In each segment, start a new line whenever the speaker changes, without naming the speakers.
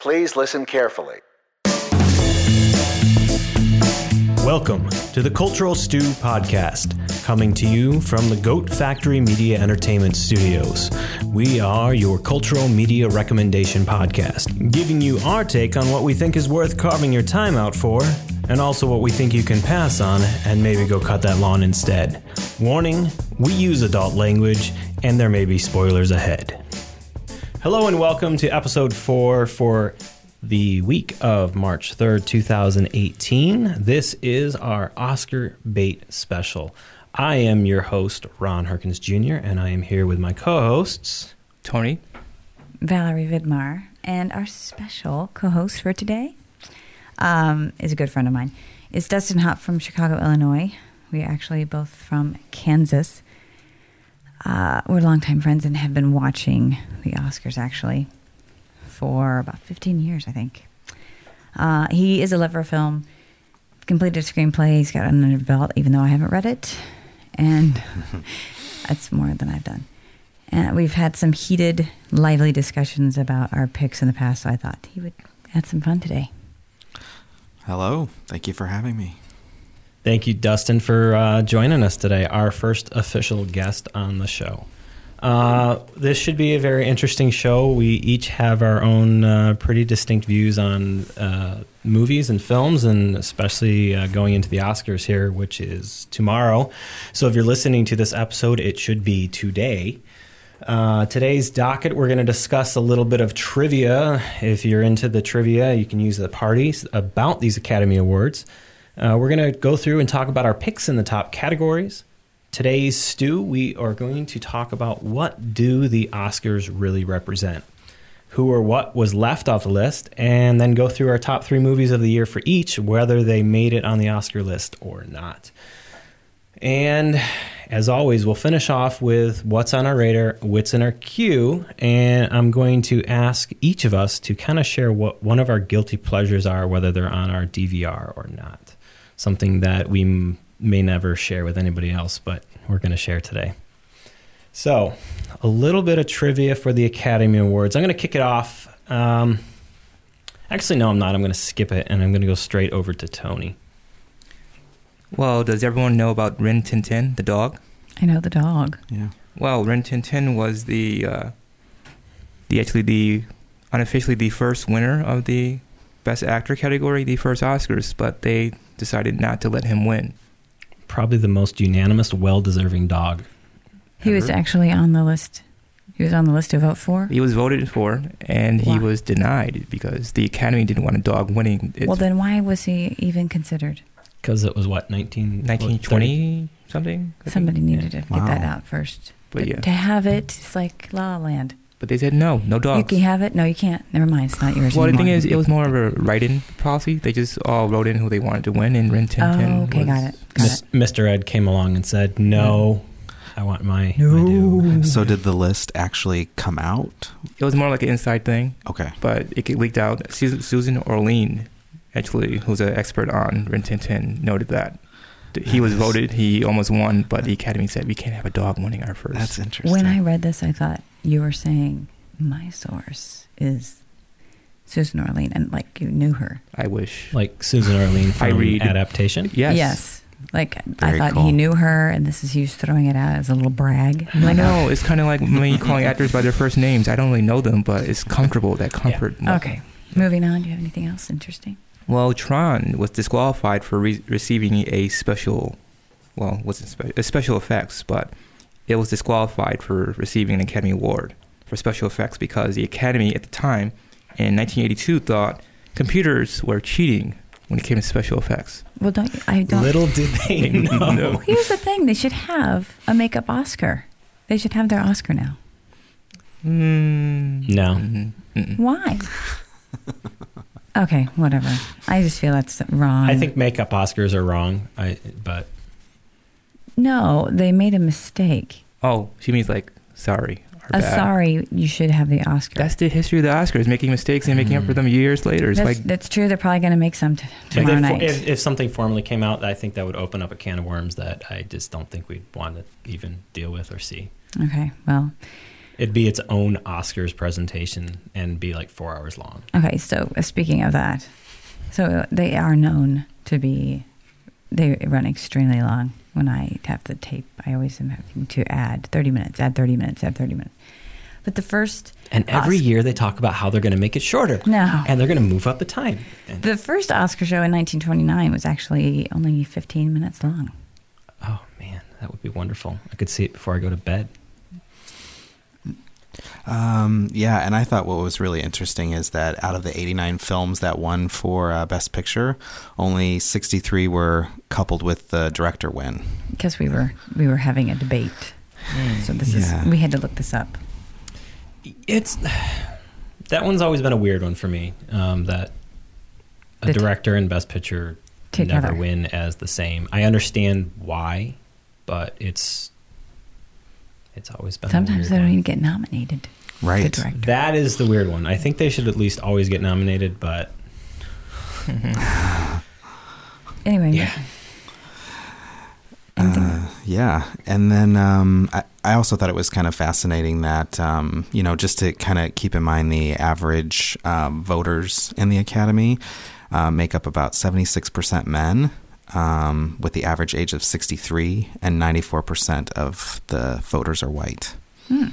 Please listen carefully.
Welcome to the Cultural Stew Podcast, coming to you from the Goat Factory Media Entertainment Studios. We are your cultural media recommendation podcast, giving you our take on what we think is worth carving your time out for, and also what we think you can pass on and maybe go cut that lawn instead. Warning we use adult language, and there may be spoilers ahead. Hello and welcome to episode four for the week of March 3rd, 2018. This is our Oscar bait special. I am your host, Ron Harkins Jr., and I am here with my co hosts.
Tony,
Valerie Vidmar, and our special co-host for today um, is a good friend of mine. It's Dustin Hopp from Chicago, Illinois. We are actually both from Kansas. Uh, we're longtime friends and have been watching the Oscars actually for about 15 years, I think. Uh, he is a lover of film, completed a screenplay. He's got it under his belt, even though I haven't read it, and that's more than I've done. And we've had some heated, lively discussions about our picks in the past, so I thought he would add some fun today.
Hello. Thank you for having me.
Thank you, Dustin, for uh, joining us today, our first official guest on the show. Uh, this should be a very interesting show. We each have our own uh, pretty distinct views on uh, movies and films, and especially uh, going into the Oscars here, which is tomorrow. So if you're listening to this episode, it should be today. Uh, today's docket, we're going to discuss a little bit of trivia. If you're into the trivia, you can use the parties about these Academy Awards. Uh, we're going to go through and talk about our picks in the top categories. Today's stew, we are going to talk about what do the Oscars really represent, who or what was left off the list, and then go through our top three movies of the year for each, whether they made it on the Oscar list or not. And as always, we'll finish off with what's on our radar, what's in our queue. And I'm going to ask each of us to kind of share what one of our guilty pleasures are, whether they're on our DVR or not. Something that we m- may never share with anybody else, but we're going to share today. So, a little bit of trivia for the Academy Awards. I'm going to kick it off. Um, actually, no, I'm not. I'm going to skip it and I'm going to go straight over to Tony.
well, does everyone know about Rin Tin Tin, the dog?
I know the dog.
Yeah.
Well, Rin Tin Tin was the, uh, the actually the unofficially the first winner of the Best Actor category, the first Oscars, but they decided not to let him win.
Probably the most unanimous, well deserving dog
He was
Ever.
actually on the list. He was on the list to vote for.
He was voted for, and he
Wow.
was denied because the Academy didn't want a dog winning. It's
Well, then why was he even considered?
Because it was what 19,
1920 something. I think.
Somebody needed to get that
Wow.
out first.
But yeah.
to have it, it's like La La Land.
But they said no, no dogs.
You can have it. No, you can't. Never mind. It's not yours.
Well, the
anymore.
thing is, it was more of a write-in policy. They just all wrote in who they wanted to win, and Rin Tin Tin.
Oh, okay,
was-
got it. Got
Mis- Mr. Ed came along and said, "No, I want my my due."
So did the list actually come out?
It was more like an inside thing,
Okay.
but it get leaked out. Sus- Susan Orlean, actually, who's an expert on Rin Tin Tin, noted that Th- he was
Nice.
voted. He almost won, but the Academy said we can't have a dog winning our first.
That's
it.
interesting.
When I read this, I thought you were saying my source is Susan Orlean, and like you knew her.
I wish.
like Susan Orlean from
I read.
adaptation.
Yes.
Yes. Like I
Very
thought
cool.
he knew her, and this is you just throwing it out as a little brag.
No, no, it's kind of like me calling actors by their first names. I don't really know them, but it's comfortable, that comfort. level.
"Oh, Okay. Moving on. Do you have anything else interesting?
Well, Tron was disqualified for re- receiving a special, well, wasn't spe- a special effects, but it was disqualified for receiving an Academy Award for special effects because the Academy at the time in 1982 thought computers were cheating when it came to special effects.
Well, don't you- I don't.
Little did they know.
No.
Here's the thing: they should have a makeup Oscar. They should have their Oscar now.
Mm,
No.
mm, mm.
Why? okay, whatever. I just feel that's wrong.
I think makeup Oscars are wrong. I but
no, they made a mistake.
Oh, she means like sorry. or
A
bad.
Uh, sorry, you should have the Oscar.
That's the history of the Oscars, making mistakes and making up for them years later. It's
that's,
like
that's true. They're probably going to make some t-
if,
tomorrow
they-
night.
if, if something formally came out, I think that would open up a can of worms that I just don't think we'd want to even deal with or see.
okay, well,
It'd be its own Oscars presentation and be like four hours long.
Okay, so uh, speaking of that, so they are known to be they run extremely long. When I have the tape, I always am having to add thirty minutes, add thirty minutes, add thirty minutes. But the first
And every
Osc-
year they talk about how they're going to make it shorter.
No.
And they're going to move up the time. And,
the first Oscar show in 1929 was actually only 15 minutes long.
oh, man, that would be wonderful. I could see it before I go to bed.
Um, yeah, and I thought what was really interesting is that out of the 89 films that won for uh, Best Picture, only 63 were coupled with the director win.
because we were we were having a debate.
Mm.
So this
Yeah.
is we had to look this up.
It's that one's always been a weird one for me. Um, that a
The t-
director and best picture
Together.
never win as the same. I understand why, but it's it's always been a
Sometimes
weird
they don't
one.
even get nominated. The
Right.
director.
That is the weird one. I think they should at least always get nominated, but
Anyway,
Yeah.
anything-
Uh, yeah, and then um, I, I also thought it was kind of fascinating that um, you know just to kind of keep in mind the average um, voters in the academy uh, make up about seventy six percent men, um, with the average age of sixty three, and ninety four percent of the voters are white.
Hmm.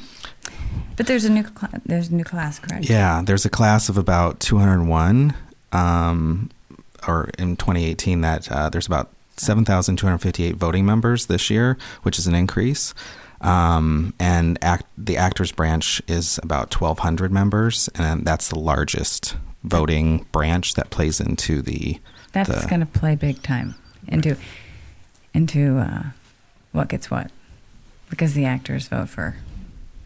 But there's a new cl- there's a new class, correct?
Yeah, there's a class of about two hundred one, um, or in twenty eighteen that uh, there's about 7,258 voting members this year, which is an increase. Um, and act, the actors branch is about 1,200 members, and that's the largest voting branch that plays into the.
That's
The-
going to play big time into into uh, what gets what because the actors vote for.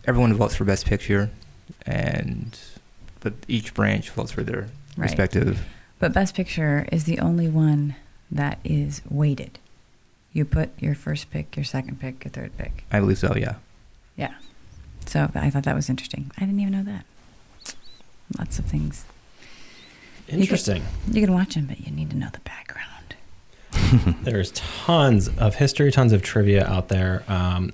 Everyone votes for Best Picture, and but each branch votes for their
Right.
respective.
But Best Picture is the only one that is weighted. You put your first pick, your second pick, your third pick.
I believe so. Yeah.
Yeah. So I thought that was interesting. I didn't even know that. Lots of things. could-
interesting.
You can watch them, but you need to know the background.
There's tons of history, tons of trivia out there. Um,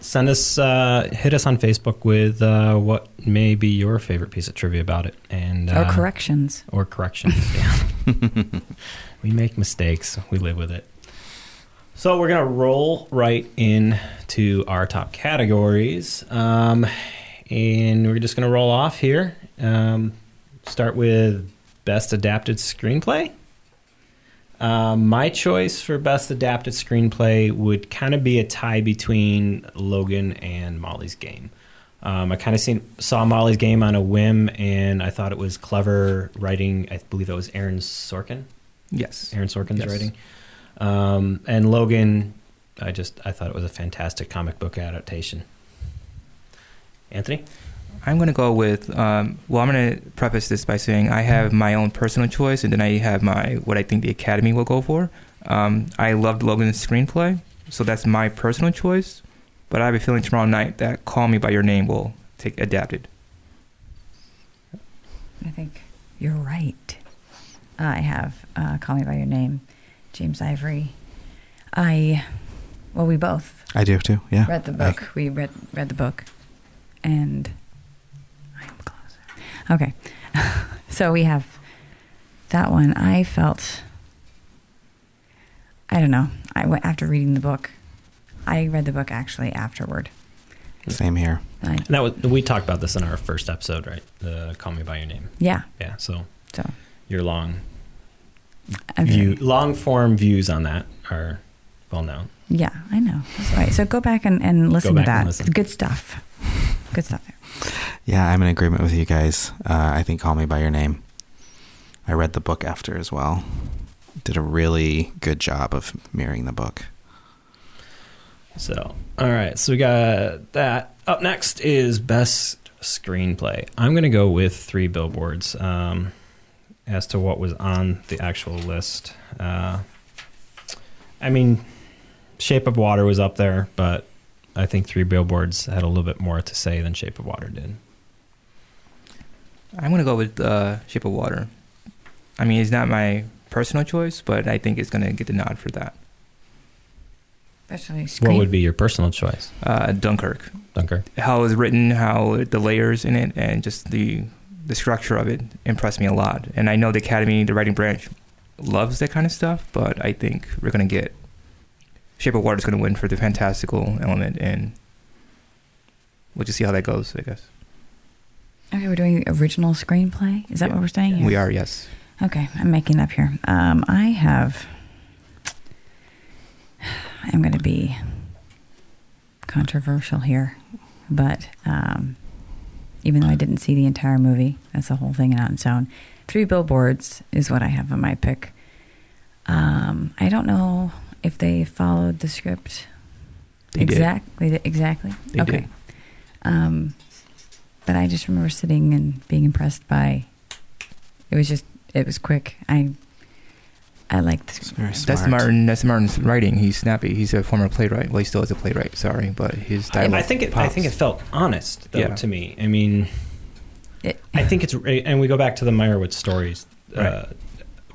send us, uh, hit us on Facebook with uh, what may be your favorite piece of trivia about it, and
or
uh,
corrections.
or corrections. Yeah. we make mistakes. We live with it. So we're gonna roll right into our top categories, um, and we're just gonna roll off here. Um, start with best adapted screenplay. Um, my choice for best adapted screenplay would kind of be a tie between Logan and Molly's Game. Um, I kind of seen, saw Molly's Game on a whim, and I thought it was clever writing. I believe that was Aaron Sorkin.
Yes.
Aaron Sorkin's
Yes.
writing. Um, and Logan, I just I thought it was a fantastic comic book adaptation. Anthony,
I'm going to go with. Um, well, I'm going to preface this by saying I have my own personal choice, and then I have my what I think the Academy will go for. Um, I loved Logan's screenplay, so that's my personal choice. But I have a feeling tomorrow night that "Call Me by Your Name" will take adapted.
I think you're right. I have uh, Call Me By Your Name, James Ivory. I, well, we both
I do too, yeah.
read the
I-
book. we read, read the book. And I'm closer. Okay. so we have that one. I felt, I don't know. I went after reading the book. I read the book actually afterward.
same here.
I,
and that was, we talked about this in our first episode, right? The Call Me by Your Name.
yeah.
Yeah, so
So
your long
I'm
view, long form views on that are well known.
Yeah, I know. That's all right. So go back and, and listen
back
to that.
and listen.
Good stuff. Good stuff there.
Yeah, I'm in agreement with you guys. Uh, I think Call Me By Your Name. I read the book after as well. Did a really good job of mirroring the book.
So, all right. So we got that. Up next is best screenplay. I'm going to go with three billboards um, as to what was on the actual list. Uh, I mean, Shape of Water was up there, but I think Three Billboards had a little bit more to say than Shape of Water did.
I'm going to go with uh, "Shape of Water." I mean, it's not my personal choice, but I think it's going to get the nod for that.
Especially
What
screen.
would be your personal choice,
Uh, Dunkirk.
Dunker?
How it was written, how it- the layers in it, and just the the structure of it impressed me a lot. And I know the Academy, the writing branch, loves that kind of stuff, but I think we're gonna get Shape of Water is gonna win for the fantastical element, and we'll just see how that goes. I guess
Okay, we're doing original screenplay. Is that
Yeah.
what we're saying? here?
we are. Yes.
Okay, I'm making up here. Um, I have. I'm going to be controversial here, but um, even though I didn't see the entire movie, that's the whole thing and on its own. Three billboards is what I have on my pick. Um, I don't know if they followed the script
They did.
exactly. Exactly.
They
okay.
did.
Um, but I just remember sitting and being impressed by. It was just. It was quick. I. I liked.
It's very smart.
That's Martin. That's Martin's writing. He's snappy. He's a former playwright. Well, he still is a playwright. Sorry, but his
I,
dialogue.
I think it. I
pops.
think it felt honest though
Yeah.
to me. I mean,
It,
I think it's, and we go back to the Meyerowitz stories uh,
Right.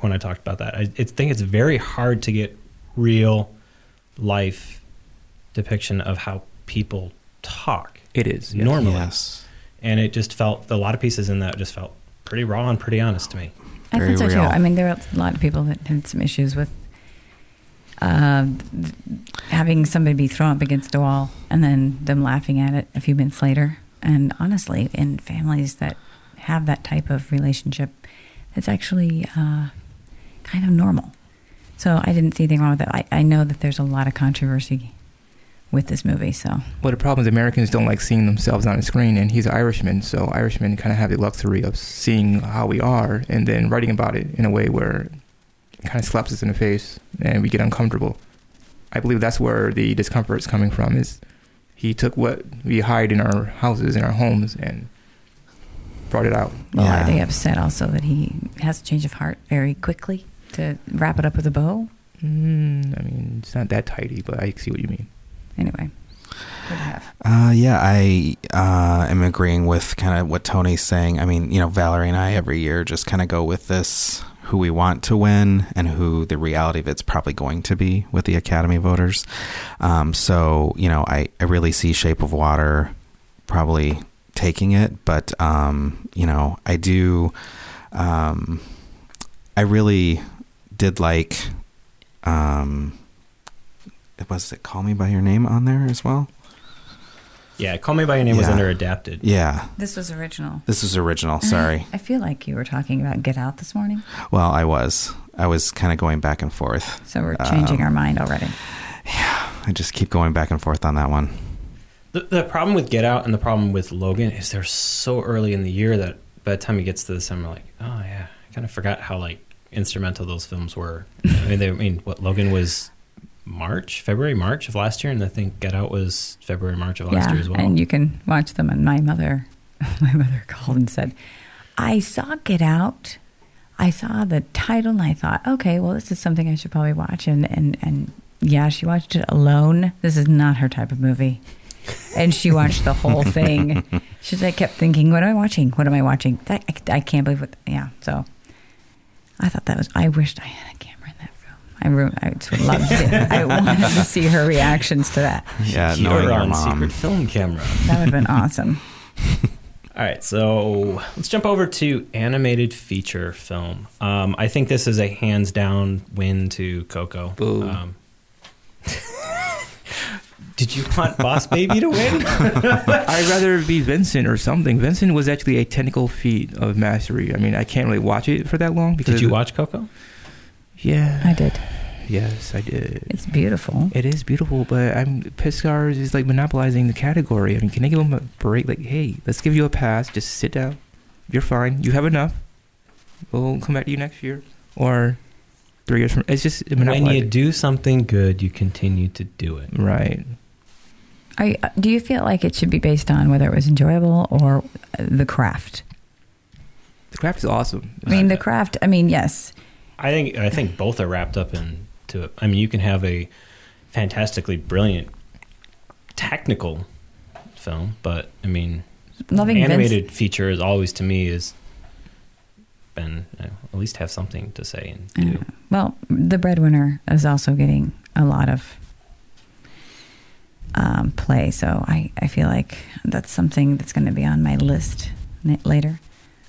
when I talked about that. I it, think it's very hard to get real life depiction of how people talk
It is yes.
normally,
Yes.
and it just felt a lot of pieces in that just felt pretty raw and pretty honest to me.
I
Very
think so too.
real.
I mean, there are a lot of people that had some issues with uh, th- having somebody be thrown up against a wall and then them laughing at it a few minutes later. And honestly, in families that have that type of relationship, it's actually uh, kind of normal. So I didn't see anything wrong with it. I, I know that there's a lot of controversy with this movie. So
Well, the problem is Americans don't like seeing themselves on a screen, and he's an Irishman, so Irishmen kind of have the luxury of seeing how we are and then writing about it in a way where it kind of slaps us in the face and we get uncomfortable. I believe that's where the discomfort is coming from. Is he took what we hide in our houses, in our homes, and brought it out.
well,
Yeah.
are they upset also that he has a change of heart very quickly to wrap it up with a bow?
Mm, I mean, it's not that tidy, but I see what you mean.
Anyway, what do you have?
Uh, yeah, I uh, am agreeing with kind of what Tony's saying. I mean, you know, Valerie and I every year just kind of go with this who we want to win and who the reality of it's probably going to be with the Academy voters. Um, so, you know, I, I really see Shape of Water probably taking it, but, um, you know, I do, um, I really did like, um, was it Call Me By Your Name on there as well?
Yeah, Call Me by Your Name was
Yeah.
under adapted.
Yeah,
This was original.
this is original. Sorry.
I feel like you were talking about Get Out this morning,
well, I was. I was kind of going back and forth.
so we're changing our mind already.
I just keep going back and forth on that one.
The, the problem with Get Out and the problem with Logan is they're so early in the year that by the time it gets to the summer, like, oh yeah, I kind of forgot how like instrumental those films were. I mean, they, I mean, what Logan was March, February, March of last year, and I think Get Out was February, March of last
yeah,
year as well.
and you can watch them. And my mother, my mother called and said, "I saw Get Out. I saw the title, and I thought, okay, well, this is something I should probably watch." And and and yeah, she watched it alone. This is not her type of movie. And she watched the whole thing. She said, I kept thinking, "What am I watching? What am I watching?" That, I, I can't believe what. Yeah, so I thought that was. I wished I had a camera in that room. I, ru- I just would love to. See, I wanted to see her reactions to that.
Yeah,
You're
knowing your
on
mom.
secret film camera.
That would have been awesome.
All right, so let's jump over to animated feature film. Um, I think this is a hands down win to Coco.
Boo.
Um, did you want Boss Baby to win?
I'd rather be Vincent or something. Vincent was actually a technical feat of mastery. I mean, I can't really watch it for that long. Because
Did you watch Coco?
Yeah.
I did.
Yes, I did.
It's beautiful.
It is beautiful, but I'm Piscar is like monopolizing the category. I mean, can they give him a break? Like, hey, let's give you a pass. Just sit down. You're fine. You have enough. We'll come back to you next year or three years from. It's just
When you
monopolizing.
do something good, you continue to do it.
right.
Are you, uh, do you feel like it should be based on whether it was enjoyable or uh, the craft?
The craft is awesome.
I mean, the craft. I mean, yes.
I think I think both are wrapped up into it. I mean, you can have a fantastically brilliant technical film, but I mean,
Loving
animated feature is always to me is been you know, at least have something to say and
Vince,
do.
Uh, well, the breadwinner is also getting a lot of um, play. So I, I feel like that's something that's going to be on my list n- later.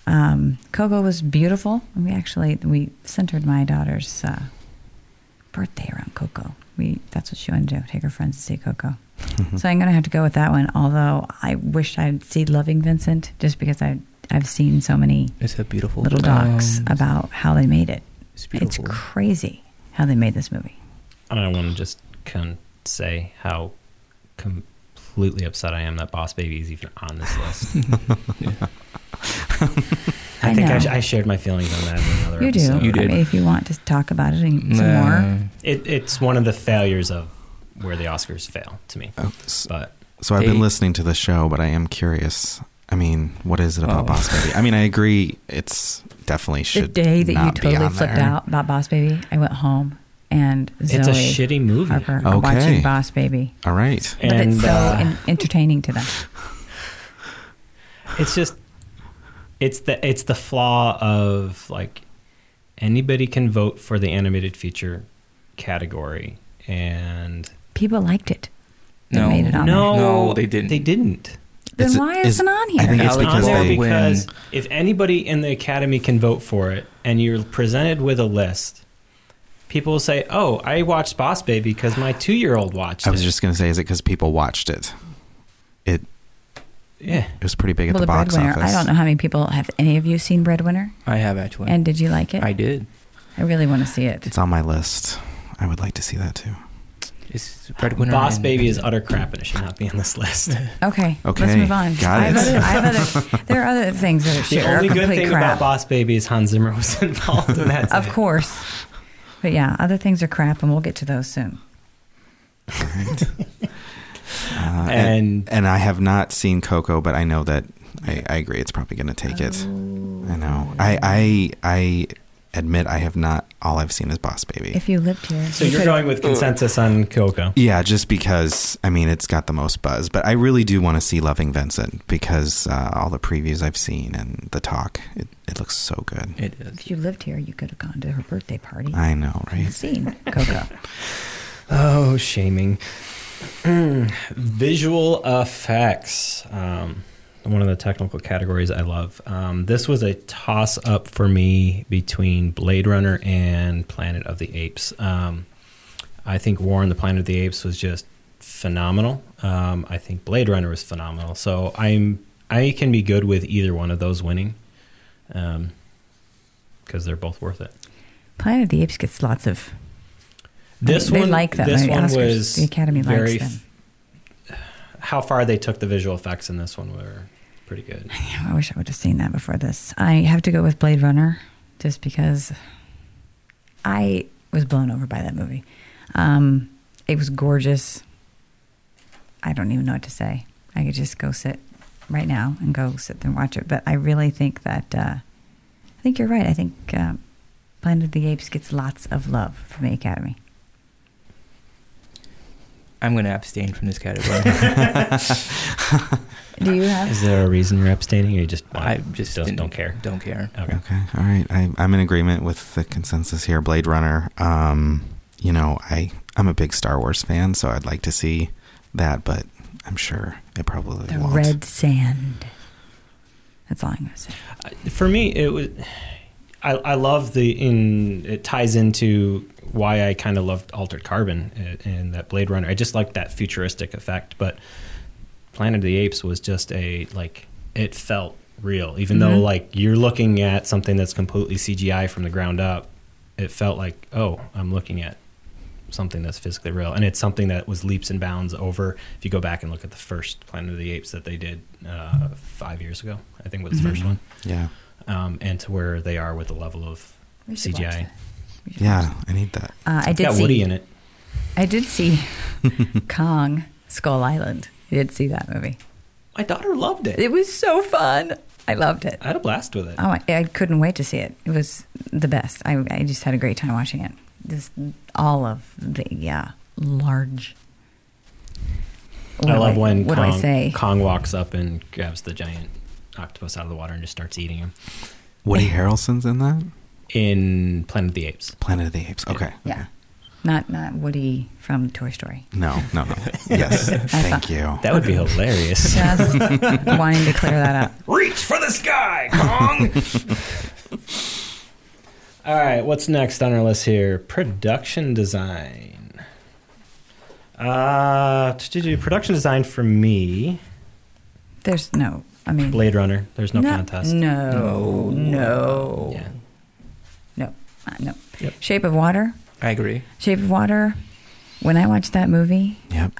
Um, Coco was beautiful. We actually we centered my daughter's uh, birthday around Coco. We that's what she wanted to do. Take her friends to see Coco. So I'm gonna have to go with that one. Although I wish I'd see Loving Vincent just because I I've seen so many
It's a beautiful
little docs
Um,
about how they made it.
It's
It's
beautiful.
crazy how they made this movie.
I want to just con- say how completely upset I am that Boss Baby is even on this list. I,
I
think I,
know.
sh- I shared my feelings on that in another
You do.
episode.
You do.
I
did.
mean, if you want to talk about it and some more.
It, it's one of the failures of where the Oscars fail to me.
Oh, s-
But
So I've been
Eight.
listening to the show, but I am curious. I mean, what is it about
Oh.
Boss Baby? I mean, I agree. It's definitely
The
should
day that you
not be
totally
on
flipped
there.
out about Boss Baby, I went home and Zoe
it's a shitty movie.
Harper are
Okay.
watching Boss Baby.
All right.
But
And,
it's so
uh,
en- entertaining to them.
it's just it's the it's the flaw of like anybody can vote for the animated feature category and
People liked it. They
No.
made it on
no,
No, they didn't.
They didn't.
there.
It's-
Then why
it's-
isn't it on here?
I think it's
It's on
because
there
they.
win.
because if anybody in the academy can vote for it and you're presented with a list, people will say, "Oh, I watched Boss Baby because my 2-year-old watched
I was
it."
just going to say, is it because people watched it? It
yeah.
it was pretty big at
well,
the,
the
box
Breadwinner.
office.
I don't know how many people have any of you seen Breadwinner,
I have actually.
and did you like it?
I did.
I really want to see it.
It's on my list. I would like to see that too.
It's breadwinner.
Boss
and-
Baby is utter crap and it should not be on this list.
Okay, let's
Okay,
move on.
got
I have
it.
other, I have other, there are other things that are
The
sure are
only good
complete
thing
crap.
about Boss Baby is Hans Zimmer was involved, and that's
of
it.
course, but yeah, other things are crap, and we'll get to those soon.
All right. Uh,
And
and I have not seen Coco, but I know that I, I agree. It's probably going to take it.
Oh.
I know. I, I I admit I have not. All I've seen is Boss Baby.
If you lived here,
so
you
you're
could-
going with consensus on Coco.
yeah, just because I mean it's got the most buzz, but I really do want to see Loving Vincent because uh, all the previews I've seen and the talk, it, it looks so good.
It is.
If you lived here, you could have gone to her birthday party.
I know,
and
right?
seen Coco.
Oh, shaming. Mm, Visual effects. Um, one of the technical categories I love. Um, this was a toss up for me between Blade Runner and Planet of the Apes. Um, I think War on the Planet of the Apes was just phenomenal. Um, I think Blade Runner was phenomenal. So I'm I can be good with either one of those winning, because they're both worth it.
Planet of the Apes gets lots of.
This
they
one,
like that
This
movie.
one
Oscars,
was
the Academy likes
very
them.
f- How far they took the visual effects in this one were pretty good.
I wish I would have seen that before this. I have to go with Blade Runner just because I was blown over by that movie. Um, it was gorgeous. I don't even know what to say. I could just go sit right now and go sit there and watch it. But I really think that uh, I think you're right. I think uh, Planet of the Apes gets lots of love from the Academy.
I'm going to abstain from this category.
Do you have?
Is there a reason you're abstaining, or you just
I just
don't,
didn't-
don't care?
Don't care.
Okay.
Okay, all right. I, I'm in agreement with the consensus here. Blade Runner. Um, you know, I I'm a big Star Wars fan, so I'd like to see that, but I'm sure it probably
The
won't.
Red Sand. That's all I'm going to say.
For me, it was. I, I love the in. It ties into why I kind of loved Altered Carbon and- and that Blade Runner. I just like that futuristic effect, but Planet of the Apes was just a like it felt real, even though
Mhm.
like you're looking at something that's completely CGI from the ground up. It felt like oh, I'm looking at something that's physically real, and it's something that was leaps and bounds over. If you go back and look at the first Planet of the Apes that they did uh, five years ago, I think was the first one,
Yeah,
um, and to where they are with the level of
We should
CGI.
watch that. We should watch
yeah. I need that.
Uh, I
It's
did
got
see.
Woody in it.
I did see Kong Skull Island. I did see that movie.
My daughter loved it.
It was so fun. I loved it.
I had a blast with it.
Oh, I, I couldn't wait to see it. It was the best. I, I just had a great time watching it. Just all of the yeah, large. What
I
do
love when
what
Kong,
do I say?
Kong walks up and grabs the giant octopus out of the water and just starts eating him.
Woody Harrelson's in that
In Planet of the Apes,
Planet of the Apes. Okay.
Yeah, Not not Woody from Toy Story.
No, no, no. Yes. Thank
thought-
you.
That would be hilarious.
Just wanting to clear that up.
Reach for the sky, Kong. All right, what's next on our list here? Production design. Uh, to do production design for me,
There's no. I mean,
Blade Runner. There's no, contest.
No, no,
Yeah.
no, uh, no.
Yep.
Shape of Water.
I agree.
Shape of Water. When I watched that movie,
Yep.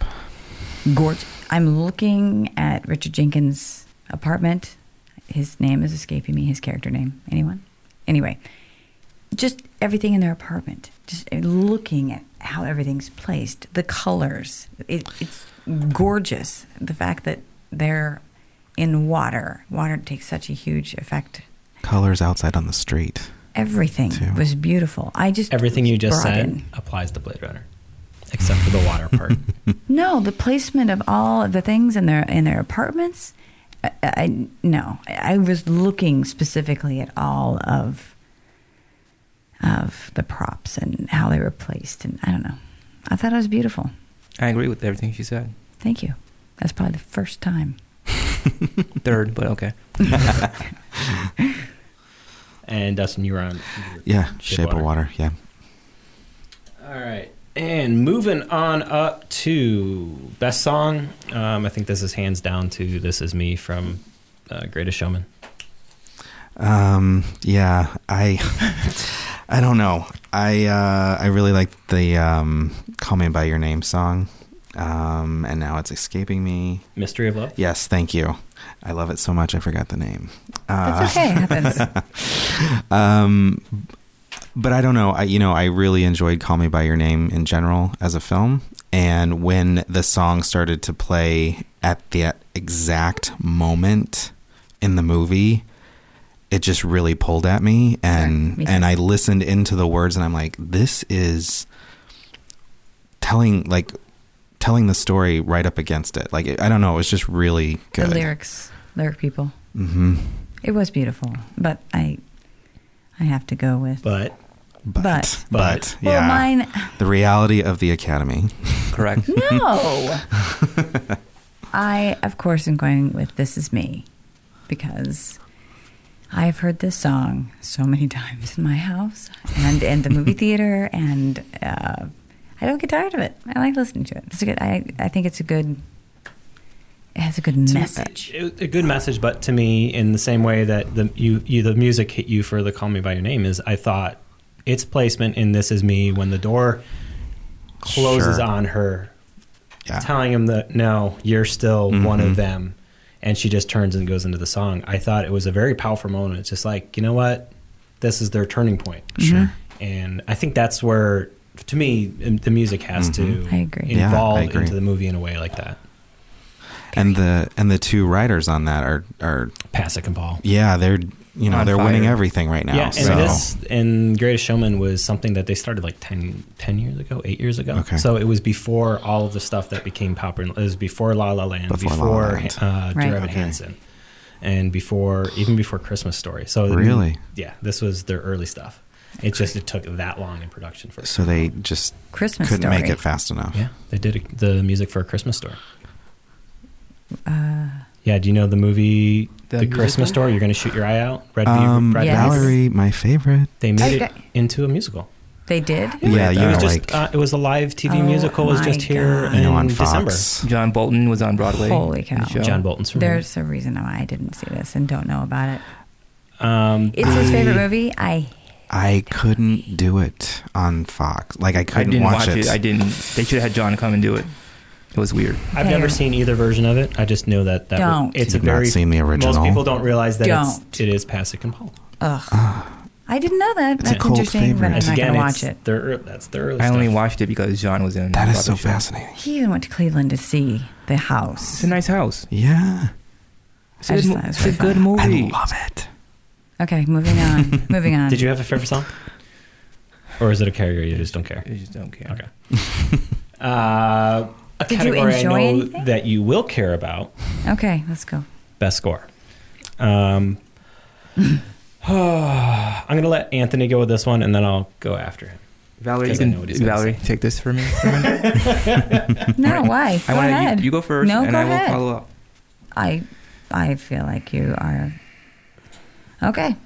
gorge. I'm looking at Richard Jenkins' apartment. His name is escaping me. His character name. Anyone? Anyway, just everything in their apartment. Just looking at how everything's placed, the colors. It, it's gorgeous. The fact that they're in water. Water takes such a huge effect.
Colors outside on the street.
Everything
Too.
was beautiful. I just
Everything you just
brought
said
in.
applies to Blade Runner, except for the water part.
No, the placement of all of the things in their in their apartments. I, I no, I I was looking specifically at all of of the props and how they were placed, and I don't know. I thought it was beautiful.
I agree with everything she said.
Thank you. That's probably the first time.
Third, but okay.
and Dustin, you were on. you were-
Yeah. Shape,
Shape
of water.
water.
Yeah.
All right. And moving on up to best song. Um, I think this is hands down to This Is Me from uh, Greatest Showman.
Um, yeah, I, I don't know. I, uh, I really like the, um, call me by your name song. Um, and now it's escaping me.
Mystery of Love.
Yes. Thank you. I love it so much. I forgot the name. Uh,
That's okay. It happens.
um, but I don't know. I you know I really enjoyed Call Me by Your Name in general as a film, and when the song started to play at the exact moment in the movie, it just really pulled at me, and
Sure, me too.
and I listened into the words, and I'm like, this is telling like telling the story right up against it. Like I don't know, it was just really
the
good.
lyrics, lyric people.
hmm
It was beautiful, but I I have to go with
But
But,
But-
but
but-
yeah,
well, mine.
the reality of the academy.
Correct.
No. I, of course, am going with This Is Me because I've heard this song so many times in my house and in the movie theater, and uh, I don't get tired of it. I like listening to it. It's a good, I, I think it's a good, it has a good message.
It- a good message, but to me, in the same way that the you, you the music hit you for the "Call Me by Your Name," is I thought its placement in "This Is Me" when the door closes
Sure.
on her,
Yeah.
telling him that no, you're still one
Mm-hmm.
of them, and she just turns and goes into the song. I thought it was a very powerful moment. It's just like you know what, this is their turning point.
Sure.
and I think that's where, to me, the music has to
I agree.
Mm-hmm. Yeah, I
involve
agree.
into the movie in a way like that.
And the and the two writers on that are are
Pass it and ball.
yeah, they're you know,
On
they're winning
fire.
everything right now.
Yeah, and
so
this and Greatest Showman was something that they started like 10, 10 years ago, eight years ago.
Okay.
So it was before all of the stuff that became popular. It was before La La Land,
Before
before,
La La Land.
Uh, Dear
Right.
Evan
Okay.
Hansen, and before even before Christmas Story. So
Really?
yeah, this was their early stuff. It just it took that long in production for.
so they just
Christmas
couldn't
story.
make it fast enough.
Yeah, they did the music for a Christmas Story.
Uh,
yeah, do you know the movie
The
The, Christmas
musical?
Story? You're going to shoot your eye out. Red
Um,
Red
Yes. Oh,
Valerie, my favorite.
They made it
Okay.
into a musical.
They did?
Yeah,
it
you
was
know,
just
like-
uh, it was a live TV
Oh
musical. It was
my
just here
God.
in
You know, on
December.
Fox.
John Bolton was on Broadway.
Holy cow.
The show.
John Bolton's from
There's a reason why I didn't see this and don't know about it.
um,
It's his
the-
favorite movie. I
I couldn't do it on Fox. Like I
I
couldn't
didn't watch, it.
it.
I didn't. They should have had John come and do it. It was weird.
I've never
Fair.
seen either version of it. I just know that that
Don't.
it's
You've
a
not
very
seen the original?
Most people don't realize that
Don't.
it's it is Pasek and Paul.
Ugh. I didn't know that.
It's a
That's
cult
interesting, but
favorite.
I'm
It's,
not
again,
going to
it's
watch it.
their ear- that's their early
I
stuff.
only watched it because John was in.
that
the
is so
Broadway show.
fascinating.
He even went to Cleveland to see the
It's
house.
a nice house.
Yeah.
It's
I
a
just
mo-
thought it was
it's a
really
good
fun.
movie.
I love it.
Okay, moving on. moving on.
Did you have a favorite song, or is it a carrier? You just don't care.
I just don't care.
Okay. uh, a
Did you
category I
enjoy
know
anything?
that you will care about:
Okay, let's go.
best score. Um, I'm gonna let Anthony go with this one, and then I'll go after him.
Valerie, you
Because I
can,
know what he's gonna
Valerie, take this for me. I
No, why? Go
wanna- you-
ahead.
You, go first,
No,
and
go
I will
ahead.
follow up.
I I feel like you are okay.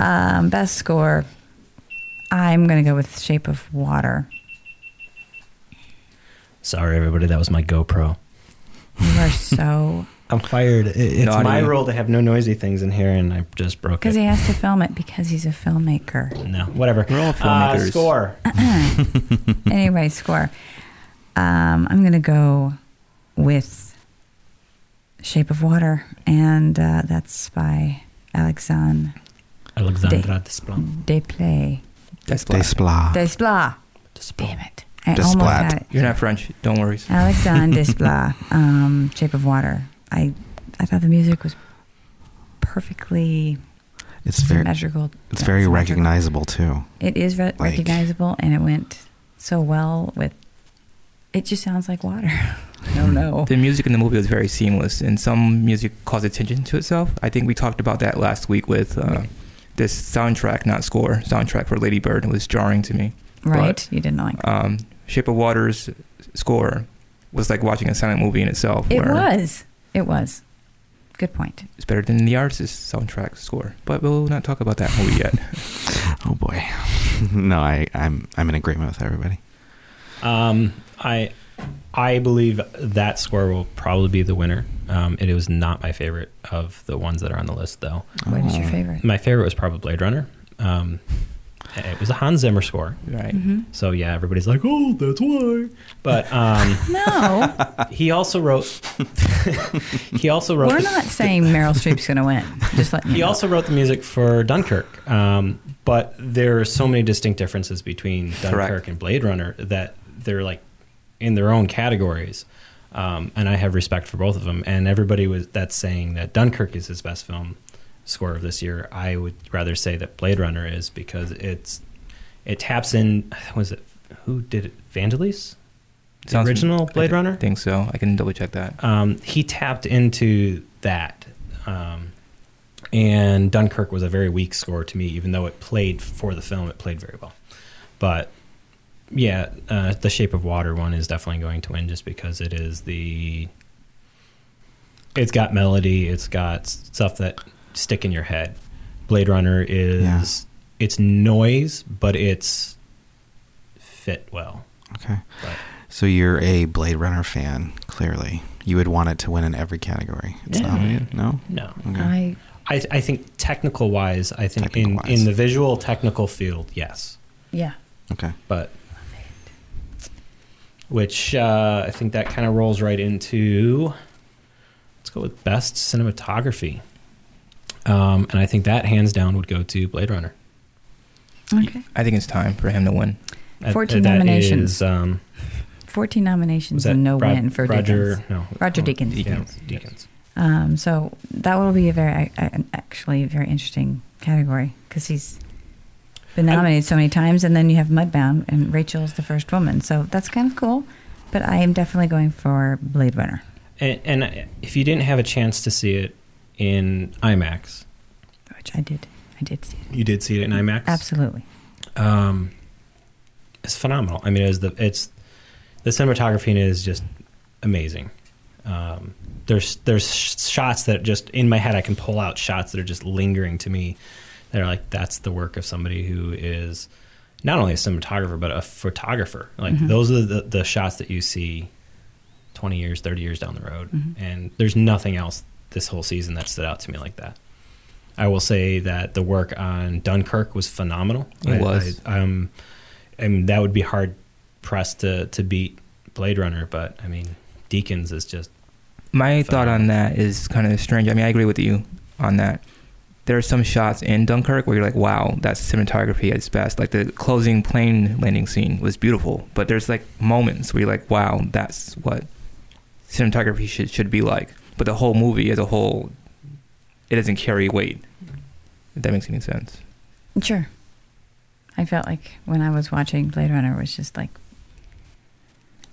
Um, best score. I'm gonna go with Shape of Water.
Sorry, everybody. That was my GoPro.
You are so
I'm fired. It- It's
Naughty.
my role to have no noisy things in here, and I just broke
because
it.
he has to film it because he's a filmmaker.
No, whatever.
We're all
Uh,
filmmakers.
score.
anyway, score. Um, I'm gonna go with Shape of Water, and uh, that's by Alexandre
Alexandra Desplat.
Desplat.
That's black.
Desplat.
Desplat.
Desplat.
Damn it! I almost
Desplat.
had it.
You're not French. Don't worry.
Alexandre Desplat, um, Shape of Water. I I thought the music was perfectly
It's very
symmetrical.
it's very
symmetrical.
recognizable too.
It is re- recognizable, and it went so well with. It just sounds like water. I don't know.
The music in the movie was very seamless, and some music calls attention to itself. I think we talked about that last week with uh, this soundtrack, not score, soundtrack for Lady Bird. It was jarring to me.
Right? You didn't like
Um, Shape of Water's score was like watching a silent movie in itself.
it.
where
was. It was. Good point.
It's better than the artist's soundtrack score, but we'll not talk about that movie yet.
Oh boy. no, I, I'm I'm in agreement with everybody.
Um, I I believe that score will probably be the winner. Um, it was not my favorite of the ones that are on the list, though.
What is your
Oh.
favorite?
My favorite was probably Blade Runner. Um, it was a Hans Zimmer score,
right.
hmm
so yeah, everybody's like, "Oh, that's why." But um,
No,
he also wrote. he also wrote.
we're
the-
not saying Meryl Streep's going to win. Just let you
He
know.
also wrote the music for Dunkirk, um, but there are so many distinct differences between Dunkirk
Correct.
and Blade Runner that they're like in their own categories. Um, and I have respect for both of them. And everybody was that's saying that Dunkirk is his best film score of this year. I would rather say that Blade Runner is because it's it taps in. Was it who did it? Vangelis, the
Sounds-
original
I
Blade
thi-
Runner
think so. I can double check that.
um, he tapped into that. Um, and Dunkirk was a very weak score to me, even though it played for the film, it played very well. But yeah, uh, the Shape of Water one is definitely going to win just because it is the. It's got melody, it's got s- stuff that stick in your head. Blade Runner is.
Yeah.
It's noise, but it's fit well.
Okay.
Right.
So you're a Blade Runner fan, clearly. You would want it to win in every category. It's
Yeah.
nominated? No?
No.
Okay.
I
I, I think technical wise, I think in,
Technical-wise.
in the visual technical field, yes,
yeah.
okay.
but which uh, I think that kind of rolls right into. Let's go with best cinematography, um, and I think that hands down would go to Blade Runner.
Okay.
I think it's time for him to win.
That-
14
that
nominations.
is, um,
14
was
nominations
that
and no
Rod-
win for
Roger?
Dickens.
No,
Roger
oh,
Deakins.
yeah,
Deakins.
Deakins.
Um, so that will be a very, an actually very interesting category because he's been
I'm-
nominated so many times, and then you have Mudbound, and Rachel's the first woman, so that's kind of cool. But I am definitely going for Blade Runner.
And, and if you didn't have a chance to see it in IMAX,
Which I did. I did see it.
you did see it in IMAX.
Absolutely.
um, it's phenomenal. I mean, it's the it's the cinematography in it is just amazing. Um, there's there's sh- shots that just in my head I can pull out shots that are just lingering to me. They're like that's the work of somebody who is not only a cinematographer but a photographer. Like
Mhm.
those are the the shots that you see twenty years, thirty years down the road,
Mhm.
and there's nothing else this whole season that stood out to me like that. I will say that the work on Dunkirk was phenomenal.
It
I-
was.
I, um, I mean, that would be hard pressed to, to beat Blade Runner, but I mean, Deacons is just
My
Fine.
thought on that is kind of strange. I mean, I agree with you on that. There are some shots in Dunkirk where you're like, wow, that's cinematography at its best. Like the closing plane landing scene was beautiful, but there's like moments where you're like, wow, that's what cinematography should, should be like. But the whole movie as a whole, it doesn't carry weight. If that makes any sense.
Sure. I felt like when I was watching Blade Runner, it was just like,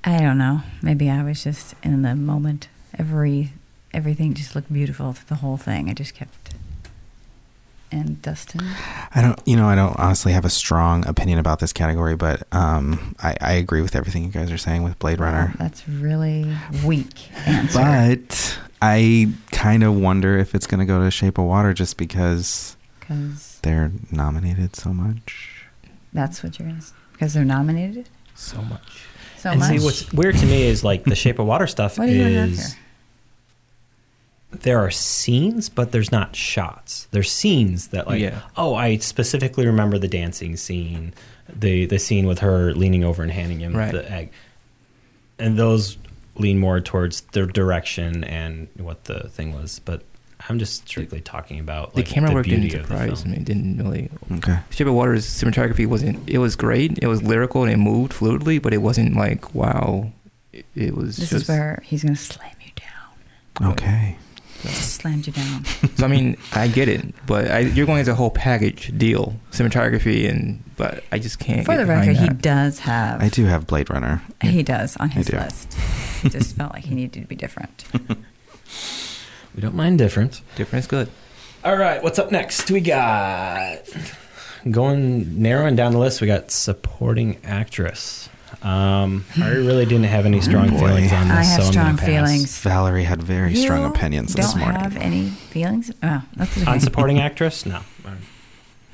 I don't know. Maybe I was just in the moment. Every everything just looked beautiful. The whole thing. I just kept and Dustin?
I don't, you know, I don't honestly have a strong opinion about this category, but um, I, I agree with everything you guys are saying with Blade Runner.
Oh, That's really weak answer.
But I kind of wonder if it's going to go to Shape of Water just because
'Cause
they're nominated so much.
that's what you're going to Because they're nominated
So much.
so
and
much.
see, what's weird to me is like the Shape of Water stuff
What do you have here?
is there are scenes, but there's not shots. There's scenes that like,
Yeah.
oh, I specifically remember the dancing scene, the the scene with her leaning over and handing him
Right.
the egg, and those lean more towards their direction and what the thing was. But I'm just strictly talking about
the
like,
camera work
beauty
didn't
of the
surprise
film.
me. It didn't really.
Okay.
Shape of Water's cinematography wasn't. It was great. It was lyrical and it moved fluidly, but it wasn't like wow. It, it was
This
just.
is where he's going to slam you down.
Okay.
Just slammed you down.
so I mean, I get it, but I, you're going as a whole package deal, cinematography and. But I just can't.
For
get
the
behind
record, he
that.
does have.
I do have Blade Runner.
He does on
I
his
do.
list. He just felt like he needed to be different.
We don't mind difference.
difference good.
All right, what's up next? We got going narrowing down the list. We got supporting actress. Um, I really didn't have any strong
boy.
feelings on this,
I have
so I'm
strong
gonna pass.
feelings.
Valerie had very strong
You
opinions
don't
this morning.
have any feelings? Oh, that's okay.
on supporting actress.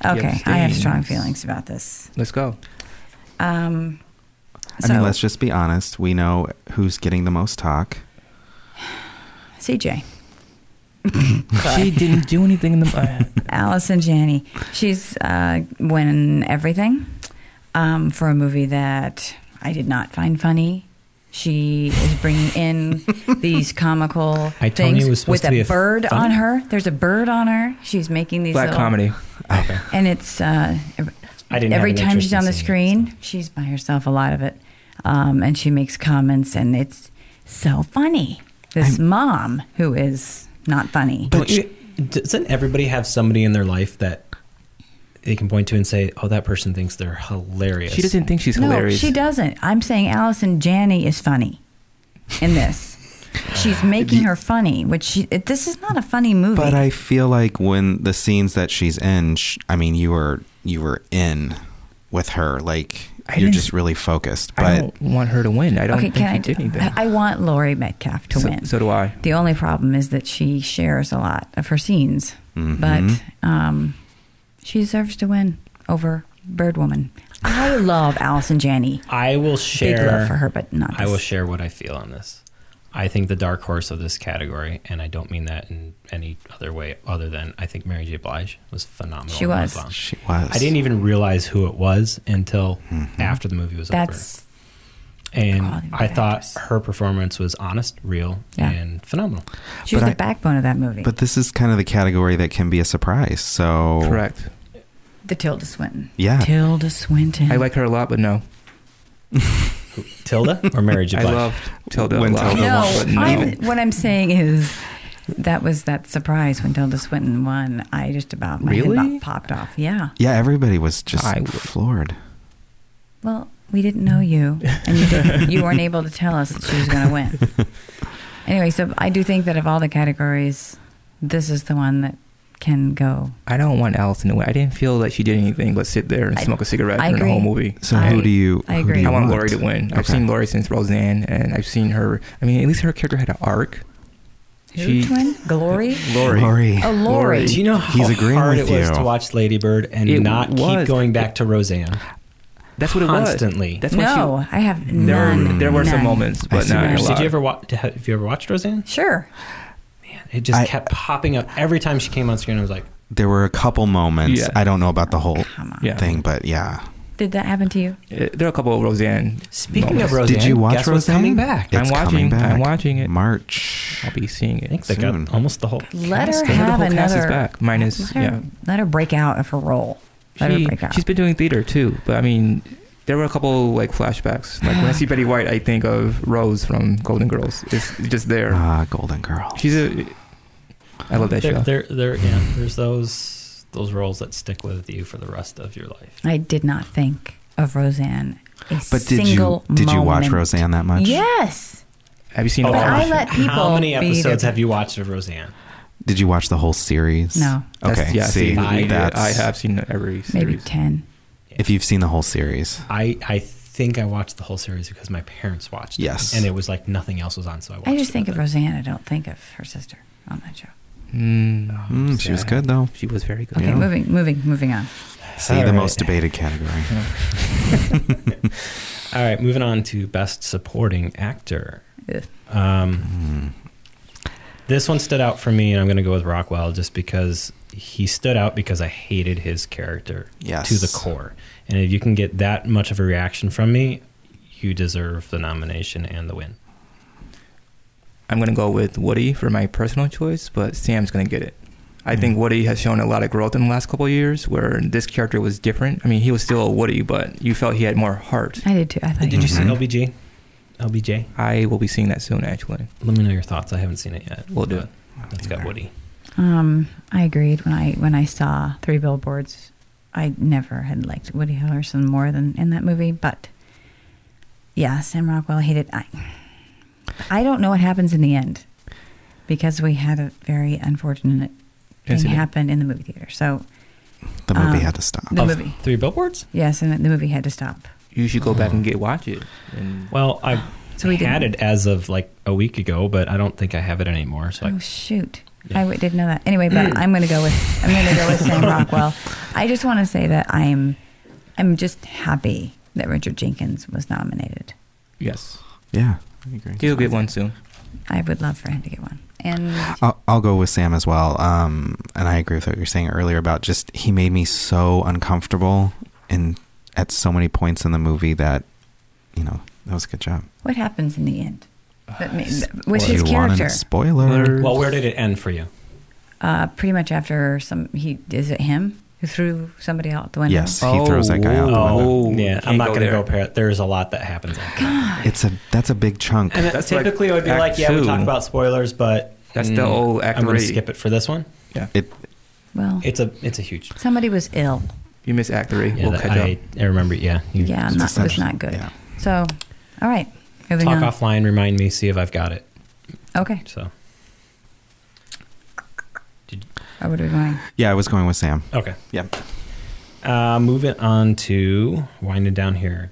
No,
okay, I have strong
abstains.
feelings about this.
Let's go.
Um,
I
so,
mean, let's just be honest. We know who's getting the most talk.
CJ,
She didn't do anything in the. Uh,
Allison Janney, she's uh, winning everything um, for a movie that I did not find funny. She is bringing in these comical
I, Tonya,
things
was supposed
with
to be
a
a
bird
funny-
on her. There's a bird on her. She's making these
black
little-
comedy.
okay.
and it's uh, every,
I didn't have
every
an
time
interest
she's
in
on the
seeing it,
screen, she's by herself a lot of it, um, and she makes comments, and it's so funny. This mom who is not funny.
Don't you, doesn't everybody have somebody in their life that they can point to and say, "Oh, that person thinks they're hilarious."
She doesn't think she's
no,
hilarious.
she doesn't. I'm saying Allison Janney is funny in this. she's making her funny, which she, it, this is not a funny movie.
But I feel like when the scenes that she's in, sh- I mean, you were you were in with her, like
I
you're
didn't-
just really focused.
I
But
don't want her to win. I don't
okay,
think she
can I,
did anything.
I? I want Lori Metcalf to
so,
win.
so do I.
The only problem is that she shares a lot of her scenes,
Mm-hmm.
but um, she deserves to win over Birdwoman. I love Allison Janney.
I will share
Big love for her, but not. This.
I will share what I feel on this. I think the dark horse of this category, and I don't mean that in any other way other than I think Mary J. Blige was phenomenal.
She
in
was.
Mudbound.
she was.
I didn't even realize who it was until after the movie was
That's
over, and
quality of
I thought
actress.
her performance was honest, real,
Yeah.
and phenomenal.
she was
But
the
I-
backbone of that movie.
But this is kind of the category that can be a surprise. So
Correct.
the Tilda Swinton.
Yeah.
Tilda Swinton.
I like her a lot, but no.
Tilda or Mary J.
I
Blige?
love Tilda
When
a lot.
Tilda
No,
won.
but no.
I'm, what I'm saying is that was that surprise when Tilda Swinton won. I just about my head
Really?
about popped off. Yeah.
Yeah, everybody was just
I would-
floored.
Well, we didn't know you, and you, didn't, you weren't able to tell us that she was going to win. Anyway, so I do think that of all the categories, this is the one that can go.
I don't want Allison to win. I didn't feel like she did anything but sit there and
I-
smoke a cigarette
I
during the whole
agree.
movie.
So
I-
who do you?
I
who do
agree.
you
I want Laurie to win. I've
Okay.
seen Laurie since Roseanne, and I've seen her. I mean, at least her character had an arc.
Who to win? Glory?
Laurie.
Laurie.
Oh, Lori.
Do you know how
He's agreeing
hard
with
it was
you.
to watch Lady Bird and
It
not
was.
keep going back to Roseanne?
That's what it
Constantly.
was. That's what
No, I have
She, there,
none.
were, there were
none.
some moments, but
see what
not
you're
a
saying.
lot.
Did you ever watch? Have you ever watched Roseanne?
Sure.
It just
I-
kept popping up every time she came on screen. I was like,
There were a couple moments.
Yeah.
I don't know about the whole
Come on.
Yeah.
thing, but yeah,
Did that happen to you?
Uh, There are a couple of Roseanne.
Speaking
moments.
of Roseanne,
Did you watch
guess what's
Roseanne?
coming back?
I'm
it's coming
watching-
back.
I'm watching it.
March.
I'll be seeing it.
I think they
Soon.
got almost the whole.
Let her
Cast it.
have
The whole cast is
another.
back, minus-
let her,
yeah.
let her break out of her role. Let her
she,
break out.
she's been doing theater too, but I mean, there were a couple like flashbacks. Like when I see Betty White, I think of Rose from Golden Girls. It's just there.
Ah, Golden Girl.
She's a. I love that
there,
show.
There, there, yeah. There's those those roles that stick with you for the rest of your life.
I did not think of Roseanne. A
But did you
single
did you watch
moment.
Roseanne that much?
Yes.
Have you seen?
But
all
I
of it?
let people
How many
be
episodes
their-
have you watched of Roseanne?
Did you watch the whole series?
No.
That's-
Okay.
yeah,
see,
see, I,
that's,
I have seen every series.
Maybe 10.
If you've seen the whole series,
I I think I watched the whole series because my parents watched it.
Yes.
And it was like nothing else was on, so I watched
I just
it
think
with
of
them.
Roseanne. I don't think of her sister on that show.
Mm,
Mm, she was good though.
she was very good.
Okay,
Yeah.
moving, moving, moving on.
See
All
the
right.
most debated category.
All right, moving on to best supporting actor.
Ugh.
Um,
Hmm,
this one stood out for me, and I'm going to go with Rockwell just because he stood out because I hated his character
Yes.
to the core. And if you can get that much of a reaction from me, you deserve the nomination and the win.
I'm gonna go with Woody for my personal choice, but Sam's gonna get it.
Mm.
I think Woody has shown a lot of growth in the last couple of years, where this character was different. I mean, he was still a Woody, but you felt he had more heart.
I did too. I thought
Did you
you Mm-hmm.
see
Mhm.
LBJ? LBJ?
I will be seeing that soon, actually.
Let me know your thoughts. I haven't seen it yet.
We'll do
but
it.
That's got Woody.
Um, I agreed when I when I saw Three Billboards. I never had liked Woody Harrelson more than in that movie, but yeah, Sam Rockwell hated. I I don't know what happens in the end because we had a very unfortunate thing
Incident.
happen in the movie theater. So
The movie
Um,
had to stop.
the
Of
movie,
Three billboards?
yes, and the movie had to stop.
You should go back and get watch it. And
Well, I
So we
had
didn't-
it as of like a week ago, but I don't think I have it anymore. So
oh
I,
shoot!
Yeah.
I w- didn't know that. Anyway, but I'm going to go with I'm going to go with Sam Rockwell. I just want to say that I'm I'm just happy that Richard Jenkins was nominated.
yes,
Yeah, I agree.
you'll get one soon.
I would love for him to get one. And
I'll, I'll go with Sam as well. Um, and I agree with what you were saying earlier about just he made me so uncomfortable and at so many points in the movie that you know that was a good job.
what happens in the end? That ma- with
Uh, Do
his
you want a
character,
spoiler?
well, where did it end for you?
uh, pretty much after some, he is it him who threw somebody out the window?
Yes, he throws that guy out the
Oh.
window.
yeah,
can't
I'm not
go
going to go
there.
pair. There's a lot that happens. after that.
It's a that's a big chunk.
And uh,
That's like
typically, I would be
act
like, yeah, we
two.
talk about spoilers, but mm,
That's the old act
I'm going to
three.
skip it for this one.
It
Well,
It's a it's a huge.
somebody was ill.
You miss Act Three.
Yeah,
we'll
that-
catch
I,
up.
I remember. Yeah, you
Yeah,
it's
not, it was
essential.
not good.
Yeah.
So, all right, moving
talk
on.
offline. Remind me. See if I've got it.
Okay,
So
or what are we going?
Yeah, I was going with Sam.
okay.
Yeah.
Uh, moving on to winding down here.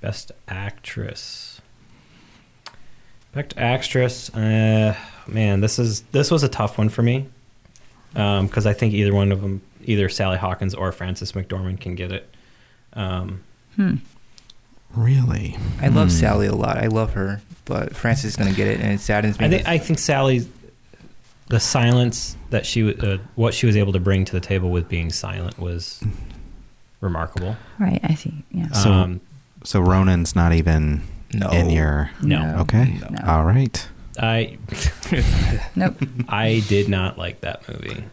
Best actress. Best actress. Uh, man, this is this was a tough one for me because I think either one of them, either Sally Hawkins or Frances McDormand, can get it. Um,
Hmm.
Really?
I love
Hmm.
Sally a lot. I love her, but Frances is gonna get it, and it saddens me.
I think
that-
I think Sally's the silence that she wa- uh, what she was able to bring to the table with being silent was remarkable.
Right, I see. Yeah.
So-
um,
So Ronan's not even
no.
in your
no.
okay.
No.
All right.
I
Nope.
I did not like that movie.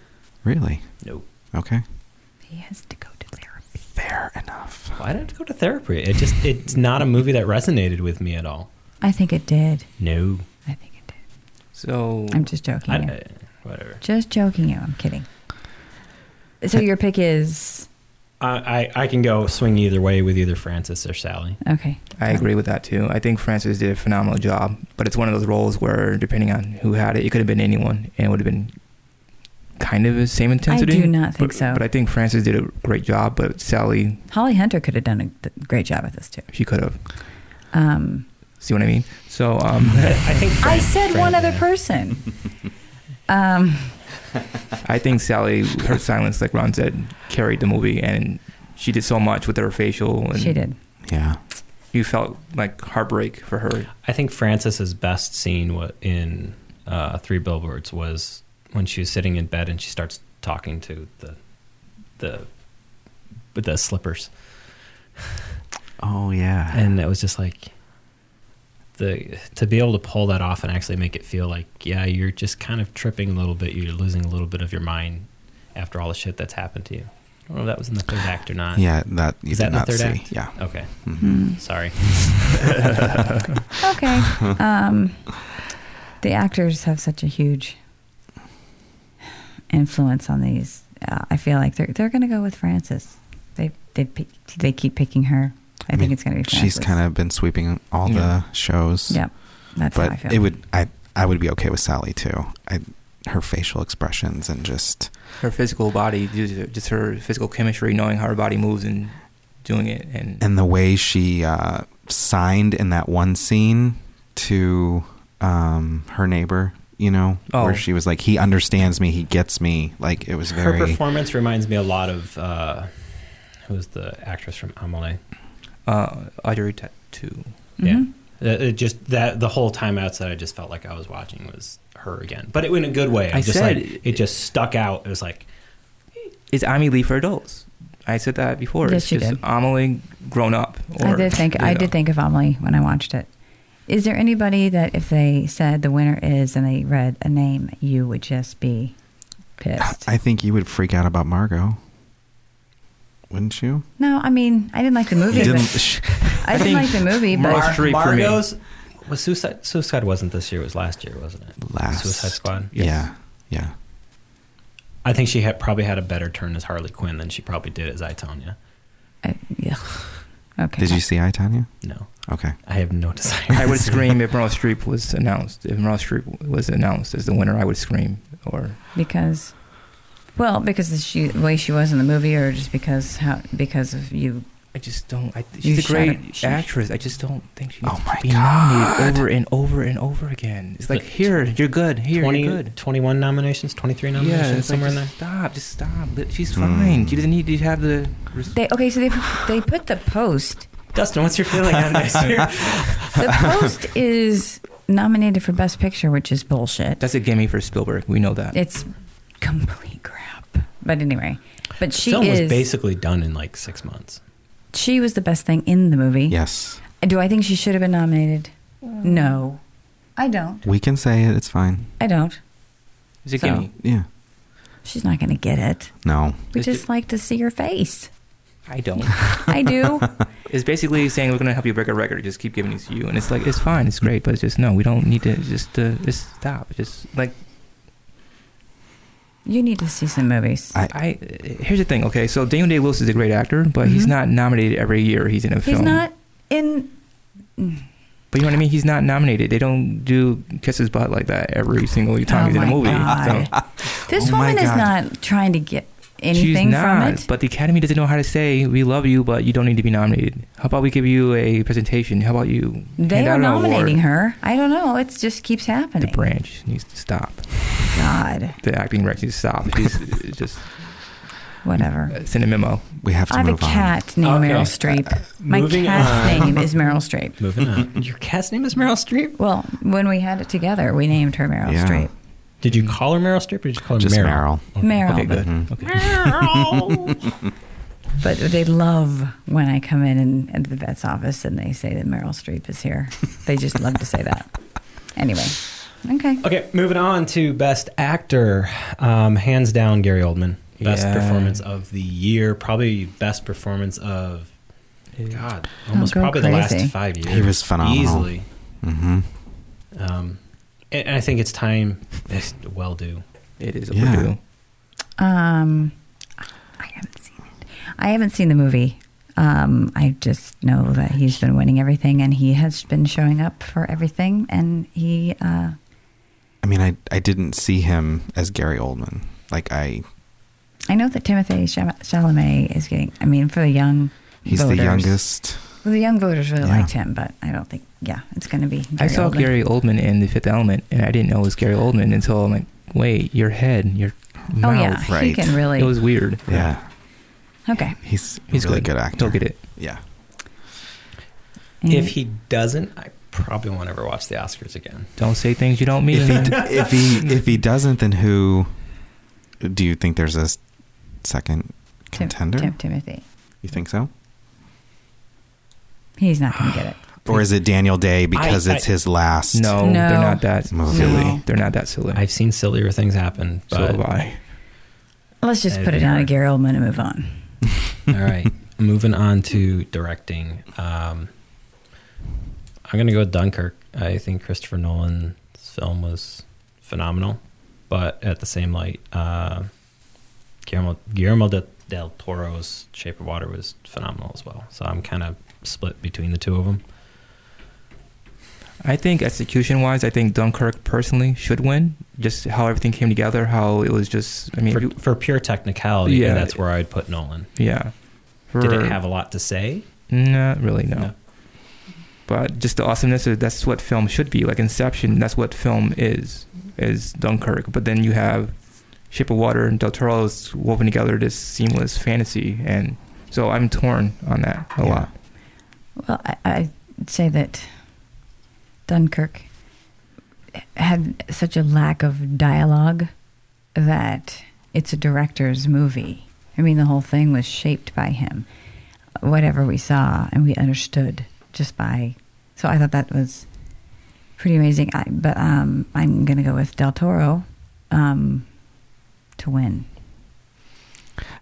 Really?
Nope.
Okay.
he has to go to therapy.
Fair enough.
Why did I have to go to therapy? It just it's not a movie that resonated with me at all.
I think it did.
No.
I think it did.
So
I'm just joking.
I,
you.
I- whatever.
Just joking you. I'm kidding. So your pick is
I, I I can go swing either way with either Francis or Sally.
okay.
I agree with that too. I think Frances did a phenomenal job, but it's one of those roles where, depending on who had it, it could have been anyone, and it would have been kind of the same intensity.
do not think
but-
so.
But I think Frances did a great job. But Sally,
Holly Hunter could have done a th- great job at this too.
she could have.
Um,
See what I mean? So um,
I think
I
Fran-
said
Fran-
one other person. um,
I think Sally, her silence, like Ron said, carried the movie, and she did so much with her facial. And
she did.
Yeah.
You felt like heartbreak for her.
I think Frances's best scene wa- in uh, Three Billboards was when she was sitting in bed and she starts talking to the the with the slippers,
Oh yeah.
and it was just like the to be able to pull that off and actually make it feel like yeah, you're just kind of tripping a little bit, you're losing a little bit of your mind after all the shit that's happened to you. I don't know if that was in the third act or not.
yeah, that you
uh, Is
did
that in the
not
third
see.
act?
Yeah.
Okay.
Hmm.
Sorry.
Okay. Um, the actors have such a huge influence on these. Uh, I feel like they're they're going to go with Frances. They they pick, they keep picking her. I, think
mean,
it's going to be Frances.
She's kind of been sweeping all
Yeah.
the shows.
Yep. That's how I
but
feel.
it would I I would be okay with Sally too. I her facial expressions and just
her physical body, just just her physical chemistry, knowing how her body moves and doing it, and,
and the way she uh, signed in that one scene to um, her neighbor. You know,
Oh.
where she was like, "He understands me. He gets me." Like it was
Her
very.
performance reminds me a lot of uh, who's the actress from Amelie.
uh, Audrey tattoo.
Yeah.
Mm-hmm.
Mhm.
It, it just that the whole time outside, I just felt like I was watching was her again, but it in a good way.
I
just
said-
like, it just stuck out. It was like
It's Ami Lee for adults. I said that before.
Yes,
it's
you
just
did.
Amelie grown up.
I did think I
you know.
did think of Amelie when I watched it. Is there anybody that if they said the winner is and they read a name, you would just be pissed?
I think you would freak out about Margot, wouldn't you?
no, I mean I didn't like the movie.
You
but-
didn't. sh-
I didn't
think
like the movie, but
Mar- three for me.
Margot's was Suicide Suicide wasn't this year. It was last year, wasn't it?
Last.
Suicide Squad.
Yeah. Yeah.
I think she had probably had a better turn as Harley Quinn than she probably did as I Tonya.
I, ugh. okay.
Did you see I Tanya?
No,
Okay.
I have no desire.
I would
to see
scream if Meryl Streep was announced. If Meryl Streep was announced as the winner, I would scream. Or
because well because the she, the way she was in the movie or just because how because of you
I just don't. I, she's
You
a
shut
great
up. She-
actress. I just don't think she
Oh
needs to
my
be nominated
God.
over and over and over again. It's like
But
here, you're good. Here,
20,
you're good.
21 nominations, 23 nominations,
Yeah, it's like,
somewhere in
just
there.
stop. Just stop. Li- She's
Hmm.
fine. She doesn't need to have the. res-
they okay so they put- they put the post
Dustin, what's your feeling on this year?
the post is nominated for best picture which is bullshit
That's a gimme for Spielberg. We know that.
it's complete crap but anyway but she
film
is
was basically done in like six months.
she was the best thing in the movie
Yes.
do i think she should have been nominated no Mm. i don't
We can say it. It's fine.
i don't
It's a
So-
gimme.
Yeah.
she's not gonna get it
No.
we
It's
just
ju-
like to see your face
I don't.
i do
It's basically saying we're gonna help you break a record. Just keep giving these to you, and it's like it's fine. It's great, but it's just no. We don't need to. Just uh, just stop. Just like.
you need to see some movies
I-
I here's the thing. Okay, so Daniel Day Lewis is a great actor, but he's
Mhm.
not nominated every year. He's in a film.
He's not in.
But you know what I mean? He's not nominated. They don't do kiss his butt like that every single time he's in a movie. So
Oh This
Oh my
woman is
God.
not trying to get
she's
anything
not.
from it.
But the Academy doesn't know how to say we love you, but you don't need to be nominated. How about we give you a presentation? How about you?
they
hand
are
out an
nominating
award?
her. I don't know. It just keeps
The
happening.
branch needs to stop.
God,
The acting branch needs to stop. She's uh, just
whatever.
uh, send a memo.
We have to
I have a
move on.
cat named
Okay. Uh,
Meryl Streep. My
moving
cat's
on.
name is Meryl Streep.
Moving on. Your cat's name is Meryl Streep?
Well, when we had it together, we named her Meryl
Yeah.
Streep.
Did you call her Meryl Streep or did you call her
Just
Meryl?
Meryl.
Meryl.
Okay, good.
Mhm.
Okay.
Meryl.
But they love when I come in and, into the vet's office and they say that Meryl Streep is here. They just love to say that. Anyway, okay.
okay, moving on to Best Actor. Um, hands down, Gary Oldman. Best
Yeah.
performance of the year. Probably best performance of, God, almost
go
probably the
Oh, crazy.
last five years.
He was phenomenal.
Easily.
Mhm.
Um, and, and I think it's time, it's well due.
It is
Yeah.
overdue.
Um, I haven't seen it. I haven't seen the movie. Um, I just know that he's been winning everything, and he has been showing up for everything. And he, uh,
I mean, I I didn't see him as Gary Oldman. Like I,
I know that Timothy Cham- Chalamet is getting. I mean, for the young,
he's
voters,
the youngest.
Well, the young voters really
Yeah.
liked him, but I don't think. Yeah, it's going to be.
I saw
Oldman.
Gary Oldman in The Fifth Element, and I didn't know it was Gary Oldman until I'm like, wait, your head, your
Oh
mouth.
yeah, he
right.
can really.
It was weird.
Yeah,
okay.
he's
He's
he's really
good.
good, actor.
Don't get it.
Yeah,
Mm-hmm.
If he doesn't, I probably won't ever watch the Oscars again.
Don't say things you don't mean.
if he d- if he if he doesn't, then who do you think there's a s- second
Tim-
contender?
Tim- Timothy,
You think so,
he's not going to get it.
or is it Daniel Day because
I-
it's his last?
no,
No.
they're not that
No.
silly. They're not that silly.
I've seen sillier things happen,
so
but
have I.
Let's just
That'd
put it
be
down to
hard.
Gary Oldman and move on.
all right. Moving on to directing. Um, I'm gonna go with Dunkirk. I think Christopher Nolan's film was phenomenal, but at the same light, uh, Guillermo, Guillermo de, del Toro's Shape of Water was phenomenal as well. So I'm kind of split between the two of them.
I think execution wise, I think Dunkirk personally should win. Just how everything came together, how it was just. I mean,
for,
if you-
for pure technicality,
Yeah.
that's where I'd put Nolan.
yeah.
Did
For-
it have a lot to say?
Not really, no.
No.
But just the awesomeness of that's what film should be. Like Inception, that's what film is, is Dunkirk. But then you have Shape of Water and Del Toro's woven together this seamless fantasy. And so I'm torn on that a
Yeah.
lot.
Well, I, I'd say that Dunkirk had such a lack of dialogue that it's a director's movie. I mean, the whole thing was shaped by him. Whatever we saw and we understood just by. So I thought that was pretty amazing. I, but um, I'm going to go with Del Toro um, to win.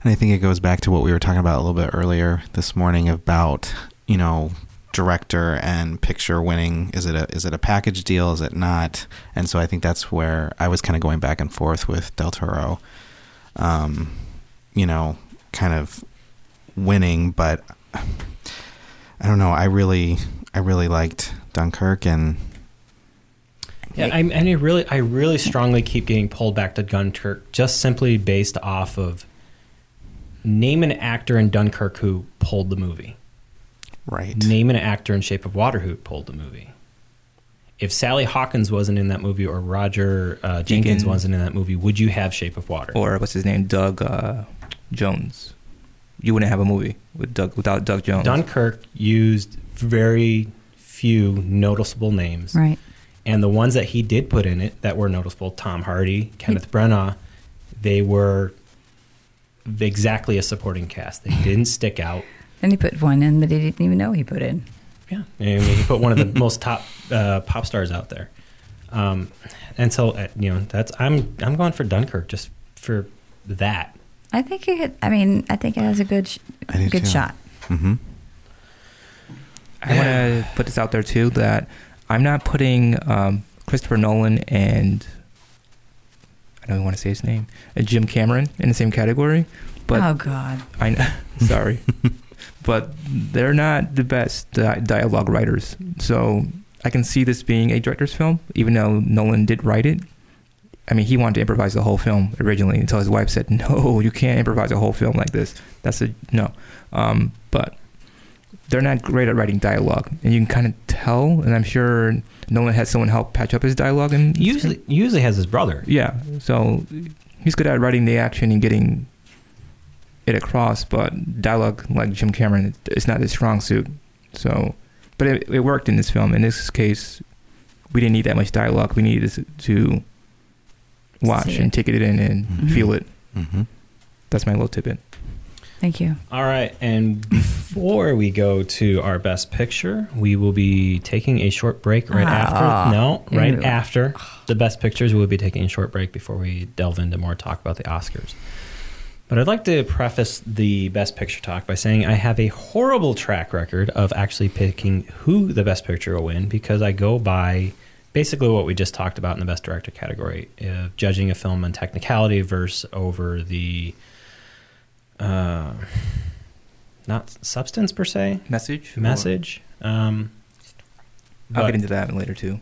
And I think it goes back to what we were talking about a little bit earlier this morning about, you know, director and picture winning. Is it a is it a package deal? Is it not? And so I think that's where I was kind of going back and forth with Del Toro. Um, you know, kind of winning, but I don't know. I really I really liked Dunkirk and
Yeah, I, and I really, I really strongly keep getting pulled back to Dunkirk just simply based off of name an actor in Dunkirk who pulled the movie.
right.
Name an actor in Shape of Water who pulled the movie. If Sally Hawkins wasn't in that movie or Roger uh, Jenkins
Deacon.
wasn't in that movie, would you have Shape of Water?
Or what's his name? Doug uh, Jones. You wouldn't have a movie with Doug without Doug Jones.
Dunkirk used very few noticeable names.
Right.
And the ones that he did put in it that were noticeable, Tom Hardy, Kenneth Branagh, they were exactly a supporting cast. They didn't stick out.
Then he put one in that he didn't even know he put in.
Yeah. I mean, he put one of the most top uh, pop stars out there. Um, and so, uh, you know, that's I'm I'm going for Dunkirk just for that.
I think it. I mean, I think it has a good, sh-
I do
good
too.
shot.
Mm-hmm.
I want to put this out there too that I'm not putting um, Christopher Nolan and I don't even want to say his name, uh, Jim Cameron in the same category. But
oh God,
I know, sorry, but they're not the best di- dialogue writers. So I can see this being a director's film, even though Nolan did write it. I mean, he wanted to improvise the whole film originally until his wife said, "No, you can't improvise a whole film like this. That's a no." Um, but they're not great at writing dialogue, and you can kind of tell. And I'm sure Nolan had someone help patch up his dialogue. And
Usually, usually has his brother.
yeah. So he's good at writing the action and getting it across, but dialogue like Jim Cameron is not his strong suit. So, but it, it worked in this film. In this case, we didn't need that much dialogue. We needed to- to watch
See
and
it.
take it in and
Mhm.
feel it.
Mm-hmm.
That's my little tidbit.
thank you.
All right, and before we go to our best picture, we will be taking a short break right
Ah.
after. No, right
Ew.
after the best pictures, we'll be taking a short break before we delve into more talk about the Oscars. But I'd like to preface the best picture talk by saying I have a horrible track record of actually picking who the best picture will win because I go by basically what we just talked about in the best director category of judging a film on technicality versus over the uh, not substance per se
Message?
message. Um,
I'll
but,
get into that later too.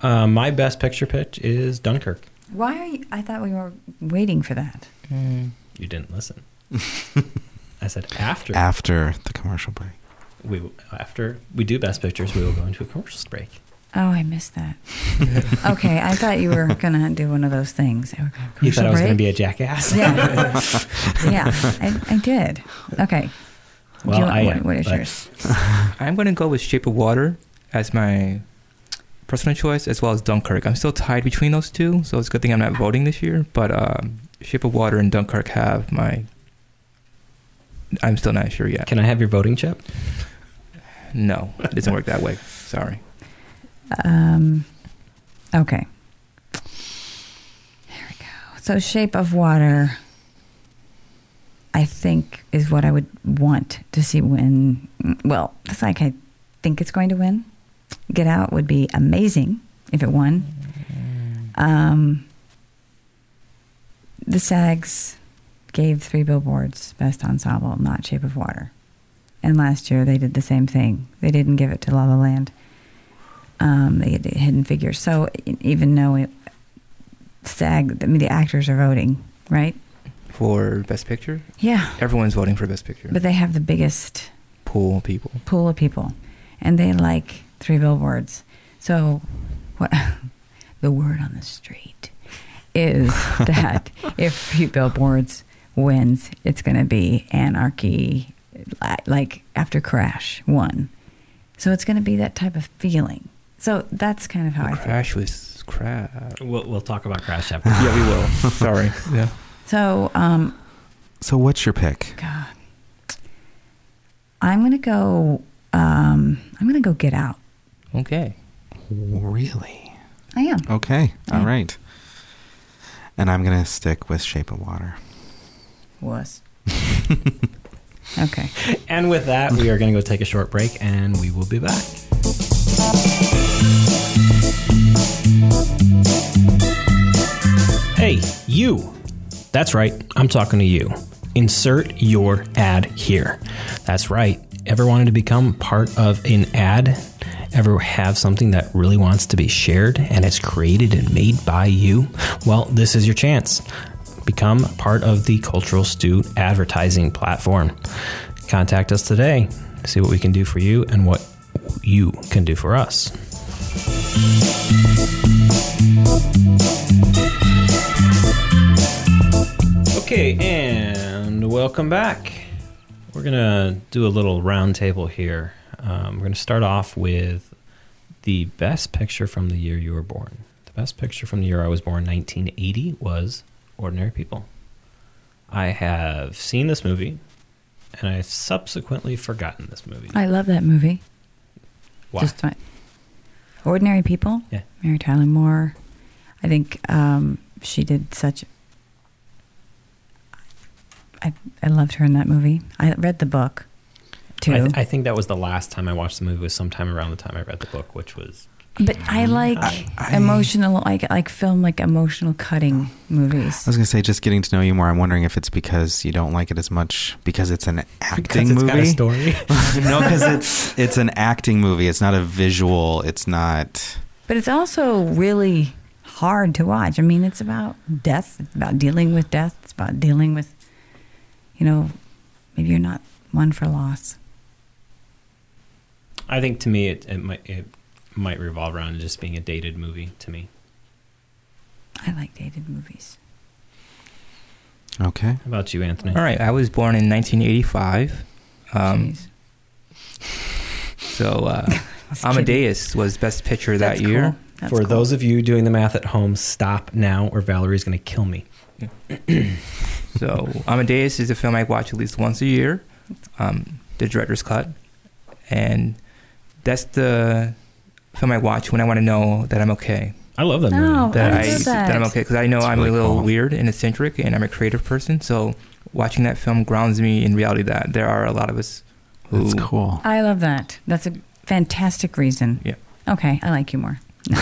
uh, my best picture pitch is Dunkirk.
Why are you? I thought we were waiting for that. Mm.
You didn't listen. I said after
After the commercial break.
we after we do best pictures, we will go into a commercial break.
Oh, I missed that. okay, I thought you were gonna do one of those things. I
You thought I was going to be a jackass.
yeah, yeah, I, I did. Okay. Do
Well,
you want-
I
what-
am,
what is
but-
yours?
I'm going to go with Shape of Water as my personal choice, as well as Dunkirk. I'm still tied between those two, so it's a good thing I'm not voting this year. But um, Shape of Water and Dunkirk have my. I'm still not sure yet.
Can I have your voting chip?
No, it doesn't work that way. Sorry.
Um, okay. There we go. So, Shape of Water, I think, is what I would want to see win. Well, it's like I think it's going to win. Get Out would be amazing if it won. Um, the SAGs gave Three Billboards Best Ensemble, not Shape of Water. And last year they did the same thing. They didn't give it to La La Land. um, the, the Hidden Figures. So e- even though it, SAG, I mean, the actors are voting, right?
for Best Picture.
Yeah,
Everyone's voting for Best Picture.
but they have the biggest
Pool people.
pool of people, and they like three billboards. So, what the word on the street is that if three billboards wins, it's going to be anarchy, li- like after Crash one. So it's going to be that type of feeling. So that's kind of how I feel.
Crash was crap.
We'll, we'll talk about Crash after.
yeah, we will. Sorry. Yeah.
So, um,
So what's your pick?
God, I'm going to go. Um, I'm going to go Get Out.
Okay.
Really?
I am.
Okay. All
Yeah.
right. And I'm gonna stick with Shape of Water.
Was. okay.
And with that, we are going to go take a short break and we will be back. Hey, you. That's right, I'm talking to you. Insert your ad here. That's right. Ever wanted to become part of an ad? Ever have something that really wants to be shared and it's created and made by you? Well, this is your chance. Become part of the Cultural Stew advertising platform. Contact us today, see what we can do for you and what you can do for us. Okay, and welcome back. We're gonna do a little roundtable here. Um, we're gonna start off with the best picture from the year you were born. The best picture from the year I was born, 1980, was Ordinary People. I have seen this movie, and I've subsequently forgotten this movie.
I love that movie.
Why?
Just my, ordinary people.
Yeah.
Mary Tyler Moore. I think um, she did such. I I loved her in that movie. I read the book, too.
I, th- I think that was the last time I watched the movie. Was sometime around the time I read the book, which was
but I like
I- I-
emotional, like like film, like emotional cutting movies.
I was gonna say just getting to know you more. I'm wondering if it's because you don't like it as much because it's an acting
it's
movie.
got a story.
no, because it's it's an acting movie. It's not a visual. It's not.
But it's also really hard to watch. I mean, it's about death, it's about dealing with death, it's about dealing with, you know, maybe you're not one for loss.
I think to me, it, it might it might revolve around just being a dated movie to me.
I like dated movies.
Okay.
How about you, Anthony?
All right. I was born in 1985. Um,
Jeez.
so uh,
Just kidding.
Amadeus was Best Picture
That's
that year.
cool. That's
For
cool.
those of you doing the math at home, stop now, or Valerie's going to kill me.
So Amadeus is a film I watch at least once a year, um, the director's cut, and that's the film I watch when I want to know that I'm okay.
I love that
No.
movie.
That
Oh, I
I,
love that.
am okay because I know
It's
I'm
really
a little
cool.
weird and eccentric, and I'm a creative person. So watching that film grounds me in reality that there are a lot of us who
That's cool.
I love that. That's a fantastic reason.
Yeah.
Okay, I like you more.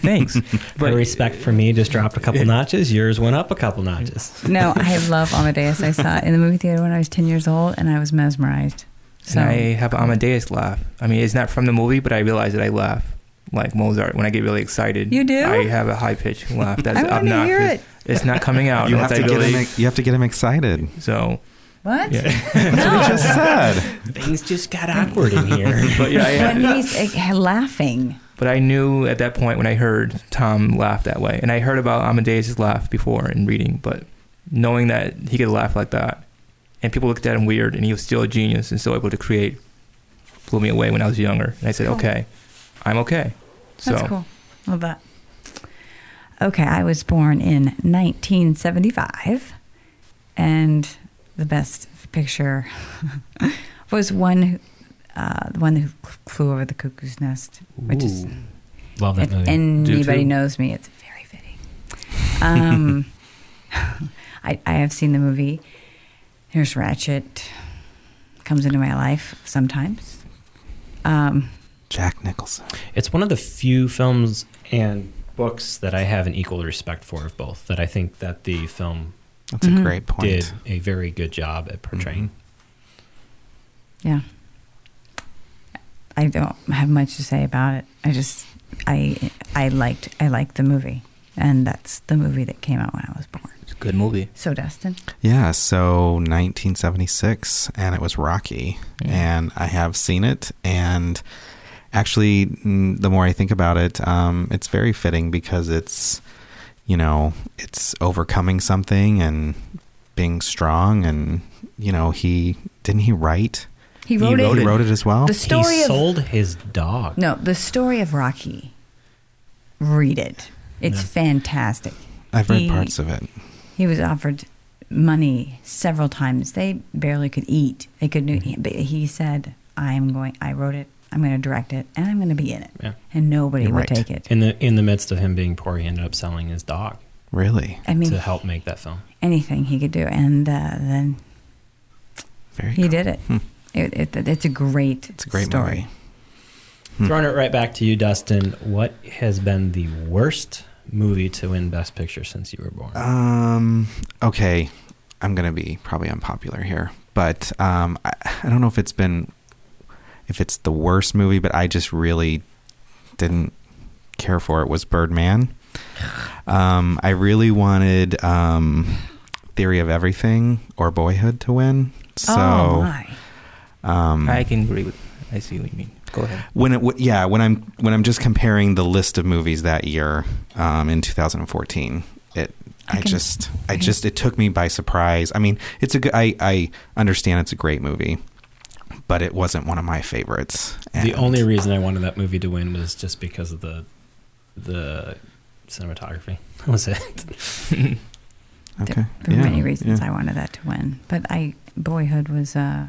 thanks.
Her respect for me just dropped a couple notches. Yours went up a couple notches.
No, I love Amadeus. I saw it in the movie theater when I was 10 years old and I was mesmerized. So
and I have
cool.
Amadeus laugh. I mean, it's not from the movie, but I realize that I laugh like Mozart when I get really excited.
You do?
I have a high pitched laugh. That's
I want to
obnoxious.
hear it.
It's not coming out.
You have
unless
to
I
get
really-
him. You have to get him excited.
So,
What?
yeah.
That's what we just said.
Things just got awkward in here.
but yeah, I
When
had,
he's uh, laughing.
but I knew at that point when I heard Tom laugh that way, and I heard about Amadeus' laugh before in reading, but knowing that he could laugh like that, and people looked at him weird, and he was still a genius and still able to create, blew me away when I was younger, and I said,
Cool.
okay, I'm okay. So
That's cool. Love that. Okay, I was born in 1975, and the best picture was one, who- uh, the one who flew over the cuckoo's nest. Which is,
Ooh. love that
if
movie.
anybody
too.
knows me, it's very fitting. Um, I, I have seen the movie. Here's Ratchet comes into my life sometimes. Um,
Jack Nicholson.
It's one of the few films and books that I have an equal respect for of both. That I think that the film
That's
Mhm.
a great point.
did a very good job at portraying.
Yeah. I don't have much to say about it. I just I I liked I liked the movie, and that's the movie that came out when I was born.
It's a good movie.
So Dustin,
Yeah, so 1976, and it was Rocky,
Yeah.
and I have seen it, and actually, mm, the more I think about it, um, it's very fitting because it's, you know, it's overcoming something and being strong, and you know, he didn't he write,
he
wrote
wrote,
it.
it.
he wrote it as well.
The story
he
of
sold his dog.
no, the story of Rocky. Read it. It's
Yeah.
fantastic.
I've read
he-
parts of it.
He was offered money several times. They barely could eat. They could do.
Mm-hmm.
But he said, "I'm going. I wrote it. I'm going to direct it, and I'm going to be in it."
Yeah.
And nobody
You're
would
right.
take it.
In the in the midst of him being poor, he ended up selling his dog
Really,
I mean,
to help make that film.
anything he could do, and uh, then
very.
he
cool.
did it.
Hmm.
It, it. It's a great.
It's a great
story.
movie. Hmm.
Throwing it right back to you, Dustin. What has been the worst movie to win Best Picture since you were born?
Uh,
Um. Okay, I'm gonna be probably unpopular here, but um, I, I don't know if it's been, if it's the worst movie, but I just really didn't care for it. Was Birdman? Um, I really wanted um, Theory of Everything or Boyhood to win. So,
oh my!
um,
I can agree with. I see what you mean. Go ahead.
when it w- yeah when i'm when i'm just comparing the list of movies that year um in 2014 it
I
i,
can-
just i
I-
just it took me by surprise i mean it's a good i i understand it's a great movie but it wasn't one of my favorites
the
And-
only reason I wanted that movie to win was just because of the the cinematography. That was it.
okay
For
yeah,
many reasons,
yeah.
I wanted that to win, but I Boyhood was uh,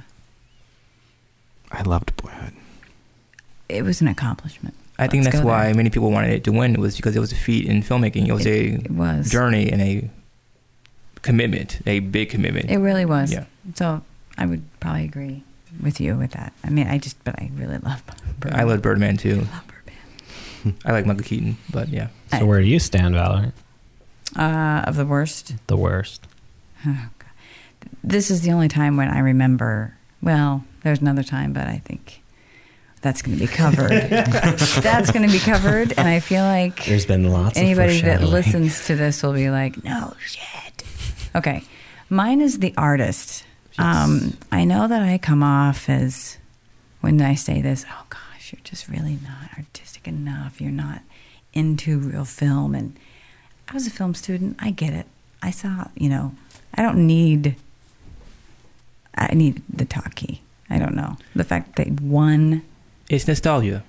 I loved boyhood
it was an accomplishment.
I think
Let's
that's
go
why
there.
many people wanted it to win was because it was a feat in filmmaking. It was
It
a
was.
journey and a commitment, a big commitment.
It really was.
Yeah.
So I would probably agree with you with that. I mean, I just, but I really love Birdman.
I love Birdman too.
love Birdman.
I like Michael Keaton, but yeah.
So where do you stand, Valerie?
Uh, of the worst.
The worst.
Oh, God. This is the only time when I remember. Well, there's another time, but I think that's going to be covered. that's going to be covered, and I feel like
There's been lots.
anybody
of
that
foreshadowing.
listens to this will be like, no shit. Okay. Mine is the artist. Um, I know that I come off as when I say this, oh gosh, you're just really not artistic enough. You're not into real film. And I was a film student. I get it. I saw, you know, I don't need, I need the talkie. I don't know. The fact that they won,
It's nostalgia.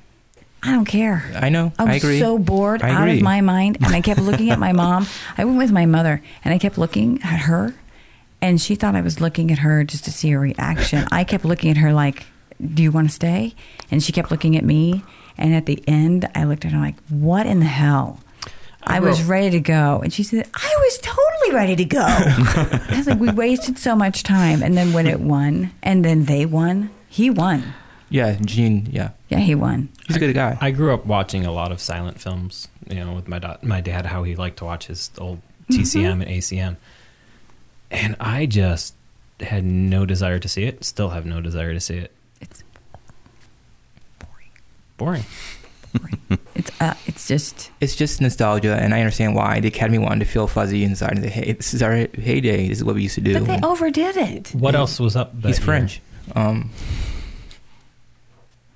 I don't care.
I know.
I
I,
was
agree.
so bored
I
out of
agree.
my mind, and I kept looking at my mom. I went with my mother, and I kept looking at her, and she thought I was looking at her just to see her reaction. I kept looking at her like, "Do you want to stay?" And she kept looking at me, and at the end, I looked at her like, "What in the hell?" I was
wrote-
ready to go, and she said, "I was totally ready to go." I was like, "We wasted so much time," and then when it won, and then they won, he won.
yeah, Gene. Yeah,
Yeah, he won.
he's a good guy.
I grew up watching a lot of silent films, you know, with my da- my dad how he liked to watch his old
Mm-hmm.
TCM and ACM. And I just had no desire to see it, still have no desire to see it.
It's boring.
Boring.
It's uh, it's just
it's just nostalgia, and I understand why the Academy wanted to feel fuzzy inside and say, "Hey, this is our heyday. This is what we used to do."
But they overdid it.
What
He-
else was up that
he's
year?
French. Um,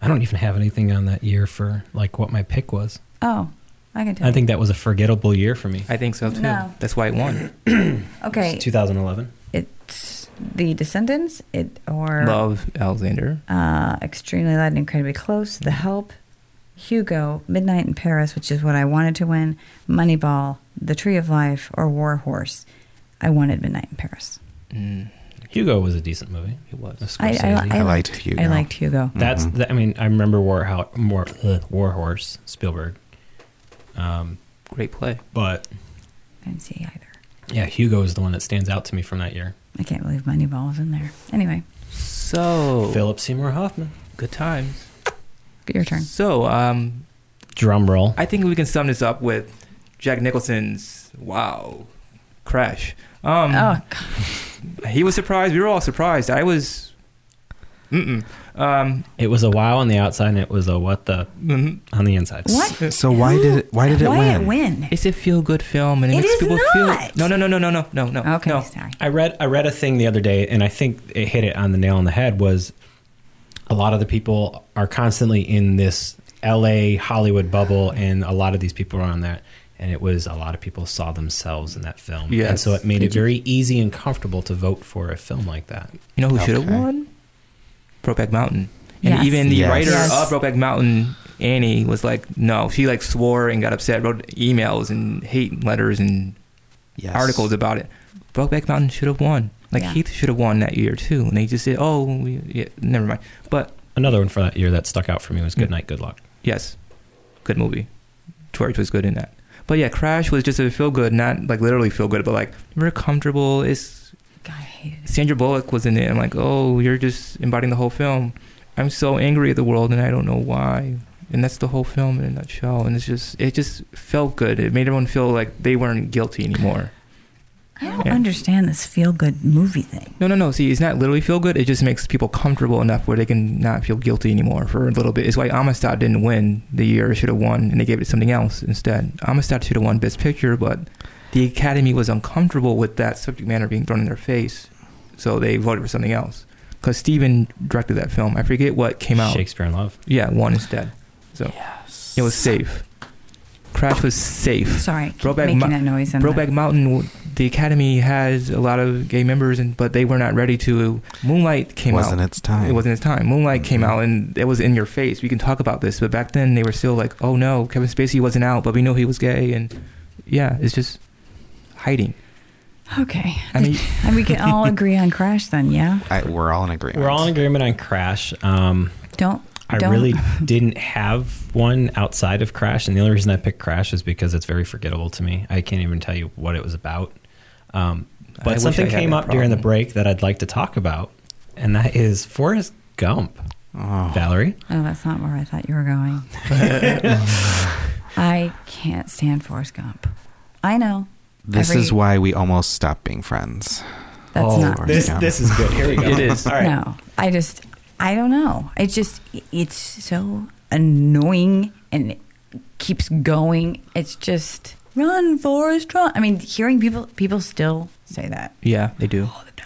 I don't even have anything on that year for like what my pick was.
Oh, I can tell.
I think that was a forgettable year for me.
I think so too.
No.
That's why it won.
okay.
It's 2011.
It's the Descendants. It or
Love Alexander.
uh, extremely loud and incredibly close. The Help, Hugo, Midnight in Paris, which is what I wanted to win. Moneyball, The Tree of Life, or War Horse. I wanted Midnight in Paris.
Mm,
Hugo was a decent movie.
it was.
A
I, I,
Scorsese.
I
I
liked,
liked Hugo.
I liked Hugo.
That's
Mhm.
the, I mean I remember War How, War, uh, War Horse Spielberg, um,
Great play.
but
I didn't see either.
yeah, Hugo is the one that stands out to me from that year.
I can't believe Moneyball was in there. Anyway,
So
Philip Seymour Hoffman.
good times.
your turn.
So um,
Drum roll.
I think we can sum this up with Jack Nicholson's wow crash. Um,
Mm.
Oh, God.
he was surprised. We were all surprised. I was Mm-mm. Um,
It was a wow on the outside, and it was a what the
mhm.
on the inside.
What?
So why did it, why did it
Why
win?
it win?
It's a feel good film and it,
It
makes
is
people feel.
not.
No, no, no, no, no, no, no, no.
Okay,
no.
sorry.
I read I read a thing the other day, and I think it hit it on the nail on the head. Was a lot of the people are constantly in this L.A. Hollywood bubble, and a lot of these people are on that. And it was a lot of people saw themselves in that film, and
Yes.
so it made it
Did you-
very easy and comfortable to vote for a film like that.
You know who should have
Okay.
won? Brokeback Mountain. And
Yes.
even the
Yes.
writer
Yes.
of Brokeback Mountain, Annie, was like, no. She like swore and got upset, wrote emails and hate letters and
Yes.
articles about it. Brokeback Mountain should have won. Like
Yeah.
Heath should have won that year too, and they just said, "Oh, we, yeah, never mind." But
Another one for that year that stuck out for me was Good
Mm.
Night, Good Luck.
yes, good movie. George was good in that. But yeah, Crash was just a feel good, not like literally feel good, but like we're comfortable. It's
God, I hated it.
Sandra Bullock was in it. I'm like, oh, you're just embodying the whole film. I'm so angry at the world, and I don't know why. And that's the whole film in a nutshell. And it's just, it just felt good. It made everyone feel like they weren't guilty anymore.
I don't
Yeah.
understand this feel good movie thing.
No, no, no. See, it's not literally feel good. It just makes people comfortable enough where they can not feel guilty anymore for a little bit. It's why Amistad didn't win the year it should have won, and they gave it something else instead. Amistad should have won Best Picture, but the Academy was uncomfortable with that subject matter being thrown in their face, so they voted for something else. Because Steven directed that film. I forget what came out.
Shakespeare in Love.
Yeah, won instead. So it was safe. Crash was safe.
Sorry, I keep
Brokeback
making
Mo-
that noise. in
Brokeback Mountain, w- the Academy has a lot of gay members, and but they were not ready to. Moonlight came
wasn't
out.
its time.
It wasn't its time. Moonlight came
Mhm.
out, and it was in your face. We can talk about this, but back then they were still like, "Oh no, Kevin Spacey wasn't out, but we know he was gay," and yeah, it's just hiding.
the- Okay,
I mean,
and we can all agree on Crash then, yeah?
I, we're all in agreement.
We're all in agreement on Crash. Um,
Don't.
I
don't,
really didn't have one outside of Crash, and the only reason I picked Crash is because it's very forgettable to me. I can't even tell you what it was about. Um,
I
but
wish
something
I had
came
that
up during the
problem.
break that I'd like to talk about, and that is Forrest Gump.
Oh.
Valerie,
Oh, that's not where I thought you were going. I can't stand Forrest Gump. I know.
This
Every-
is why we almost stopped being friends.
That's
Oh,
not.
this- this
is good. Here we
go. It is.
All right.
No, I just, I don't know. It's just, it's so annoying and it keeps going. It's just run, Forrest, run. I mean, hearing people, people still say that
yeah, they do.
all the time.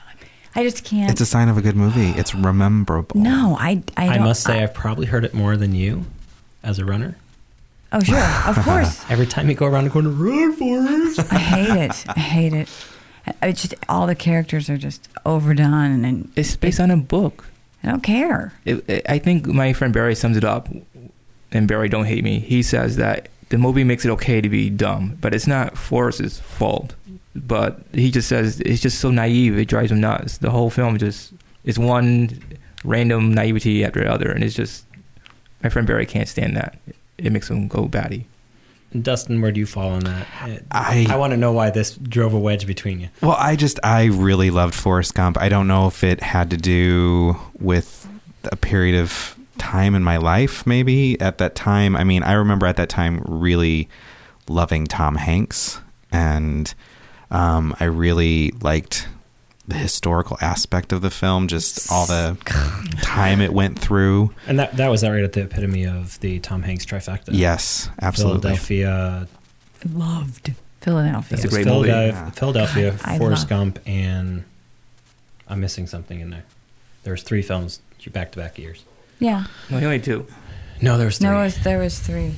I just can't.
It's a sign of a good movie. It's rememberable.
no, I, I,
I,
don't,
must say, I've probably heard it more than you as a runner.
oh sure, of course.
Every time you go around the corner, run, Forrest.
I hate it. I hate it. I- It's just all the characters are just overdone, and
It's based on a book.
I don't care.
it, it- I think my friend Barry sums it up, and Barry, don't hate me. He says that the movie makes it okay to be dumb, but it's not Forrest's fault. But he just says it's just so naive, it drives him nuts. The whole film just is one random naivety after another, and it's just my friend Barry can't stand that. It makes him go batty.
Dustin, where do you fall on that?
I-
I want to know why this drove a wedge between you.
Well, I just I really loved Forrest Gump. I don't know if it had to do with a period of time in my life maybe at that time. I mean, I remember at that time really loving Tom Hanks and um I really liked the historical aspect of the film, just all the time it went through.
And that that was right at the epitome of the Tom Hanks trifecta.
Yes, absolutely.
Philadelphia.
Loved Philadelphia.
That's a
it was
great movie.
Philadelphia,
Yeah.
Philadelphia
God, I
Forrest
love-
Gump, and I'm missing something in there. There's three films back to back years.
yeah.
No, he only two.
No, there's three.
No, there was, there was three.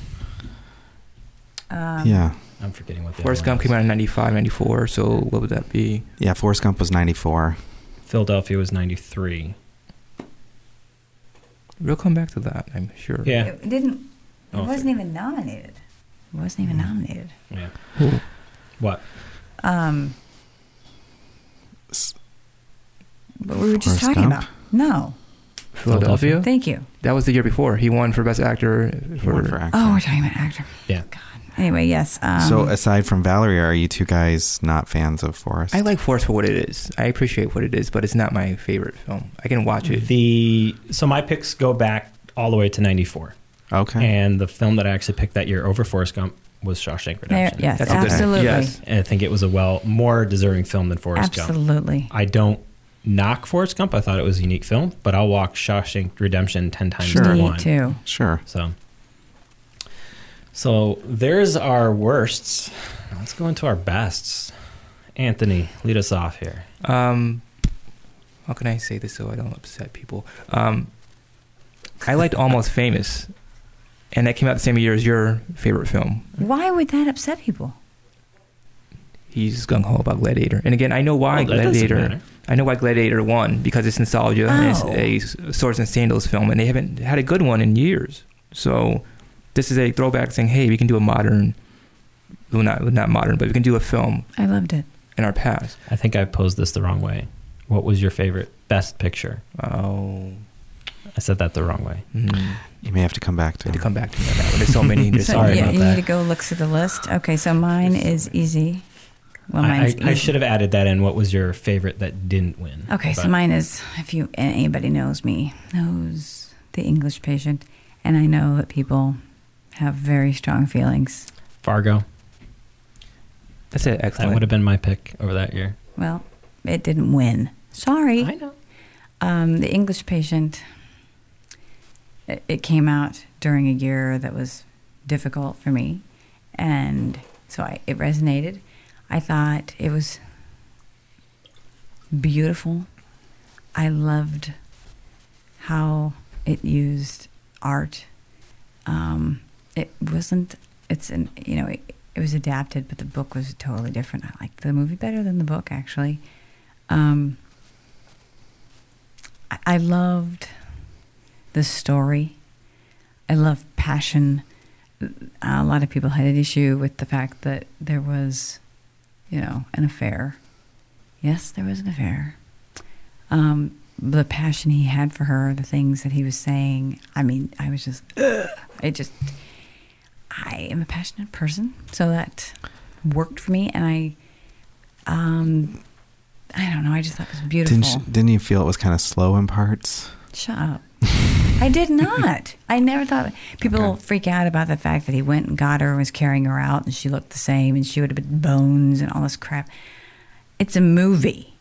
Um,
Yeah.
I'm forgetting what the
Forrest
other one
Gump came
was.
out in 95, 94, so what would that be?
Yeah, Forrest Gump was 94.
Philadelphia was 93.
We'll come back to that, I'm sure.
Yeah.
It didn't. It
Oh,
wasn't even nominated. It wasn't
Mm-hmm.
even nominated.
Yeah.
Cool.
What?
Um,
S-
but we were just
Forrest
talking
Gump?
about. No,
Philadelphia?
thank you.
That was the year before. He won for Best Actor
One for actor.
Oh, we're talking about actor.
Yeah.
God. Anyway, yes. Um,
so aside from Valerie, are you two guys not fans of Forrest?
I like Force for what it is. I appreciate what it is, but it's not my favorite film. I can watch it.
The so my picks go back all the way to 94.
Okay.
And the film that I actually picked that year over Forrest Gump was Shawshank
there,
Redemption.
yes,
That's a good-
absolutely,
Yes.
And I think it was a well more deserving film than Forrest Gump.
absolutely.
I don't knock Forrest Gump. I thought it was a unique film, but I'll walk Shawshank Redemption ten times.
Sure.
to
Me
one.
too.
Sure.
So, so there's our worsts. Let's go into our bests. Anthony, lead us off here.
Um, how can I say this so I don't upset people? Um, I liked Almost Famous, and that came out the same year as your favorite film.
Why would that upset people?
He's gung ho about Gladiator, and again, I know why
Oh, that doesn't
Gladiator.
matter.
I know why Gladiator won because it's nostalgia
Oh.
and it's a swords and sandals film, and they haven't had a good one in years. So this is a throwback saying, hey, we can do a modern, well, not not modern, but we can do a film
I loved it.
in our past.
I think I posed this the wrong way. What was your favorite best picture?
Oh,
I said that the wrong way.
mm.
You may have to come back to
Had to
it.
come back to me on that one. There's so many. There's so
Sorry
many.
yeah,
about
you
that.
need to go look through the list. Okay, so mine is easy. Well,
I,
mine's
I, I
easy.
should have added that in. What was your favorite that didn't win?
Okay, so
But
mine is if you and anybody knows me knows the English patient, and I know that people have very strong feelings.
Fargo.
That's it.
That
Excellent.
would have been my pick over that year.
Well, it didn't win. Sorry.
I know.
Um, the English Patient. It, it came out during a year that was difficult for me, and so I, it resonated. I thought it was beautiful. I loved how it used art. Um, it wasn't. It's an you know it, it was adapted, but the book was totally different. I liked the movie better than the book actually. Um, I- I loved the story. I love passion. A lot of people had an issue with the fact that there was, you know, an affair. Yes, there was an affair. Um, the passion he had for her, the things that he was saying. I mean, I was just, ugh, it just. I am a passionate person, so that worked for me, and I, um, I don't know. I just thought it was beautiful.
Didn't, sh- didn't you feel it was kind of slow in parts?
Shut up. I did not. I never thought people
Okay.
freak out about the fact that he went and got her and was carrying her out and she looked the same and she would have been bones and all this crap. It's a movie.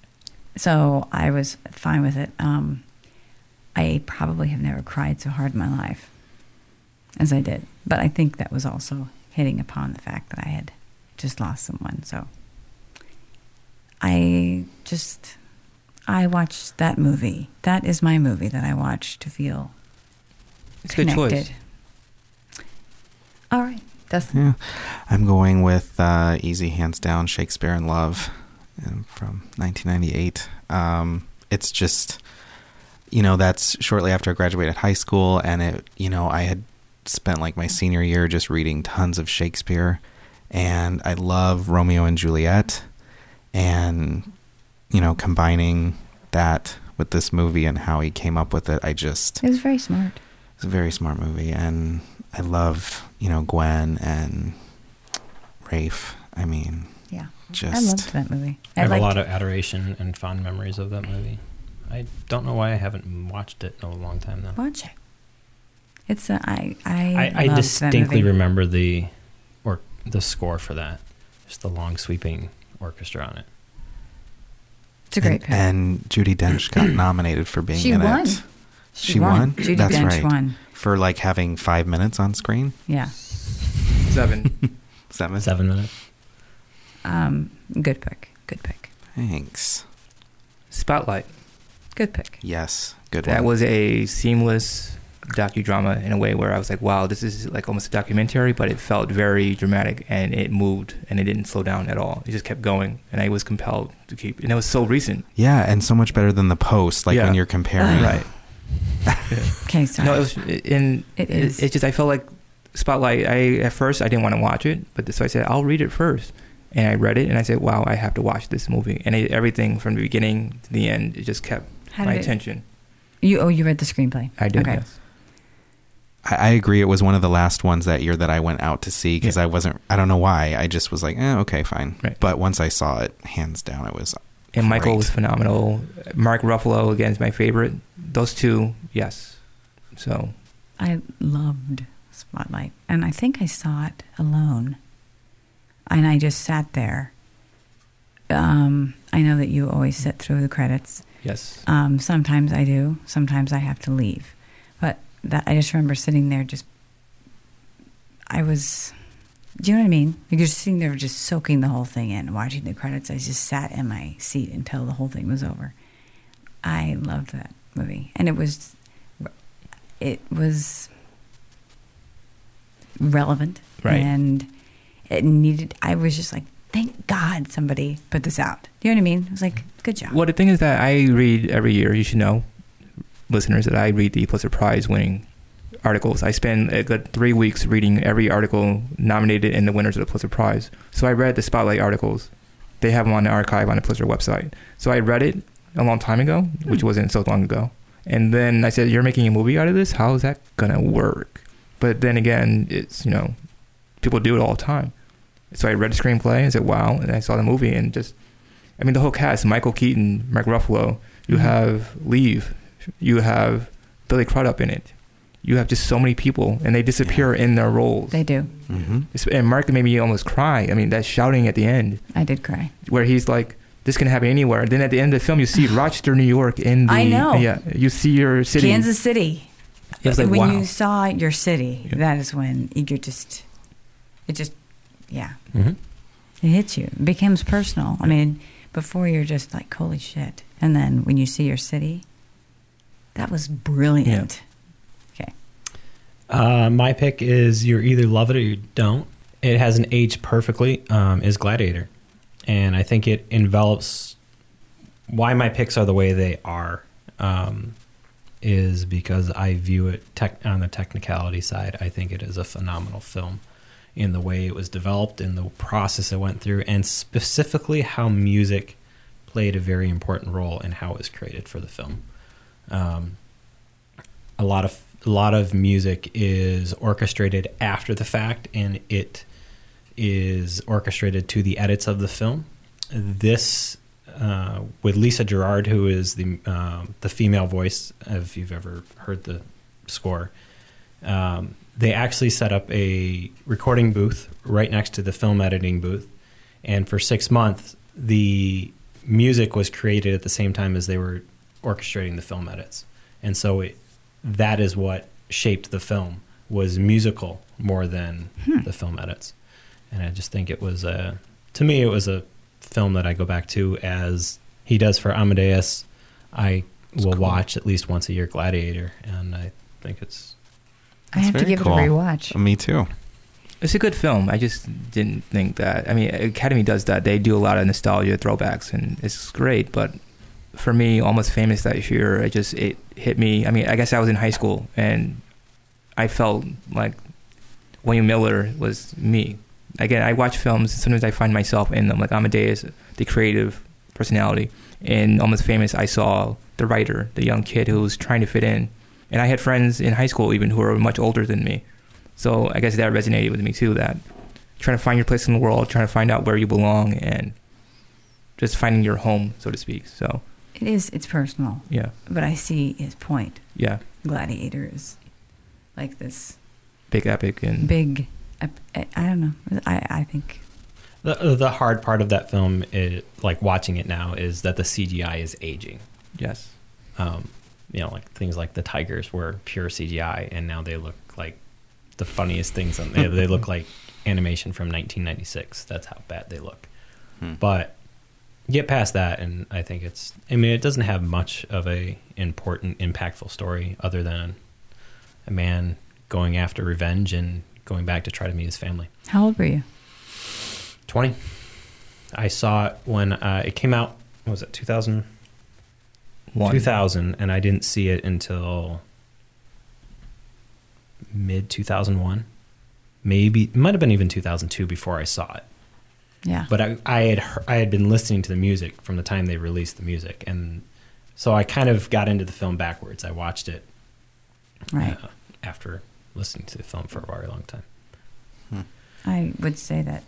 So I was fine with it. Um, I probably have never cried so hard in my life as I did. But I think that was also hitting upon the fact that I had just lost someone. So I just I watched that movie. That is my movie that I watch to feel
It's a good
connected.
choice.
All right,
Hmm.
Dustin.
Yeah. I'm going with uh, Easy Hands Down Shakespeare in Love um, from 1998. Um, it's just, you know, that's shortly after I graduated high school. And it, you know, I had spent like my senior year just reading tons of Shakespeare. And I love Romeo and Juliet. And, you know, combining that with this movie and how he came up with it, I just.
It was very smart.
It's a very smart movie, and I love you know Gwen and Rafe. I mean,
Yeah, I
just
loved that movie.
I, have
liked
a lot of adoration and fond memories of that movie. I don't know why I haven't watched it in a long time though.
watch it. It's a, I I
I, I
loved that
distinctly
movie.
remember the or the score for that, just the long sweeping orchestra on it.
It's a great
and,
pick.
and Judy Dench got nominated for being
She
in
won.
it
She,
she won?
Judy
That's
Dench
right.
won.
for like having five minutes on screen.
Yeah.
Seven.
Seven.
Seven minutes.
Um, good pick. Good pick.
Thanks.
Spotlight.
Good pick.
Yes, good
That
one.
was a seamless docudrama in a way where I was like, wow, this is like almost a documentary, but it felt very dramatic and it moved and it didn't slow down at all. It just kept going, and I was compelled to keep. And it was so recent.
yeah, and so much better than the post. Like
Yeah.
when you're comparing,
Right.
Okay, sorry.
No, it was, and
It
it,
is.
it's just I felt like Spotlight. I at first I didn't want to watch it, but so I said I'll read it first, and I read it, and I said, wow, I have to watch this movie, and it, everything from the beginning to the end, it just kept
How
my
did it-
attention.
You oh, you read the screenplay.
I did.
Okay.
Yes.
I, I agree. It was one of the last ones that year that I went out to see because
Yeah.
I wasn't. I don't know why. I just was like, eh, okay, fine.
Right.
But once I saw it, hands down, it was
And Michael
Great.
was phenomenal. Mark Ruffalo again is my favorite. Those two, yes. So
I loved Spotlight, and I think I saw it alone, and I just sat there um, I know that you always sit through the credits.
Yes.
Um, sometimes I do. Sometimes I have to leave. But that I just remember sitting there, just I was. Do you know what I mean? Like you're sitting there, just soaking the whole thing in, watching the credits. I just sat in my seat until the whole thing was over. I loved that movie, and it was, it was relevant,
Right.
And it needed. I was just like, thank God somebody put this out. Do you know what I mean? It was like, good job.
Well, the thing is that I read every year. You should know, listeners, that I read the Pulitzer Prize-winning articles. I spend a good three weeks reading every article nominated and the winners of the Pulitzer Prize. So I read the Spotlight articles. They have them on the archive on the Pulitzer website. So I read it a long time ago, which
Hmm.
wasn't so long ago. And then I said, "You're making a movie out of this? How is that gonna work?" But then again, it's you know, people do it all the time. So I read the screenplay and said, "Wow!" And I saw the movie and just I mean, the whole cast: Michael Keaton, Mark Ruffalo. You
Mhm.
have Leave. You have Billy Crudup in it. You have just so many people, and they disappear in their roles.
they do.
Mm-hmm.
It's- and Mark made me almost cry. I mean, that shouting at the end,
I did cry.
where he's like, "This can happen anywhere." Then at the end of the film, you see Rochester, New York, in the
I know.
yeah, you see your city.
Kansas City.
It was like
when
wow.
you saw your city,
Yeah.
that is when you're just, it just, yeah,
Mm-hmm.
it hits you. It becomes personal. I mean, before you're just like, holy shit. And then when you see your city, that was brilliant.
Uh, my pick is you either love it or you don't. It hasn't aged perfectly. Um, is Gladiator, and I think it envelops why my picks are the way they are. Um, is because I view it tech, on the technicality side. I think it is a phenomenal film in the way it was developed, in the process it went through, and specifically how music played a very important role in how it was created for the film. Um, a lot of a lot of music is orchestrated after the fact and it is orchestrated to the edits of the film this uh, with Lisa Gerard who is the um, the female voice if you've ever heard the score um, they actually set up a recording booth right next to the film editing booth and for six months the music was created at the same time as they were orchestrating the film edits and so it, that is what shaped the film was musical more than the film edits and i just think it was a to me it was a film that i go back to as he does for amadeus i will watch at least once a year gladiator and i think it's
I have to
very
give
cool.
it a rewatch.
Me too.
It's a good film. I just didn't think that. I mean, Academy does that. They do a lot of nostalgia throwbacks, and it's great. But for me, almost famous that year, it just it hit me. I mean, I guess I was in high school, and I felt like William Miller was me. Again, I watch films. Sometimes I find myself in them. Like Amadeus, the creative personality, and Almost Famous. I saw the writer, the young kid who was trying to fit in, and I had friends in high school even who were much older than me. So I guess that resonated with me too. That trying to find your place in the world, trying to find out where you belong, and just finding your home, so to speak. So
It is, it's personal,
yeah,
but I see his point.
yeah,
Gladiator is like this
big epic and
big, I, I I don't know. I, I think
the, uh, the hard part of that film is, like watching it now is that the cgi is aging
yes,
um, you know, like things like the tigers were pure CGI, and now they look like the funniest things. On, they, they look like animation from 1996. That's how bad they look.
Hmm.
But get past that, and I think it's. I mean, it doesn't have much of a important, impactful story other than a man going after revenge and going back to try to meet his family.
how old were you?
20. I saw it when uh, it came out. What was it 2000?
one.
2000 and i didn't see it until mid 2001 maybe it might have been even 2002 before i saw it
Yeah.
but I, I had he- I had been listening to the music from the time they released the music, and so I kind of got into the film backwards. I watched it
right.
uh, after listening to the film for a very long time.
I would say that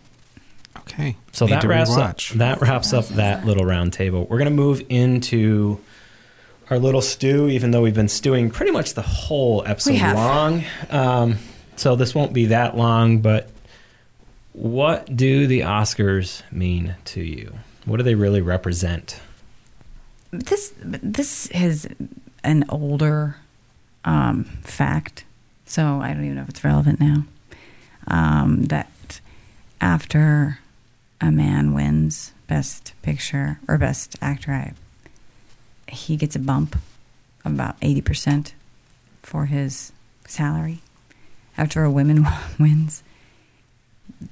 Okay.
So
Need
that
to
wraps up,
rewatch.
that wraps up that little round table. We're going to move into our little stew, even though we've been stewing pretty much the whole episode
We have.
long. Um, so this won't be that long, but what do the Oscars mean to you? What do they really represent?
This this is an older um, fact, so I don't even know if it's relevant now. Um, that after a man wins Best Picture or Best Actor, I, he gets a bump of about eighty percent for his salary. After a woman wins,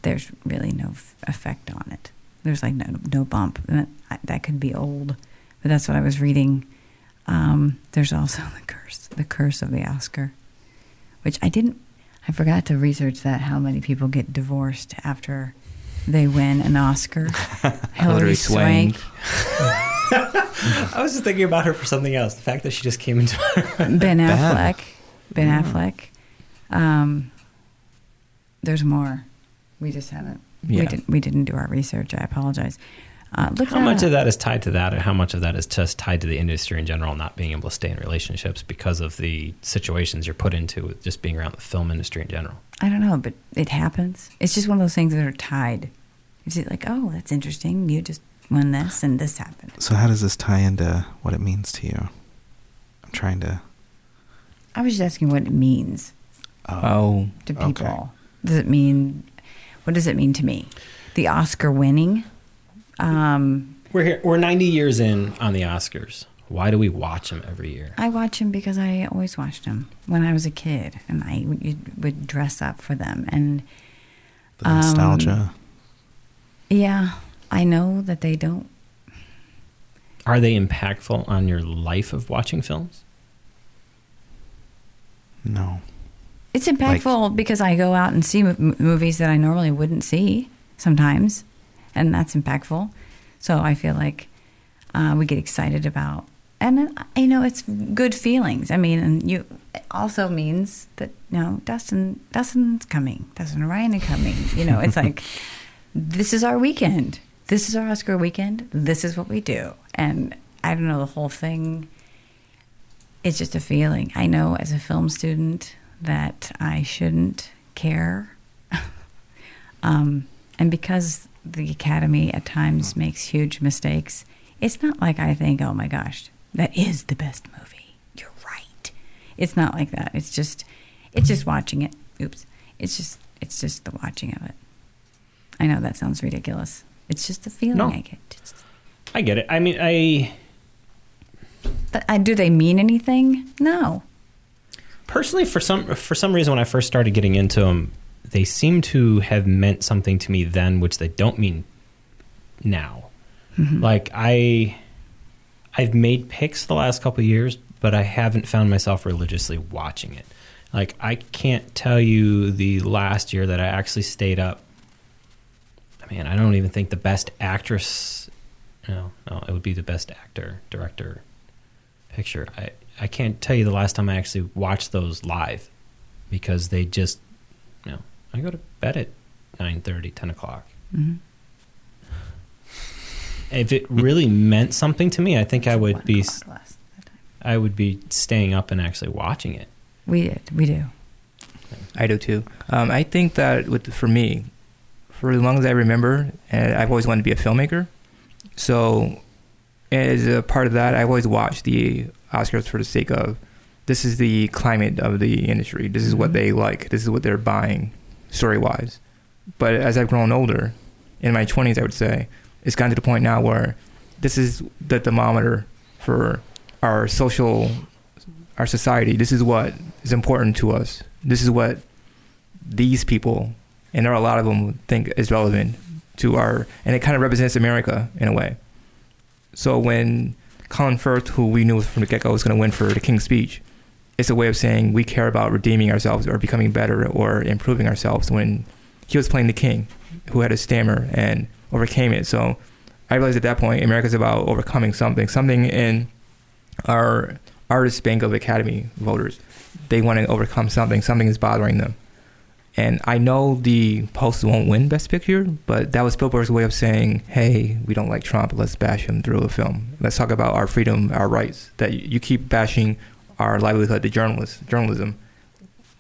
there's really no f- effect on it. There's like no no bump. And that, I- that could be old, but that's what I was reading. Um, there's also the curse, the curse of the Oscar, which I didn't. I forgot to research that how many people get divorced after they win an Oscar.
Hillary
Hillary Swank.
I was just thinking about her for something else. The fact that she just came into
Ben
Bad.
Affleck. Ben
Yeah.
Affleck. Um, there's more. We just haven't.
Yeah.
We didn't. We didn't do our research. I apologize. Uh, look
how
that
much
up.
of that is tied to that, and how much of that is just tied to the industry in general, not being able to stay in relationships because of the situations you're put into, with just being around the film industry in general.
I don't know, but it happens. It's just one of those things that are tied. It's just like, oh, that's interesting. You just won this, and this happened.
So how does this tie into what it means to you? I'm trying to.
I was just asking what it means
Oh,
to
Okay.
people. Does it mean? What does it mean to me? The Oscar winning. Um,
We're here. We're 90 years in on the Oscars. Why do we watch them every year?
I watch them because I always watched them when I was a kid, and I would, would dress up for them. And
The
Um,
nostalgia.
yeah, I know that they don't.
Are they impactful on your life of watching films?
No.
It's impactful because I go out and see m- movies that I normally wouldn't see sometimes, and that's impactful. So I feel like uh, we get excited about, and then, uh, you know, it's good feelings. I mean, and you it also means that you know Dustin, Dustin's coming, Dustin and Ryan are coming. You know, it's like this is our weekend. This is our Oscar weekend. This is what we do, and I don't know the whole thing it's just a feeling. I know as a film student that I shouldn't care. um, and because the Academy at times makes huge mistakes, it's not like I think, oh my gosh, that is the best movie. You're right. It's not like that. It's just, it's just watching it. Oops. It's just, it's just the watching of it. I know that sounds ridiculous. It's just the feeling
No.
I get. It's-
I get it. I mean, I
But I, do they mean anything? No.
personally for some for some reason when I first started getting into them, they seem to have meant something to me then, which they don't mean now. Like I, I've made picks the last couple of years, but I haven't found myself religiously watching it. Like I can't tell you the last year that I actually stayed up. I mean, I don't even think the best actress. No, no, it would be the best actor, director, picture. I, I can't tell you the last time I actually watched those live because they just, you know, I go to bed at 9.30, 10 o'clock.
hmm
If it really meant something to me, I think I would
One
be
o'clock last- that time.
I would be staying up and actually watching it.
We did. We do.
I do too. Um, I think that with for me, for as long as I remember, and I've always wanted to be a filmmaker. So, as a part of that, I've always watched the Oscars for the sake of this is the climate of the industry. This is what
Mhm.
they like. This is what they're buying, story wise. But as I've grown older, in my twenties, I would say it's gotten to the point now where this is the thermometer for our social, our society. This is what is important to us. This is what these people, and there are a lot of them, think is relevant to our, and it kind of represents America in a way. So when Colin Firth, who we knew from the get go was going to win for the King's Speech, it's a way of saying we care about redeeming ourselves or becoming better or improving ourselves when he was playing the king who had a stammer and overcame it. So I realized at that point America's about overcoming something, something in our artist bank of academy voters. They want to overcome something, something is bothering them. And I know the Post won't win Best Picture, but that was Spielberg's way of saying, hey, we don't like Trump. Let's bash him through a film. Let's talk about our freedom, our rights. That you keep bashing our livelihood, the journalists, journalism.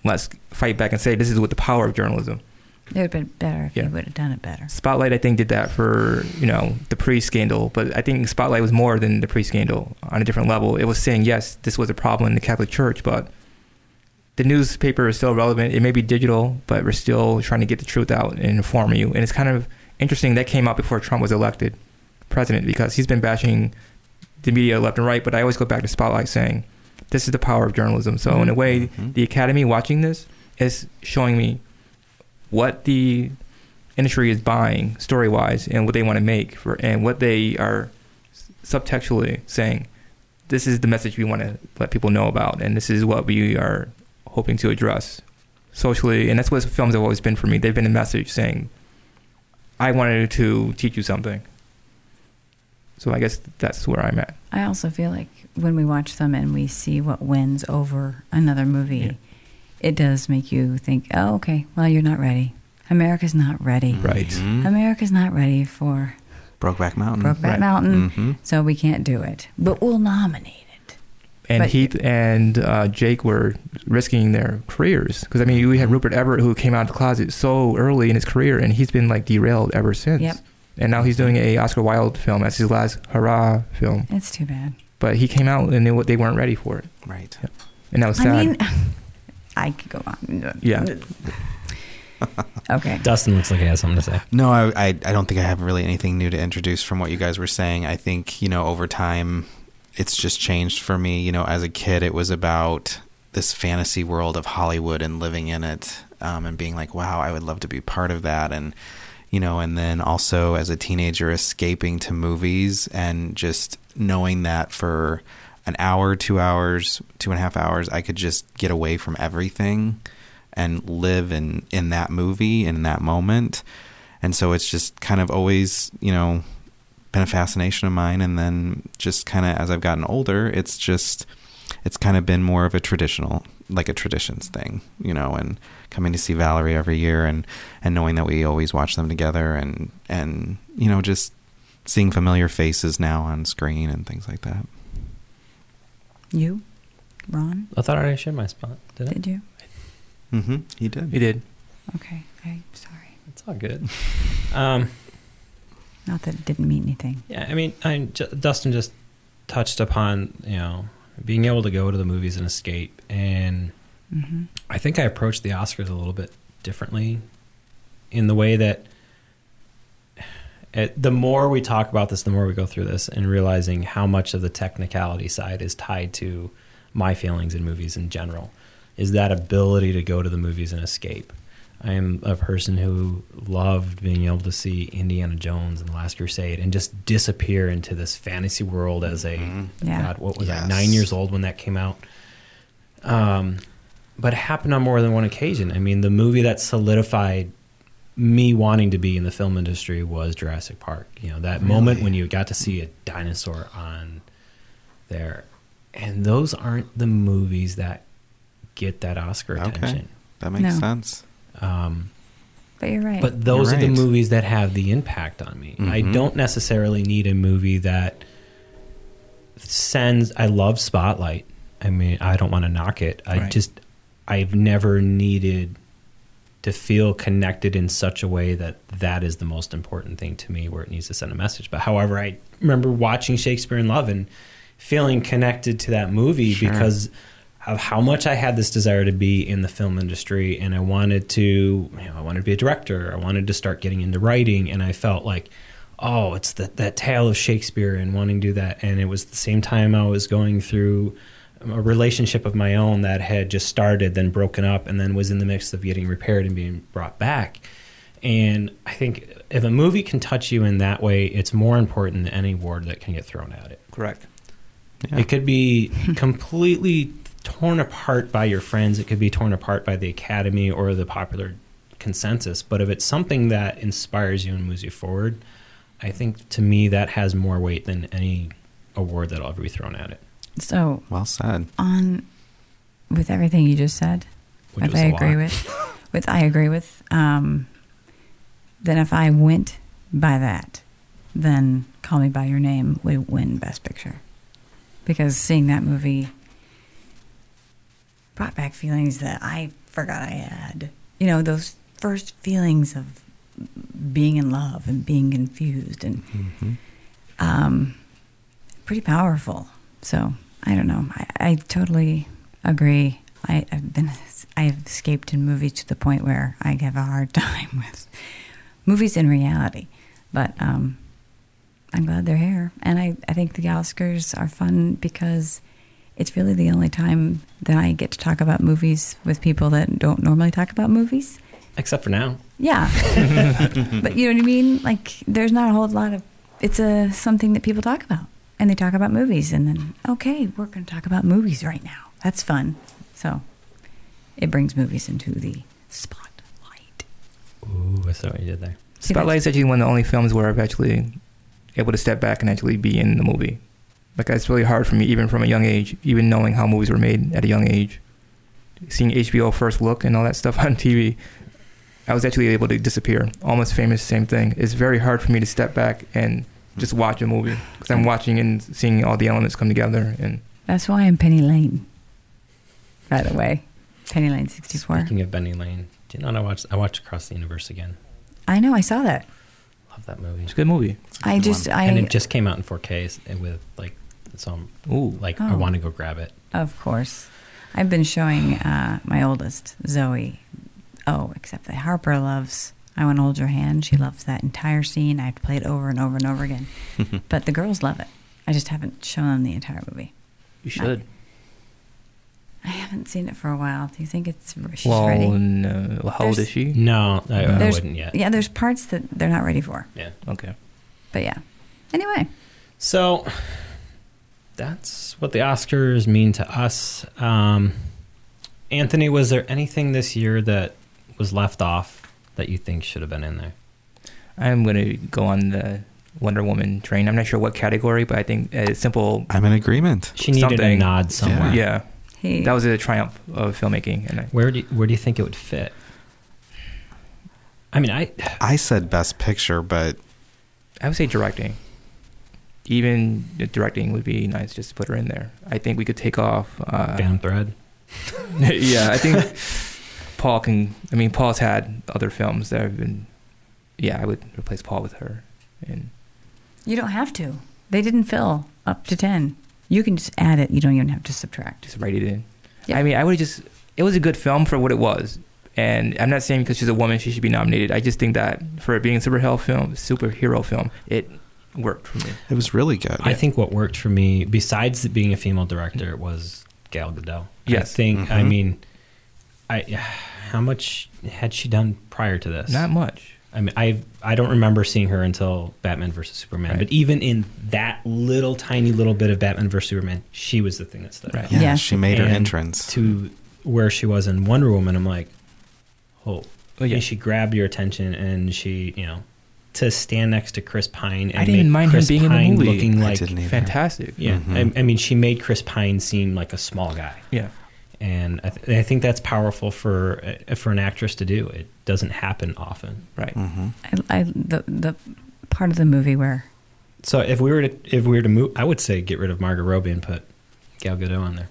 Let's fight back and say this is what the power of journalism.
It would have been better if
Yeah.
you would have done it better.
Spotlight, I think, did that for you know the pre scandal, but I think Spotlight was more than the pre scandal on a different level. It was saying yes, this was a problem in the Catholic Church, but the newspaper is still relevant. It may be digital, but we're still trying to get the truth out and inform you. And it's kind of interesting that came out before Trump was elected president because he's been bashing the media left and right. But I always go back to Spotlight saying this is the power of journalism. So in a way,
Mhm.
the academy watching this is showing me what the industry is buying story wise and what they want to make for and what they are subtextually saying this is the message we want to let people know about and this is what we are hoping to address socially and that's what films have always been for me they've been a message saying i wanted to teach you something so i guess that's where i'm at
I also feel like when we watch them and we see what wins over another movie,
Yeah.
it does make you think, oh, okay, well, you're not ready. America's not ready.
right
Mhm.
America's not ready for
Brokeback Mountain.
Brokeback
Mm-hmm. Right. Mm-hmm.
Mountain,
Mhm.
so we can't do it. But we'll nominate it.
and
But-
Heath and uh, Jake were risking their careers because I mean you
Mm-hmm.
had Rupert Everett who came out of the closet so early in his career and he's been like derailed ever since.
Yep.
And now he's doing a Oscar Wilde film as his last hurrah film,
It's too bad.
but he came out and they, they weren't ready for it,
Right.
and that was sad.
I mean, I could go on.
Yeah.
Okay.
Dustin looks like he has something to say.
No, I, I I don't think I have really anything new to introduce from what you guys were saying. I think you know over time, it's just changed for me. You know, as a kid, it was about this fantasy world of Hollywood and living in it, um, and being like, wow, I would love to be part of that, and you know, and then also as a teenager, escaping to movies and just knowing that for an hour, two hours, two and a half hours, I could just get away from everything and live in in that movie in that moment and so it's just kind of always you know been a fascination of mine and then just kind of as i've gotten older it's just it's kind of been more of a traditional like a traditions thing you know and coming to see valerie every year and and knowing that we always watch them together and and you know just seeing familiar faces now on screen and things like that
You, Ron,
I thought I already shared my spot. Did I?
did you?
mm-hmm he did
he did.
Okay. I'm sorry.
It's all good. Um,
Not that it didn't mean anything.
Yeah, I mean, I Dustin just touched upon you know being able to go to the movies and escape, and
hmm
I think I approached the Oscars a little bit differently in the way that it, the more we talk about this, the more we go through this, and realizing how much of the technicality side is tied to my feelings in movies in general is that ability to go to the movies and escape. I am a person who loved being able to see Indiana Jones and The Last Crusade and just disappear into this fantasy world as a
Yeah.
God, what was I,
Yes.
nine years old when that came out? Um, but it happened on more than one occasion. I mean, the movie that solidified me wanting to be in the film industry was Jurassic Park. You know, that moment
Really?
when you got to see a dinosaur on there. And those aren't the movies that get that Oscar
Okay.
attention.
that makes
No.
sense
Um,
But you're right.
but those
You're
are the
right.
movies that have the impact on me. I
Mhm.
don't necessarily need a movie that sends. I love Spotlight. I mean, I don't want to knock it. I
Right.
just, I've never needed to feel connected in such a way that that is the most important thing to me where it needs to send a message. But however, I remember watching Shakespeare in Love and feeling connected to that movie
Sure.
because of how much I had this desire to be in the film industry and I wanted to, you know, I wanted to be a director. I wanted to start getting into writing and I felt like oh, it's the, that tale of Shakespeare and wanting to do that. And it was the same time I was going through a relationship of my own that had just started, then broken up, and then was in the mix of getting repaired and being brought back. And I think if a movie can touch you in that way, it's more important than any award that can get thrown at it.
Correct.
Yeah.
It could be completely torn apart by your friends. It could be torn apart by the academy or the popular consensus. But if it's something that inspires you and moves you forward, I think to me that has more weight than any award that'll ever be thrown at it.
so
well said
on with everything you just said,
Which
which
was
I
a
agree
lot.
with, with I agree with, um, then if I went by that, then Call Me by Your Name would win Best Picture, because seeing that movie brought back feelings that I forgot I had. You know, those first feelings of being in love and being confused and
hmm
um, pretty powerful. So I don't know. I, I totally agree. I, I've been I have escaped in movies to the point where I have a hard time with movies in reality. But um, I'm glad they're here, and I, I think the Oscars are fun because it's really the only time that I get to talk about movies with people that don't normally talk about movies.
Except for now.
Yeah. but you know what I mean? Like there's not a whole lot of it's a something that people talk about. And they talk about movies and then okay, we're going to talk about movies right now. That's fun. So it brings movies into the spotlight.
Ooh, I saw what you did there.
See, that's-
Spotlight is actually one of the only films where I've actually able to step back and actually be in the movie. Like it's really hard for me, even from a young age, even knowing how movies were made at a young age, seeing HBO First Look and all that stuff on TV, I was actually able to disappear. Almost famous, same thing. It's very hard for me to step back and just watch a movie because I'm watching and seeing all the elements come together. And
That's why I'm Penny Lane. By the way, Penny Lane 64.
Speaking of Benny Lane, do you know what I watched? I watched Across the Universe again.
I know I saw that.
Love that movie.
it's a good movie.
I
good
just I
and it just came out in 4K and eh, with like, so I'm
Ooh,
like, I
Oh.
want to go grab it.
Of course. I've been showing uh, my oldest, Zoe. Oh, except that Harper loves I Want to Hold Your Hand. She loves that entire scene. I have to play it over and over and over again. but the girls love it. I just haven't shown them the entire movie.
you should.
I haven't seen it for a while. Do you think it's she's
Well,
ready?
no. Well, how old
There's-
is she?
No, I, I
There's-
wouldn't yet.
Yeah, there's parts that they're not ready for.
Yeah.
Okay.
But yeah. Anyway,
So that's what the Oscars mean to us. Um, Anthony, was there anything this year that was left off that you think should have been in there?
I'm going to go on the Wonder Woman train. I'm not sure what category, but I think a simple.
I'm in agreement.
She needed a
Something.
nod somewhere.
Yeah.
Yeah,
he
that was a triumph of filmmaking. And I,
Where do you, where do you think it would fit? I mean, I
I said best picture, but
I would say directing. Even the directing would be nice just to put her in there. I think we could take off. Uh,
down thread.
yeah, I think Paul can. I mean, Paul's had other films that have been. Yeah, I would replace Paul with her. And
you don't have to. They didn't fill up to 10. You can just add it. You don't even have to subtract.
just write it in.
Yeah.
I mean, I would just. It was a good film for what it was, and I'm not saying because she's a woman she should be nominated. I just think that for it being a superhero film, superhero film, it worked for me.
it was really good.
I think what worked for me, besides it being a female director, was Gal Gadot.
Yes. Mm-hmm.
I think. I
Mhm.
mean, I how much had she done prior to this?
Not much.
I mean, I I don't remember seeing her until Batman versus Superman.
Right.
But even in that little tiny little bit of Batman versus Superman, she was the thing that stood
Right.
out.
yeah,
Yeah.
she made her
And
entrance.
To where she was in Wonder Woman, I'm like, oh,
Oh, yeah.
And she grabbed your attention, and she, you know, to stand next to Chris Pine. And
I didn't
make
even mind him
Chris
being in the
Pine
movie.
Looking
I
like,
didn't either.
Fantastic.
yeah,
Mhm.
I, I mean, she made Chris Pine seem like a small guy
Yeah.
and I, th- I think that's powerful for uh, for an actress to do. It doesn't happen often.
Right.
hmm
I, I the the part of the movie where
So if we were to if we were to move, I would say get rid of Margot Robbie and put Gal Gadot on there.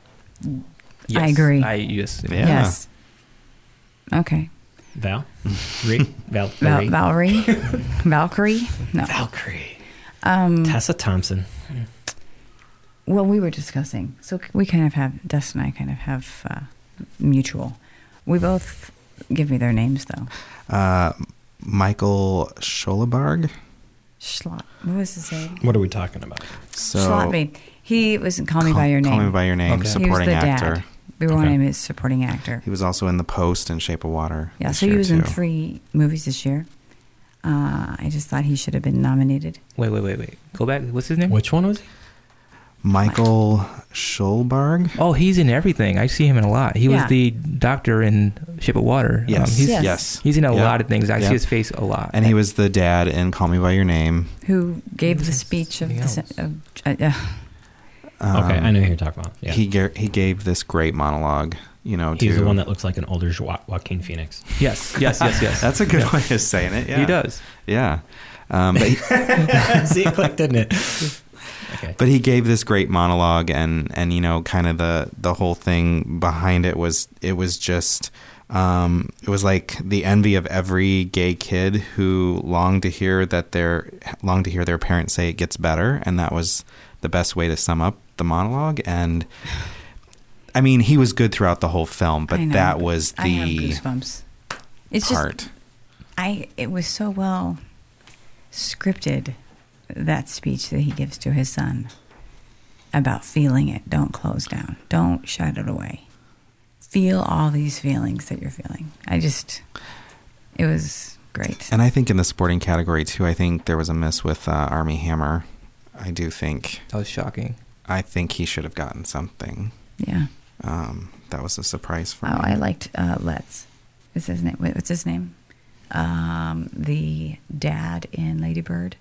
I agree.
I yes.
Yeah.
yes, okay,
Val, Rick, Val,
Val-
Val-
Valerie, Valkyrie, no.
Valkyrie,
Um,
Tessa Thompson.
well, we were discussing, so c- we kind of have Dust and I kind of have uh, mutual. We both give me their names though.
Uh, Michael Scholebarg.
Schlot, what was his name?
What are we talking about?
So
Schlotby. He was in Call Me by Your Name.
Call Me by Your Name,
Okay. He was
he was
supporting
the
actor.
dad. We were wanting
Okay.
him as supporting actor.
He was also in The Post and Shape of Water.
Yeah,
this
so he
year,
was in
too.
three movies this year. Uh, I just thought he should have been nominated.
Wait, wait, wait, wait. Go back. What's his name?
Which one was he?
Michael Schulberg.
Oh, he's in everything. I see him in a lot. He
Yeah.
was the doctor in Ship of Water. Um,
Yes.
he's,
Yes.
yes.
He's in a
Yeah.
lot of things. I
Yeah.
see his face a lot.
And he was the dad in Call Me by Your Name.
who gave
was
the
in
speech of the
something
se- of, uh, uh,
Um,
okay, I know who you're talking about. Yeah,
He ga- he gave this great monologue. You know,
he's
to,
the one that looks like an older jo- Joaquin Phoenix.
Yes, yes, yes, yes.
That's a good
Yeah.
way of saying it. Yeah,
He does.
Yeah, um, but he,
See, it clicked, didn't it? Okay.
but he gave this great monologue, and and you know, kind of the the whole thing behind it was it was just Um, it was like the envy of every gay kid who longed to hear that their longed to hear their parents say it gets better, and that was the best way to sum up the monologue. And I mean, he was good throughout the whole film,
I
but
know.
that was
I have
the
goosebumps. It's
part.
just I. It was so well scripted that speech that he gives to his son about feeling it. Don't close down. Don't shut it away. Feel all these feelings that you're feeling. I just. It was great.
And I think in the sporting category too, I think there was a miss with uh, Army Hammer. I do think
That was shocking.
I think he should have gotten something.
Yeah.
Um, that was a surprise for
Oh,
me.
I liked uh, Let's. What's his name? Wait, what's his name? Um, the dad in Lady Bird.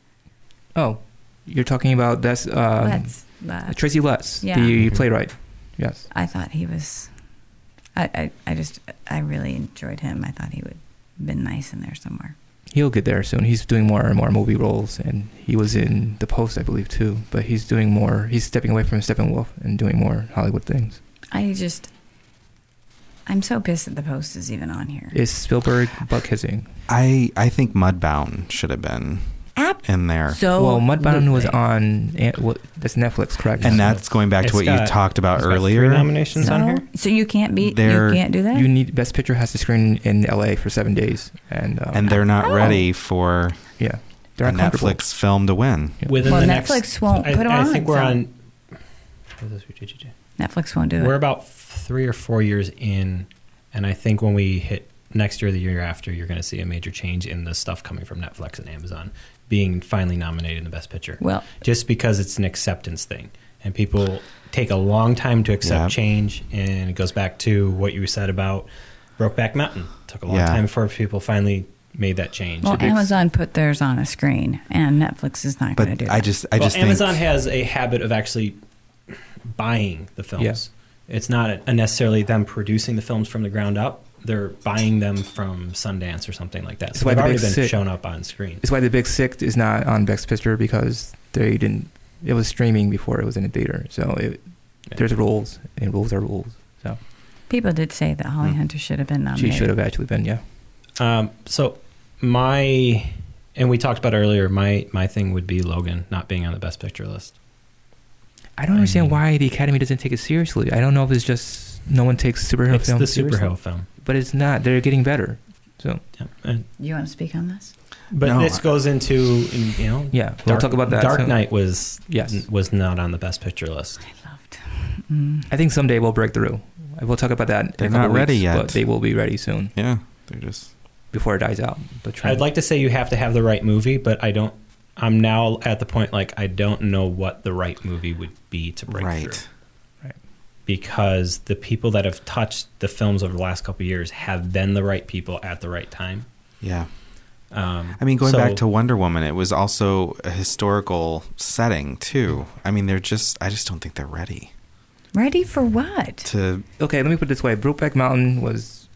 Oh, you're talking about that's um,
Let's. Let's.
Tracy Letts,
Yeah.
the
Mm-hmm.
Mhm.
playwright. Yes.
I thought he was. I, I, I just I really enjoyed him. I thought he would been nice in there somewhere.
he'll get there soon. He's doing more and more movie roles, and he was in The Post, I believe, too. But he's doing more. He's stepping away from Steppenwolf and doing more Hollywood things.
I just I'm so pissed that the post is even on here.
Is Spielberg butt kissing?
I I think Mudbound should have been
App.
in there.
So
well, Mudbound was
Ludwig.
on. eh, What? That's Netflix, correct?
and that's going back
It's
to what you
got-
talked about
It's got
earlier.
Three nominations
so,
on here.
So you can't be.
They're-
you can't do that.
you need Best Picture has to screen in L.A. for seven days, and, um,
and they're not
Oh.
ready for
yeah,
a
they're uncomfortable.
Netflix film to win.
Yeah.
Within
well,
the
Netflix
next,
won't
I,
put them
I
on.
think we're
so-
on. what is it?
Netflix won't do
We're
it.
about three or four years in, and I think when we hit next year, or the year after, you're going to see a major change in the stuff coming from Netflix and Amazon being finally nominated in the Best Picture,
Well,
just because it's an acceptance thing, and people take a long time to accept
Yeah.
change, and it goes back to what you said about Brokeback Mountain. took a long
Yeah.
time before people finally made that change.
well,
It-
Amazon put theirs on a screen, and Netflix is not going to
But
do
I
that.
just I
well,
just
Amazon
think
has a habit of actually buying the films. It's not a, necessarily them producing the films from the ground up. They're buying them from Sundance or something like that.
That's
So
why
they've
the
already
big
been
sick-
shown up on screen.
It's why The Big Sick is not on Best Picture because they didn't. It was streaming before it was in the theater, so it,
Yeah.
there's rules, and rules are rules. So
People did say that Holly
Hmm.
Hunter should have been
she
nominated.
should have actually been, yeah.
Um, so my and we talked about earlier. My my thing would be Logan not being on the best picture list.
I don't
I
understand
mean-
why the Academy doesn't take it seriously. I don't know if it's just no one takes superhero
It's
films
the
seriously,
superhero film.
but it's not. They're getting better. So
Yeah. And,
You want to speak on this?
but
No,
this
I-
goes into you know.
yeah, we'll talk about that.
Dark
soon.
Knight Mm. was
Yes,
was not on the best picture list.
I loved. Mm.
I think someday we'll break through. We'll talk about that. in a
They're
couple
not ready
weeks,
yet.
but they will be ready soon
yeah, they're just
before it dies out. The trend.
I'd like to say you have to have the right movie, but I don't. I'm now at the point like I don't know what the right movie would be to break
right.
through because the people that have touched the films over the last couple of years have been the right people at the right time.
Yeah.
Um,
I mean, going
so-
back to Wonder Woman, it was also a historical setting too. I mean, they're just I just don't think they're ready
Ready for what?
to
okay, let me put it this way: Brokeback Mountain was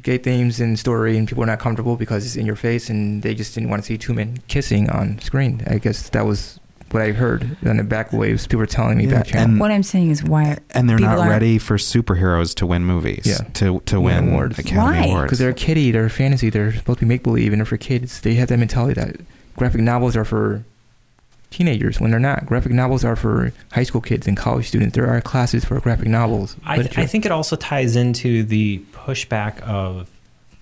gay themes and story, and people were not comfortable because it's in your face, and they just didn't want to see two men kissing on screen. I guess that was what I heard on the back waves. People were telling me
Yeah,
back channel.
and-
What I'm saying is why
Hmm. and they're
People
not
aren't-
ready for superheroes to win movies.
Yeah.
To to
Win
win
awards.
Academy
Why?
Awards.
because they're a kiddie, they're a fantasy, they're supposed to be make believe, and they're for kids. They have that mentality that graphic novels are for teenagers when they're not. Graphic novels are for high school kids and college students. There are classes for graphic novels.
I, th-
literature.
I think it also ties into the pushback of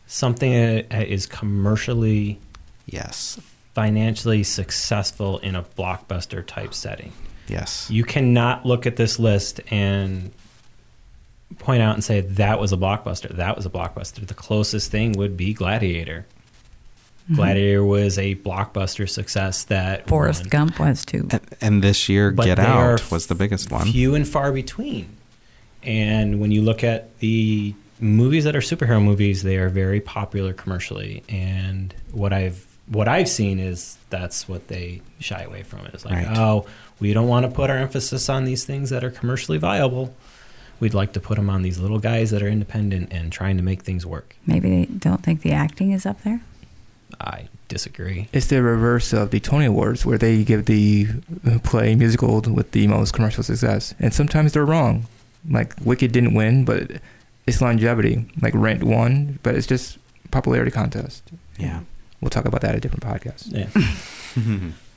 something that is commercially
yes.
financially successful in a blockbuster type setting.
Yes.
You cannot look at this list and point out and say that was a blockbuster. That was a blockbuster. The closest thing would be Gladiator. Gladiator was a blockbuster success that
Forrest
won.
Gump was too.
And, and this year,
But
Get
they are
Out was the biggest one.
Few and far between. And when you look at the movies that are superhero movies, they are very popular commercially. And what I've what I've seen is that's what they shy away from. It's like,
Right.
oh, we don't want to put our emphasis on these things that are commercially viable. We'd like to put them on these little guys that are independent and trying to make things work.
Maybe they don't think the acting is up there.
I disagree.
it's the reverse of the Tony Awards, where they give the uh, play musical with the most commercial success, and sometimes they're wrong. Like Wicked didn't win, but it's longevity, like ranked one, but it's just popularity contest.
Yeah.
We'll talk about that at a different podcast.
Yeah.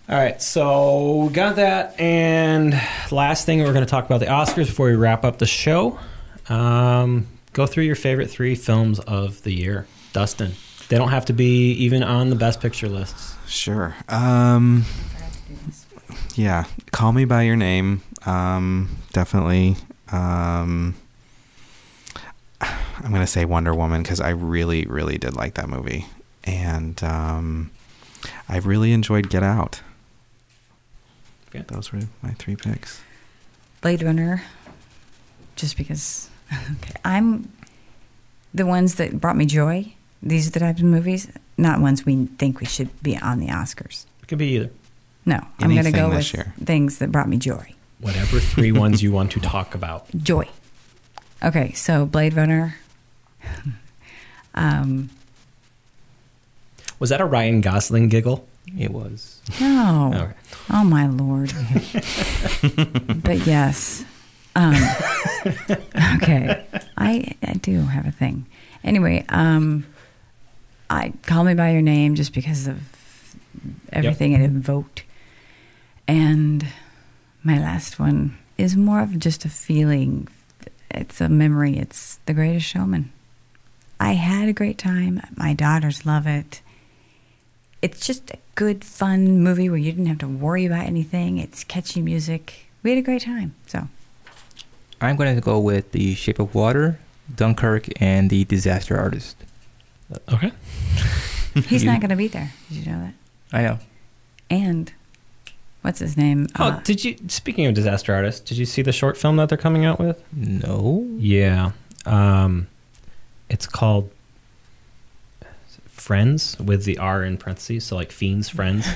All right, so we got that. And last thing, we're going to talk about the Oscars before we wrap up the show. Um, go through your favorite three films of the year, Dustin. They don't have to be even on the best picture lists.
Sure. Um, yeah. Call me by your name. Um, definitely. Um, I'm gonna say Wonder Woman because I really, really did like that movie, and um, I really enjoyed Get Out.
Okay.
Those were my three picks.
Blade Runner, just because. Okay, I'm the ones that brought me joy. These are the types of movies, not ones we think we should be on the Oscars.
It could be either.
No, I'm going to
Anything
go
this
with
year.
things that brought me joy.
Whatever three ones you want to talk about.
Joy. Okay, so Blade Runner. um,
Was that a Ryan Gosling giggle?
It was.
no.
Okay.
Oh my lord. but yes. Um, okay. I, I do have a thing. Anyway, um, I call me by your name just because of everything it evoked. And my last one is more of just a feeling. It's a memory. It's the greatest showman. I had a great time. My daughters love it it's just a good, fun movie where you didn't have to worry about anything. It's catchy music. We had a great time. So,
I'm going to go with The Shape of Water, Dunkirk, and The Disaster Artist.
Okay.
he's
You-
not going to be there. Did you know that?
I know.
And what's his name?
Oh,
Uh,
did you? Speaking of disaster artists, did you see the short film that they're coming out with?
No.
Yeah. Um, it's called Friends with the R in parentheses. So, like Fiends, Friends.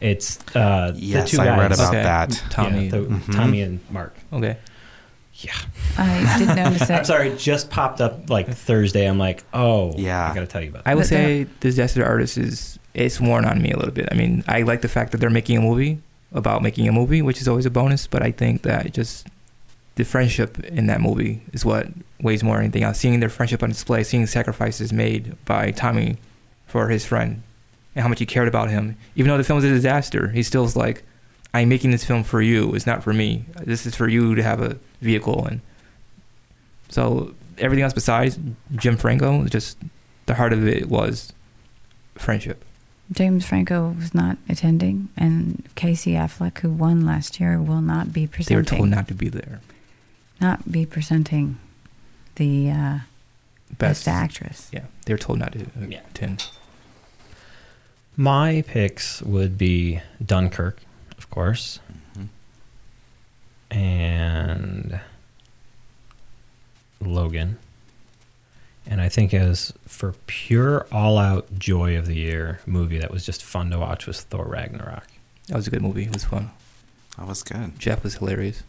It's uh, the
Yes,
two
I
guys.
read about
Okay.
that.
Tommy.
Yeah, the-
Mhm.
Tommy and Mark.
okay.
Yeah.
I did notice
I'm
that.
sorry. It just popped up like Thursday. I'm like, oh,
Yeah.
I got to tell you about
I
that.
would
But they're-
say Disaster Artist is it's worn on me a little bit. I mean, I like the fact that they're making a movie about making a movie, which is always a bonus. But I think that just the friendship in that movie is what weighs more than anything else. Seeing their friendship on display, seeing sacrifices made by Tommy for his friend, and how much he cared about him, even though the film was a disaster, he still was like, "I'm making this film for you. It's not for me. This is for you to have a vehicle." And so everything else besides Jim Franco, is just the heart of it was friendship.
James Franco was not attending, and Casey Affleck, who won last year, will not be
They were
presenting.
told not to be there.
not be presenting the uh, best. actress.
Yeah, they were told not to uh,
Yeah.
attend.
My picks would be Dunkirk, of course, and Logan. And I think as for pure all out joy of the year movie that was just fun to watch was Thor Ragnarok.
That was a good movie. It was fun.
That was good.
Jeff was hilarious.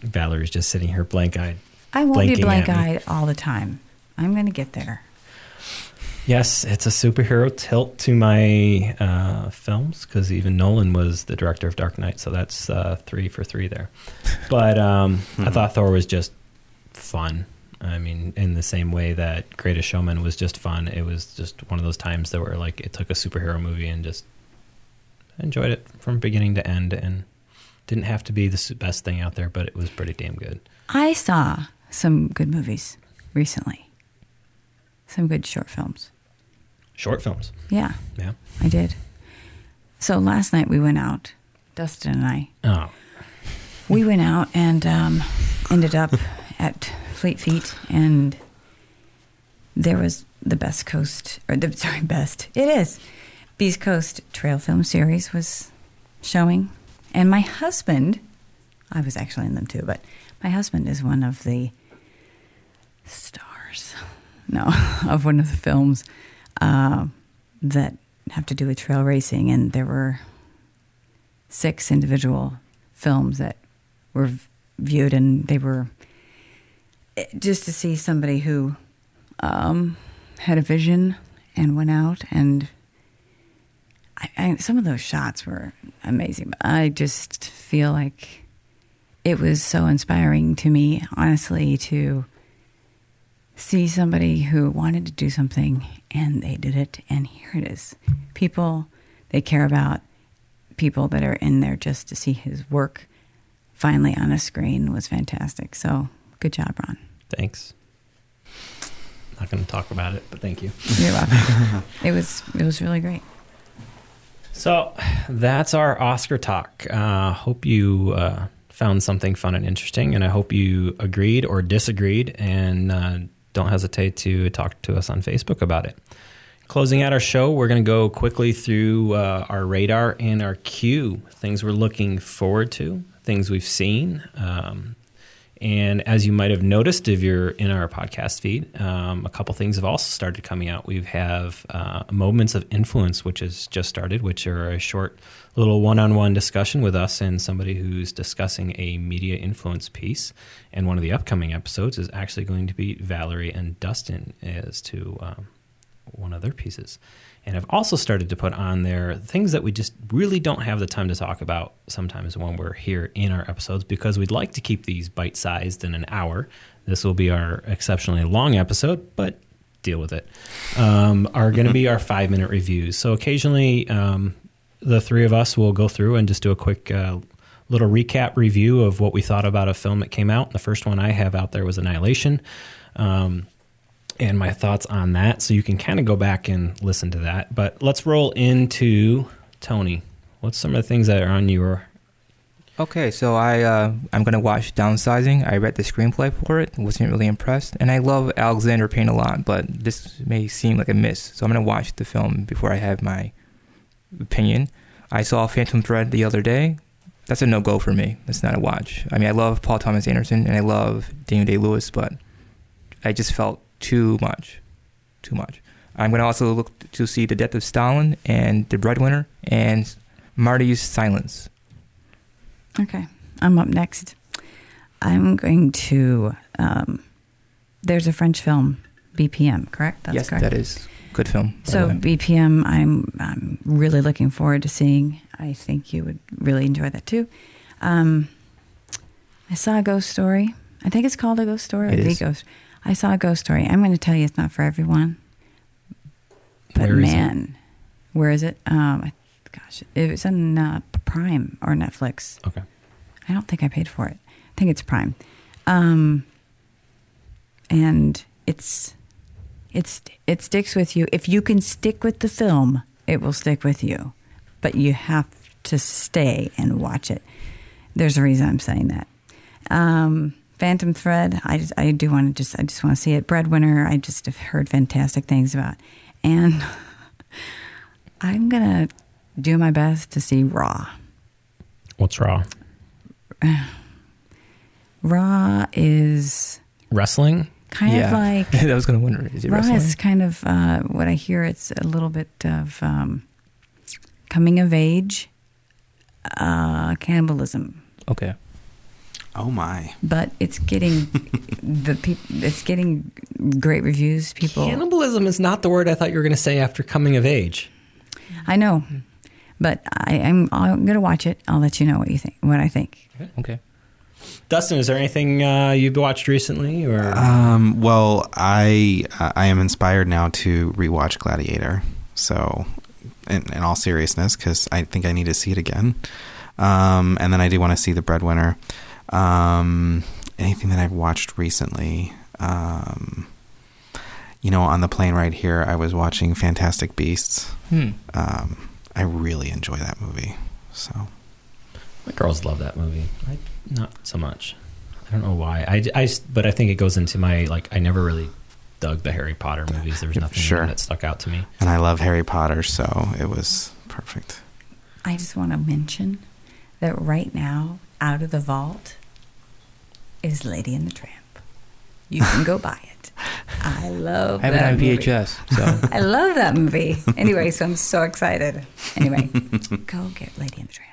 Valerie's just sitting here blank eyed.
I won't
Blinking
be
at me.
blank eyed all the time. I'm going to get there.
Yes, it's a superhero tilt to my uh, films because even Nolan was the director of Dark Knight, so that's uh, three for three there. But um, I thought Thor was just fun. I mean, in the same way that Greatest Showman was just fun, it was just one of those times that were like it took a superhero movie and just enjoyed it from beginning to end, and didn't have to be the su- best thing out there, but it was pretty damn good.
I saw some good movies recently. Some good short films.
Short films,
Yeah,
yeah.
I did. So last night we went out, Dustin and I.
Oh,
We went out and um, ended up at Fleet Feet, and there was the best coast, or the sorry, best it is, Beast Coast Trail Film Series was showing, and my husband, I was actually in them too, but my husband is one of the stars, no, of one of the films uh, that have to do with trail racing, and there were six individual films that were v- viewed, and they were eh, just to see somebody who um, had a vision and went out and. I, I, some of those shots were amazing. I just feel like it was so inspiring to me, honestly, to see somebody who wanted to do something and they did it, and here it is. People they care about, people that are in there just to see his work finally on a screen was fantastic. So good job, Ron.
Thanks. Not going to talk about it, but thank you.
You're welcome. it was it was really great.
So that's our Oscar talk. Uh, hope you uh, found something fun and interesting, and I hope you agreed or disagreed, and uh, don't hesitate to talk to us on Facebook about it. Closing out our show, we're going to go quickly through uh, our radar and our queue things we're looking forward to, things we've seen. Um, and as you might have noticed, if you're in our podcast feed, um, a couple things have also started coming out. We have uh, Moments of Influence, which has just started, which are a short little one on one discussion with us and somebody who's discussing a media influence piece. And one of the upcoming episodes is actually going to be Valerie and Dustin as to um, one of their pieces. And I've also started to put on there things that we just really don't have the time to talk about sometimes when we're here in our episodes because we'd like to keep these bite sized in an hour. This will be our exceptionally long episode, but deal with it. Um, are going to be our five minute reviews. So occasionally, um, the three of us will go through and just do a quick uh, little recap review of what we thought about a film that came out. The first one I have out there was Annihilation. Um, and my thoughts on that. So you can kind of go back and listen to that. But let's roll into Tony. What's some of the things that are on your?
Okay, so I uh, I'm gonna watch Downsizing. I read the screenplay for it, wasn't really impressed, and I love Alexander Payne a lot, but this may seem like a miss. So I'm gonna watch the film before I have my opinion. I saw Phantom Thread the other day. That's a no go for me. That's not a watch. I mean, I love Paul Thomas Anderson and I love Daniel Day Lewis, but I just felt too much, too much. I'm going to also look to see The Death of Stalin and The Breadwinner and Marty's Silence.
Okay, I'm up next. I'm going to. Um, there's a French film, BPM, correct?
yes,
correct.
that is good film. by
So
the way.
BPM, I'm I'm really looking forward to seeing. I think you would really enjoy that too. Um, I saw a ghost story. I think it's called a ghost story. or
It
the
is.
ghost. I saw a ghost story. I'm going to tell you, it's not for everyone. But
Where is it?
man, where is it? Um, I- gosh, it was on uh, Prime or Netflix.
Okay.
I don't think I paid for it. I think it's Prime. Um, and it's it's it sticks with you. If you can stick with the film, it will stick with you. But you have to stay and watch it. There's a reason I'm saying that. Um, Phantom Thread, I just, I do want to just I just want to see it. Breadwinner, I just have heard fantastic things about. And I'm gonna do my best to see Raw.
What's raw?
Raw is
Wrestling.
kind
yeah.
of like
I was going to wonder, is it
Raw
wrestling?
is kind of uh, what I hear. It's a little bit of um, coming of age, uh, cannibalism,
Okay.
Oh my.
but it's getting the peop it's getting great reviews. People,
Cannibalism is not the word I thought you were going to say after coming of age.
I know,
Hmm.
but I, I'm I'm gonna watch it. I'll let you know what you think. What I think.
Okay.
Dustin, is there anything uh, you've watched recently? Or
Um, well, I uh, I am inspired now to rewatch Gladiator. So, in, in all seriousness, because I think I need to see it again. Um, and then I do want to see The Breadwinner. Um, anything that I've watched recently. Um, you know, on the plane right here, I was watching Fantastic Beasts.
Hmm.
Um, I really enjoy that movie. So,
my girls love that movie. I not so much. I don't know why. I, I s- but I think it goes into my like. I never really dug the Harry Potter movies. There was nothing in
Sure.
them that stuck out to me.
and I love Harry Potter, so it was perfect.
I just want to mention that right now, out of the vault is Lady and the Tramp. You can go buy it. I love
I have it
that
on
movie.
VHS, so
I love that movie. Anyway, so I'm so excited. Anyway, go get Lady and the Tramp.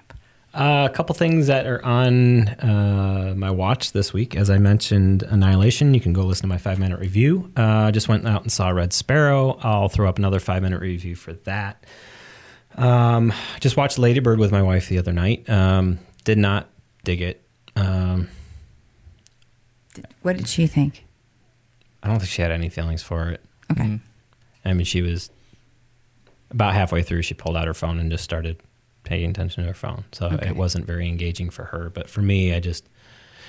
Uh, a couple things that are on uh, my watch this week. As I mentioned, Annihilation. You can go listen to my five minute review. Uh, just went out and saw Red Sparrow. I'll throw up another five minute review for that. Um, just watched Ladybird with my wife the other night. Um, did not dig it. Um,
What did she think?
I don't think she had any feelings for it.
Okay.
Mhm.
I mean, she was about halfway through. She pulled out her phone and just started paying attention to her phone. So
Okay.
it wasn't very engaging for her. But for me, I just.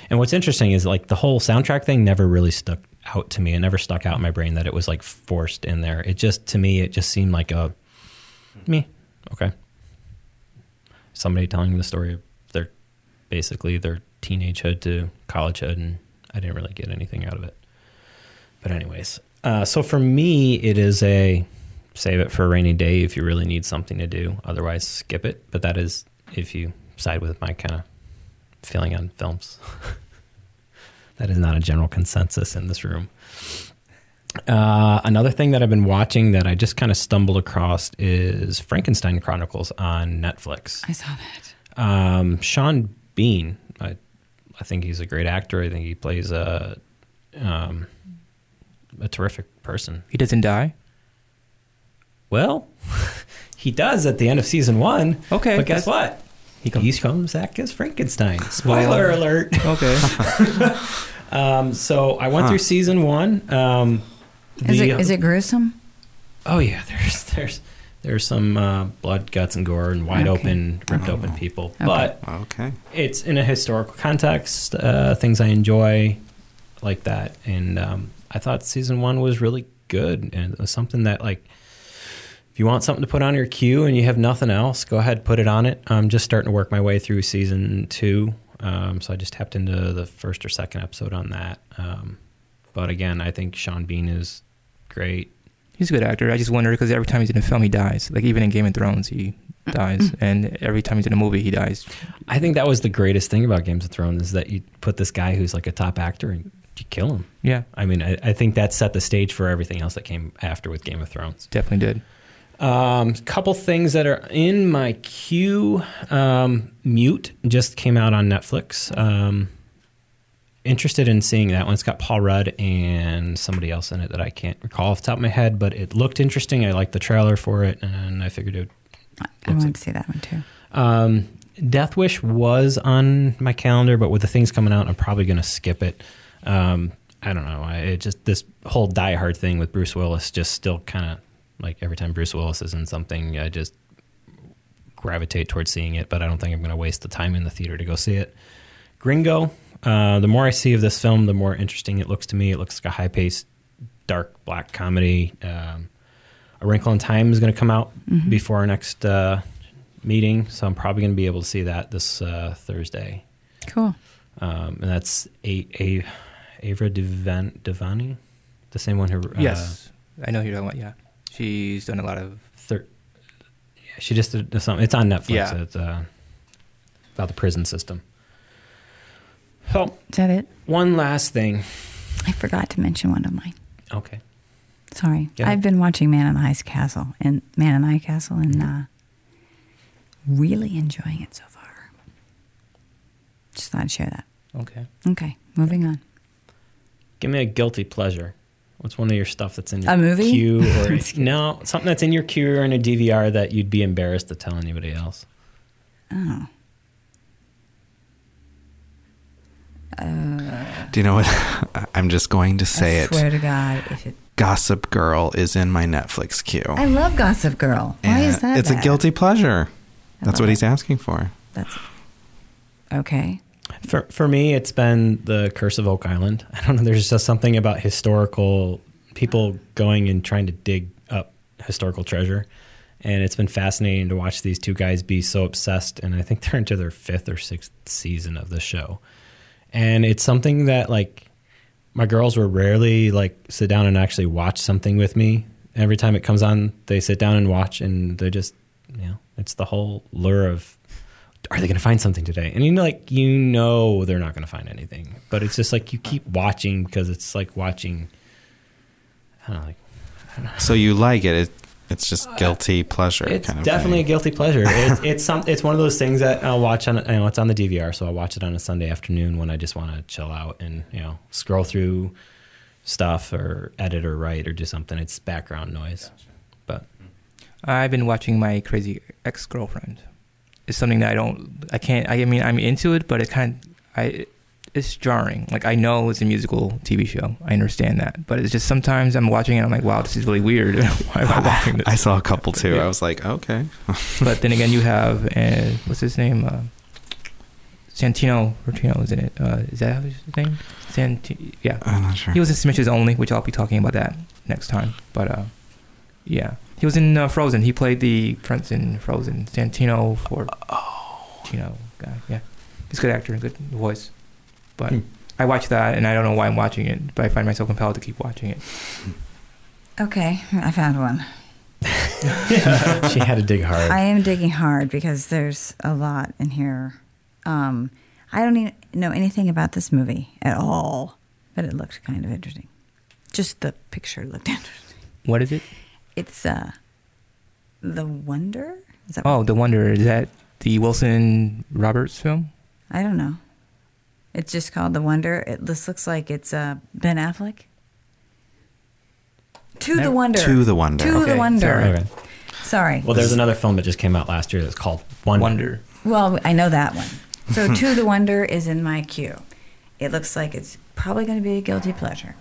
And what's interesting is like the whole soundtrack thing never really stuck out to me. It never stuck out in my brain that it was like forced in there. It just to me, it just seemed like a me. Okay. Somebody telling the story of their basically their teenagehood to collegehood, and I didn't really get anything out of it. But anyways, uh, so for me, it is a save it for a rainy day if you really need something to do. Otherwise, skip it. But that is if you side with my kind of feeling on films. that is not a general consensus in this room. Uh, another thing that I've been watching that I just kind of stumbled across is Frankenstein Chronicles on Netflix
I saw that.
um, Sean Bean. I, I think he's a great actor. I think he plays a um, a terrific person.
He doesn't die.
Well, he does at the end of season one.
Okay,
but guess
that's-
what?
He comes.
He comes back as Frankenstein. Spoiler alert.
okay.
Um, so I went
Huh.
through season one. Um,
Is
the-
it is it gruesome?
Oh yeah, there's there's there's some uh, blood, guts, and gore, and wide
Okay.
open, ripped
Oh.
open people.
Okay.
But
Okay.
it's in a historical context, uh, things I enjoy like that. And um, I thought season one was really good. And it was something that, like, if you want something to put on your queue and you have nothing else, go ahead, put it on it. I'm just starting to work my way through season two. Um, so I just tapped into the first or second episode on that. Um, but again, I think Sean Bean is great.
He's a good actor. I just wonder because every time he's in a film, he dies. Like even in Game of Thrones, he dies, and every time he's in a movie, he dies.
I think that was the greatest thing about Games of Thrones is that you put this guy who's like a top actor and you kill him.
Yeah,
I mean, I, I think that set the stage for everything else that came after with Game of Thrones.
definitely did.
Um, couple things that are in my queue. Um, Mute just came out on Netflix. Um, interested in seeing that one. It's got Paul Rudd and somebody else in it that I can't recall off the top of my head, but it looked interesting. I liked the trailer for it, and I figured it
I wanted to see that one too.
um, Death Wish was on my calendar, but with the things coming out, I'm probably going to skip it. Um, I don't know. I, it just this whole Die Hard thing with Bruce Willis just still kind of like every time Bruce Willis is in something, I just gravitate towards seeing it. But I don't think I'm going to waste the time in the theater to go see it. Gringo. Uh, the more I see of this film, the more interesting it looks to me. It looks like a high paced, dark black comedy. Um, a Wrinkle in Time is going to come out
Mm-hmm.
Mm-hmm.
before our next uh, meeting, so I'm probably going to be able to see that this uh, Thursday.
Cool.
Um, and that's a a Avra Devan- Devani, the same one who uh,
yes, I know who you're talking about. Yeah, she's done a lot of.
thir- yeah, she just did something. It's on Netflix.
Yeah.
It's uh, about the prison system. So
Is that it?
one last thing.
I forgot to mention one of mine.
Okay.
Sorry.
Yeah.
I've been watching Man in the High Castle and Man in the High Castle and uh, really enjoying it so far. Just thought I'd share that.
Okay.
Okay, moving on.
Give me a guilty pleasure. What's one of your stuff that's in your
A movie?
queue or no something that's in your queue or in a DVR that you'd be embarrassed to tell anybody else?
Oh.
Do you know what? I'm just going to say
I
it.
swear to God, if it,
Gossip Girl is in my Netflix queue.
I love Gossip Girl. Why
And
is that?
It's a
bad?
guilty pleasure.
I
That's
love
what
it.
he's asking for.
That's okay.
For for me, it's been the Curse of Oak Island. I don't know. There's just something about historical people going and trying to dig up historical treasure, and it's been fascinating to watch these two guys be so obsessed. And I think they're into their fifth or sixth season of the show, and it's something that like my girls will rarely like sit down and actually watch something with me. Every time it comes on, they sit down and watch, and they just you know it's the whole lure of are they going to find something today? And you know, like you know, they're not going to find anything, but it's just like you keep watching because it's like watching. I don't know, like,
So you like it. it it's just guilty pleasure.
Uh, it's
kind of
definitely a
thing.
guilty pleasure. It's it's some it's one of those things that I'll watch on. You know, it's on the DVR, so I'll watch it on a Sunday afternoon when I just want to chill out and you know scroll through stuff or edit or write or do something. It's background noise, but
I've been watching my crazy ex girlfriend. It's something that I don't. I can't. I mean, I'm into it, but it kind. I. it's jarring. Like I know it's a musical TV show, I understand that, but it's just sometimes I'm watching it, I'm like, wow, this is really weird. Why am I watching this?
I saw a couple too.
Yeah.
I was like, okay.
but then again, you have uh, what's his name? Uh, Santino Rotino is in it. Uh, is that his name? Santi- yeah,
I'm not sure.
he was in Smashes Only, which I'll be talking about that next time. But uh, yeah, he was in uh, Frozen. He played the prince in Frozen. Santino for Tino guy. Yeah, he's a good actor, good voice. But
Hmm.
I watch that, and I don't know why I'm watching it, but I find myself compelled to keep watching it.
Okay, I found one.
she had to dig hard.
I am digging hard because there's a lot in here. Um, I don't even know anything about this movie at all, but it looked kind of interesting. Just the picture looked interesting.
What is it?
It's uh, The Wonder? Is that
Oh, The Wonder. Is that the Wilson Roberts film?
I don't know. It's just called The Wonder. It, this looks like it's uh, Ben Affleck. To the
Never-
Wonder.
To the Wonder.
To the
Okay,
Wonder.
sorry.
Sorry.
Okay. Well, there's another film that just came out last year that's called Wonder.
Wonder.
Well, I know that one. So To the Wonder is in my queue. It looks like it's probably going to be a guilty pleasure.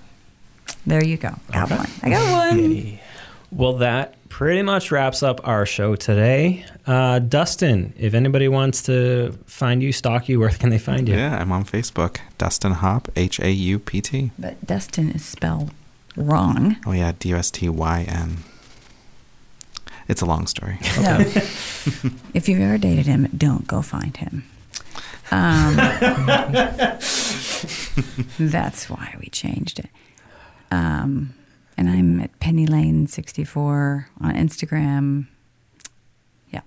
There you go. Got one. I got one.
Yay.
Well, that pretty much wraps up our show today. Uh, Dustin, if anybody wants to find you, stalk you, where can they find you?
Yeah, I'm on Facebook. Dustin Hop, H A U P T.
But Dustin is spelled wrong.
Oh yeah, D U S T Y N. It's a long story.
So if you've ever dated him, don't go find him. Um, that's why we changed it. Um, and I'm at Penny Lane 64 on Instagram. Yeah.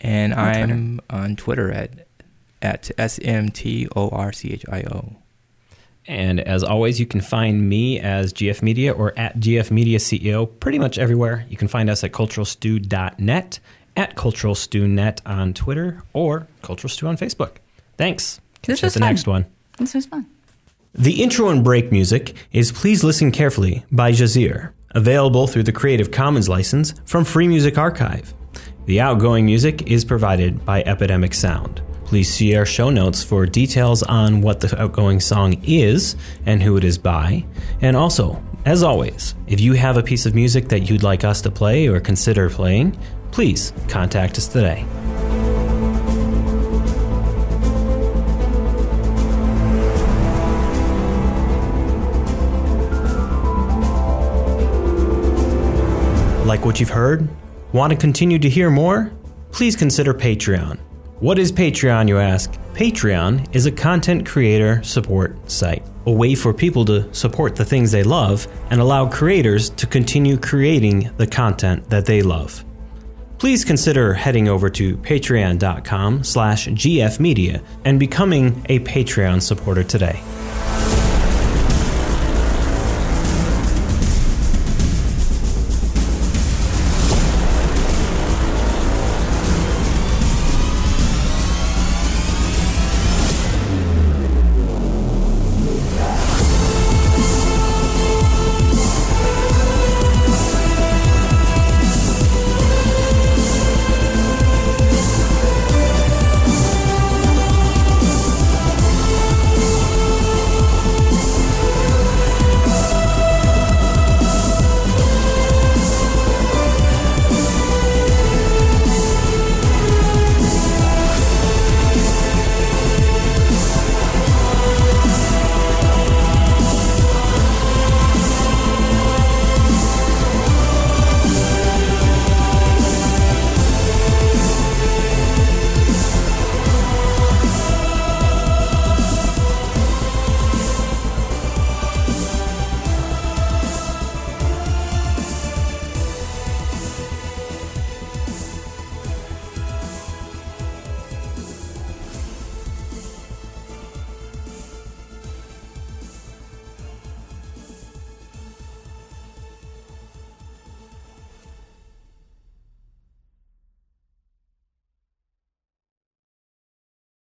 And
On Twitter.
I'm on Twitter at at S M T O R C H I O.
And as always, you can find me as GF Media or at GF Media CEO pretty much everywhere. You can find us at culturalstew.net, at culturalstewnet on Twitter, or culturalstew on Facebook. Thanks.
This
Catch you at
was
the
fun.
next one.
This was fun.
The intro and break music is Please Listen Carefully by Jazir, available through the Creative Commons license from Free Music Archive. The outgoing music is provided by Epidemic Sound. Please see our show notes for details on what the outgoing song is and who it is by. And also, as always, if you have a piece of music that you'd like us to play or consider playing, please contact us today. Like what you've heard? Want to continue to hear more? Please consider Patreon. What is Patreon, you ask? Patreon is a content creator support site, a way for people to support the things they love and allow creators to continue creating the content that they love please consider heading over to patreon.com slash gfmedia and becoming a patreon supporter today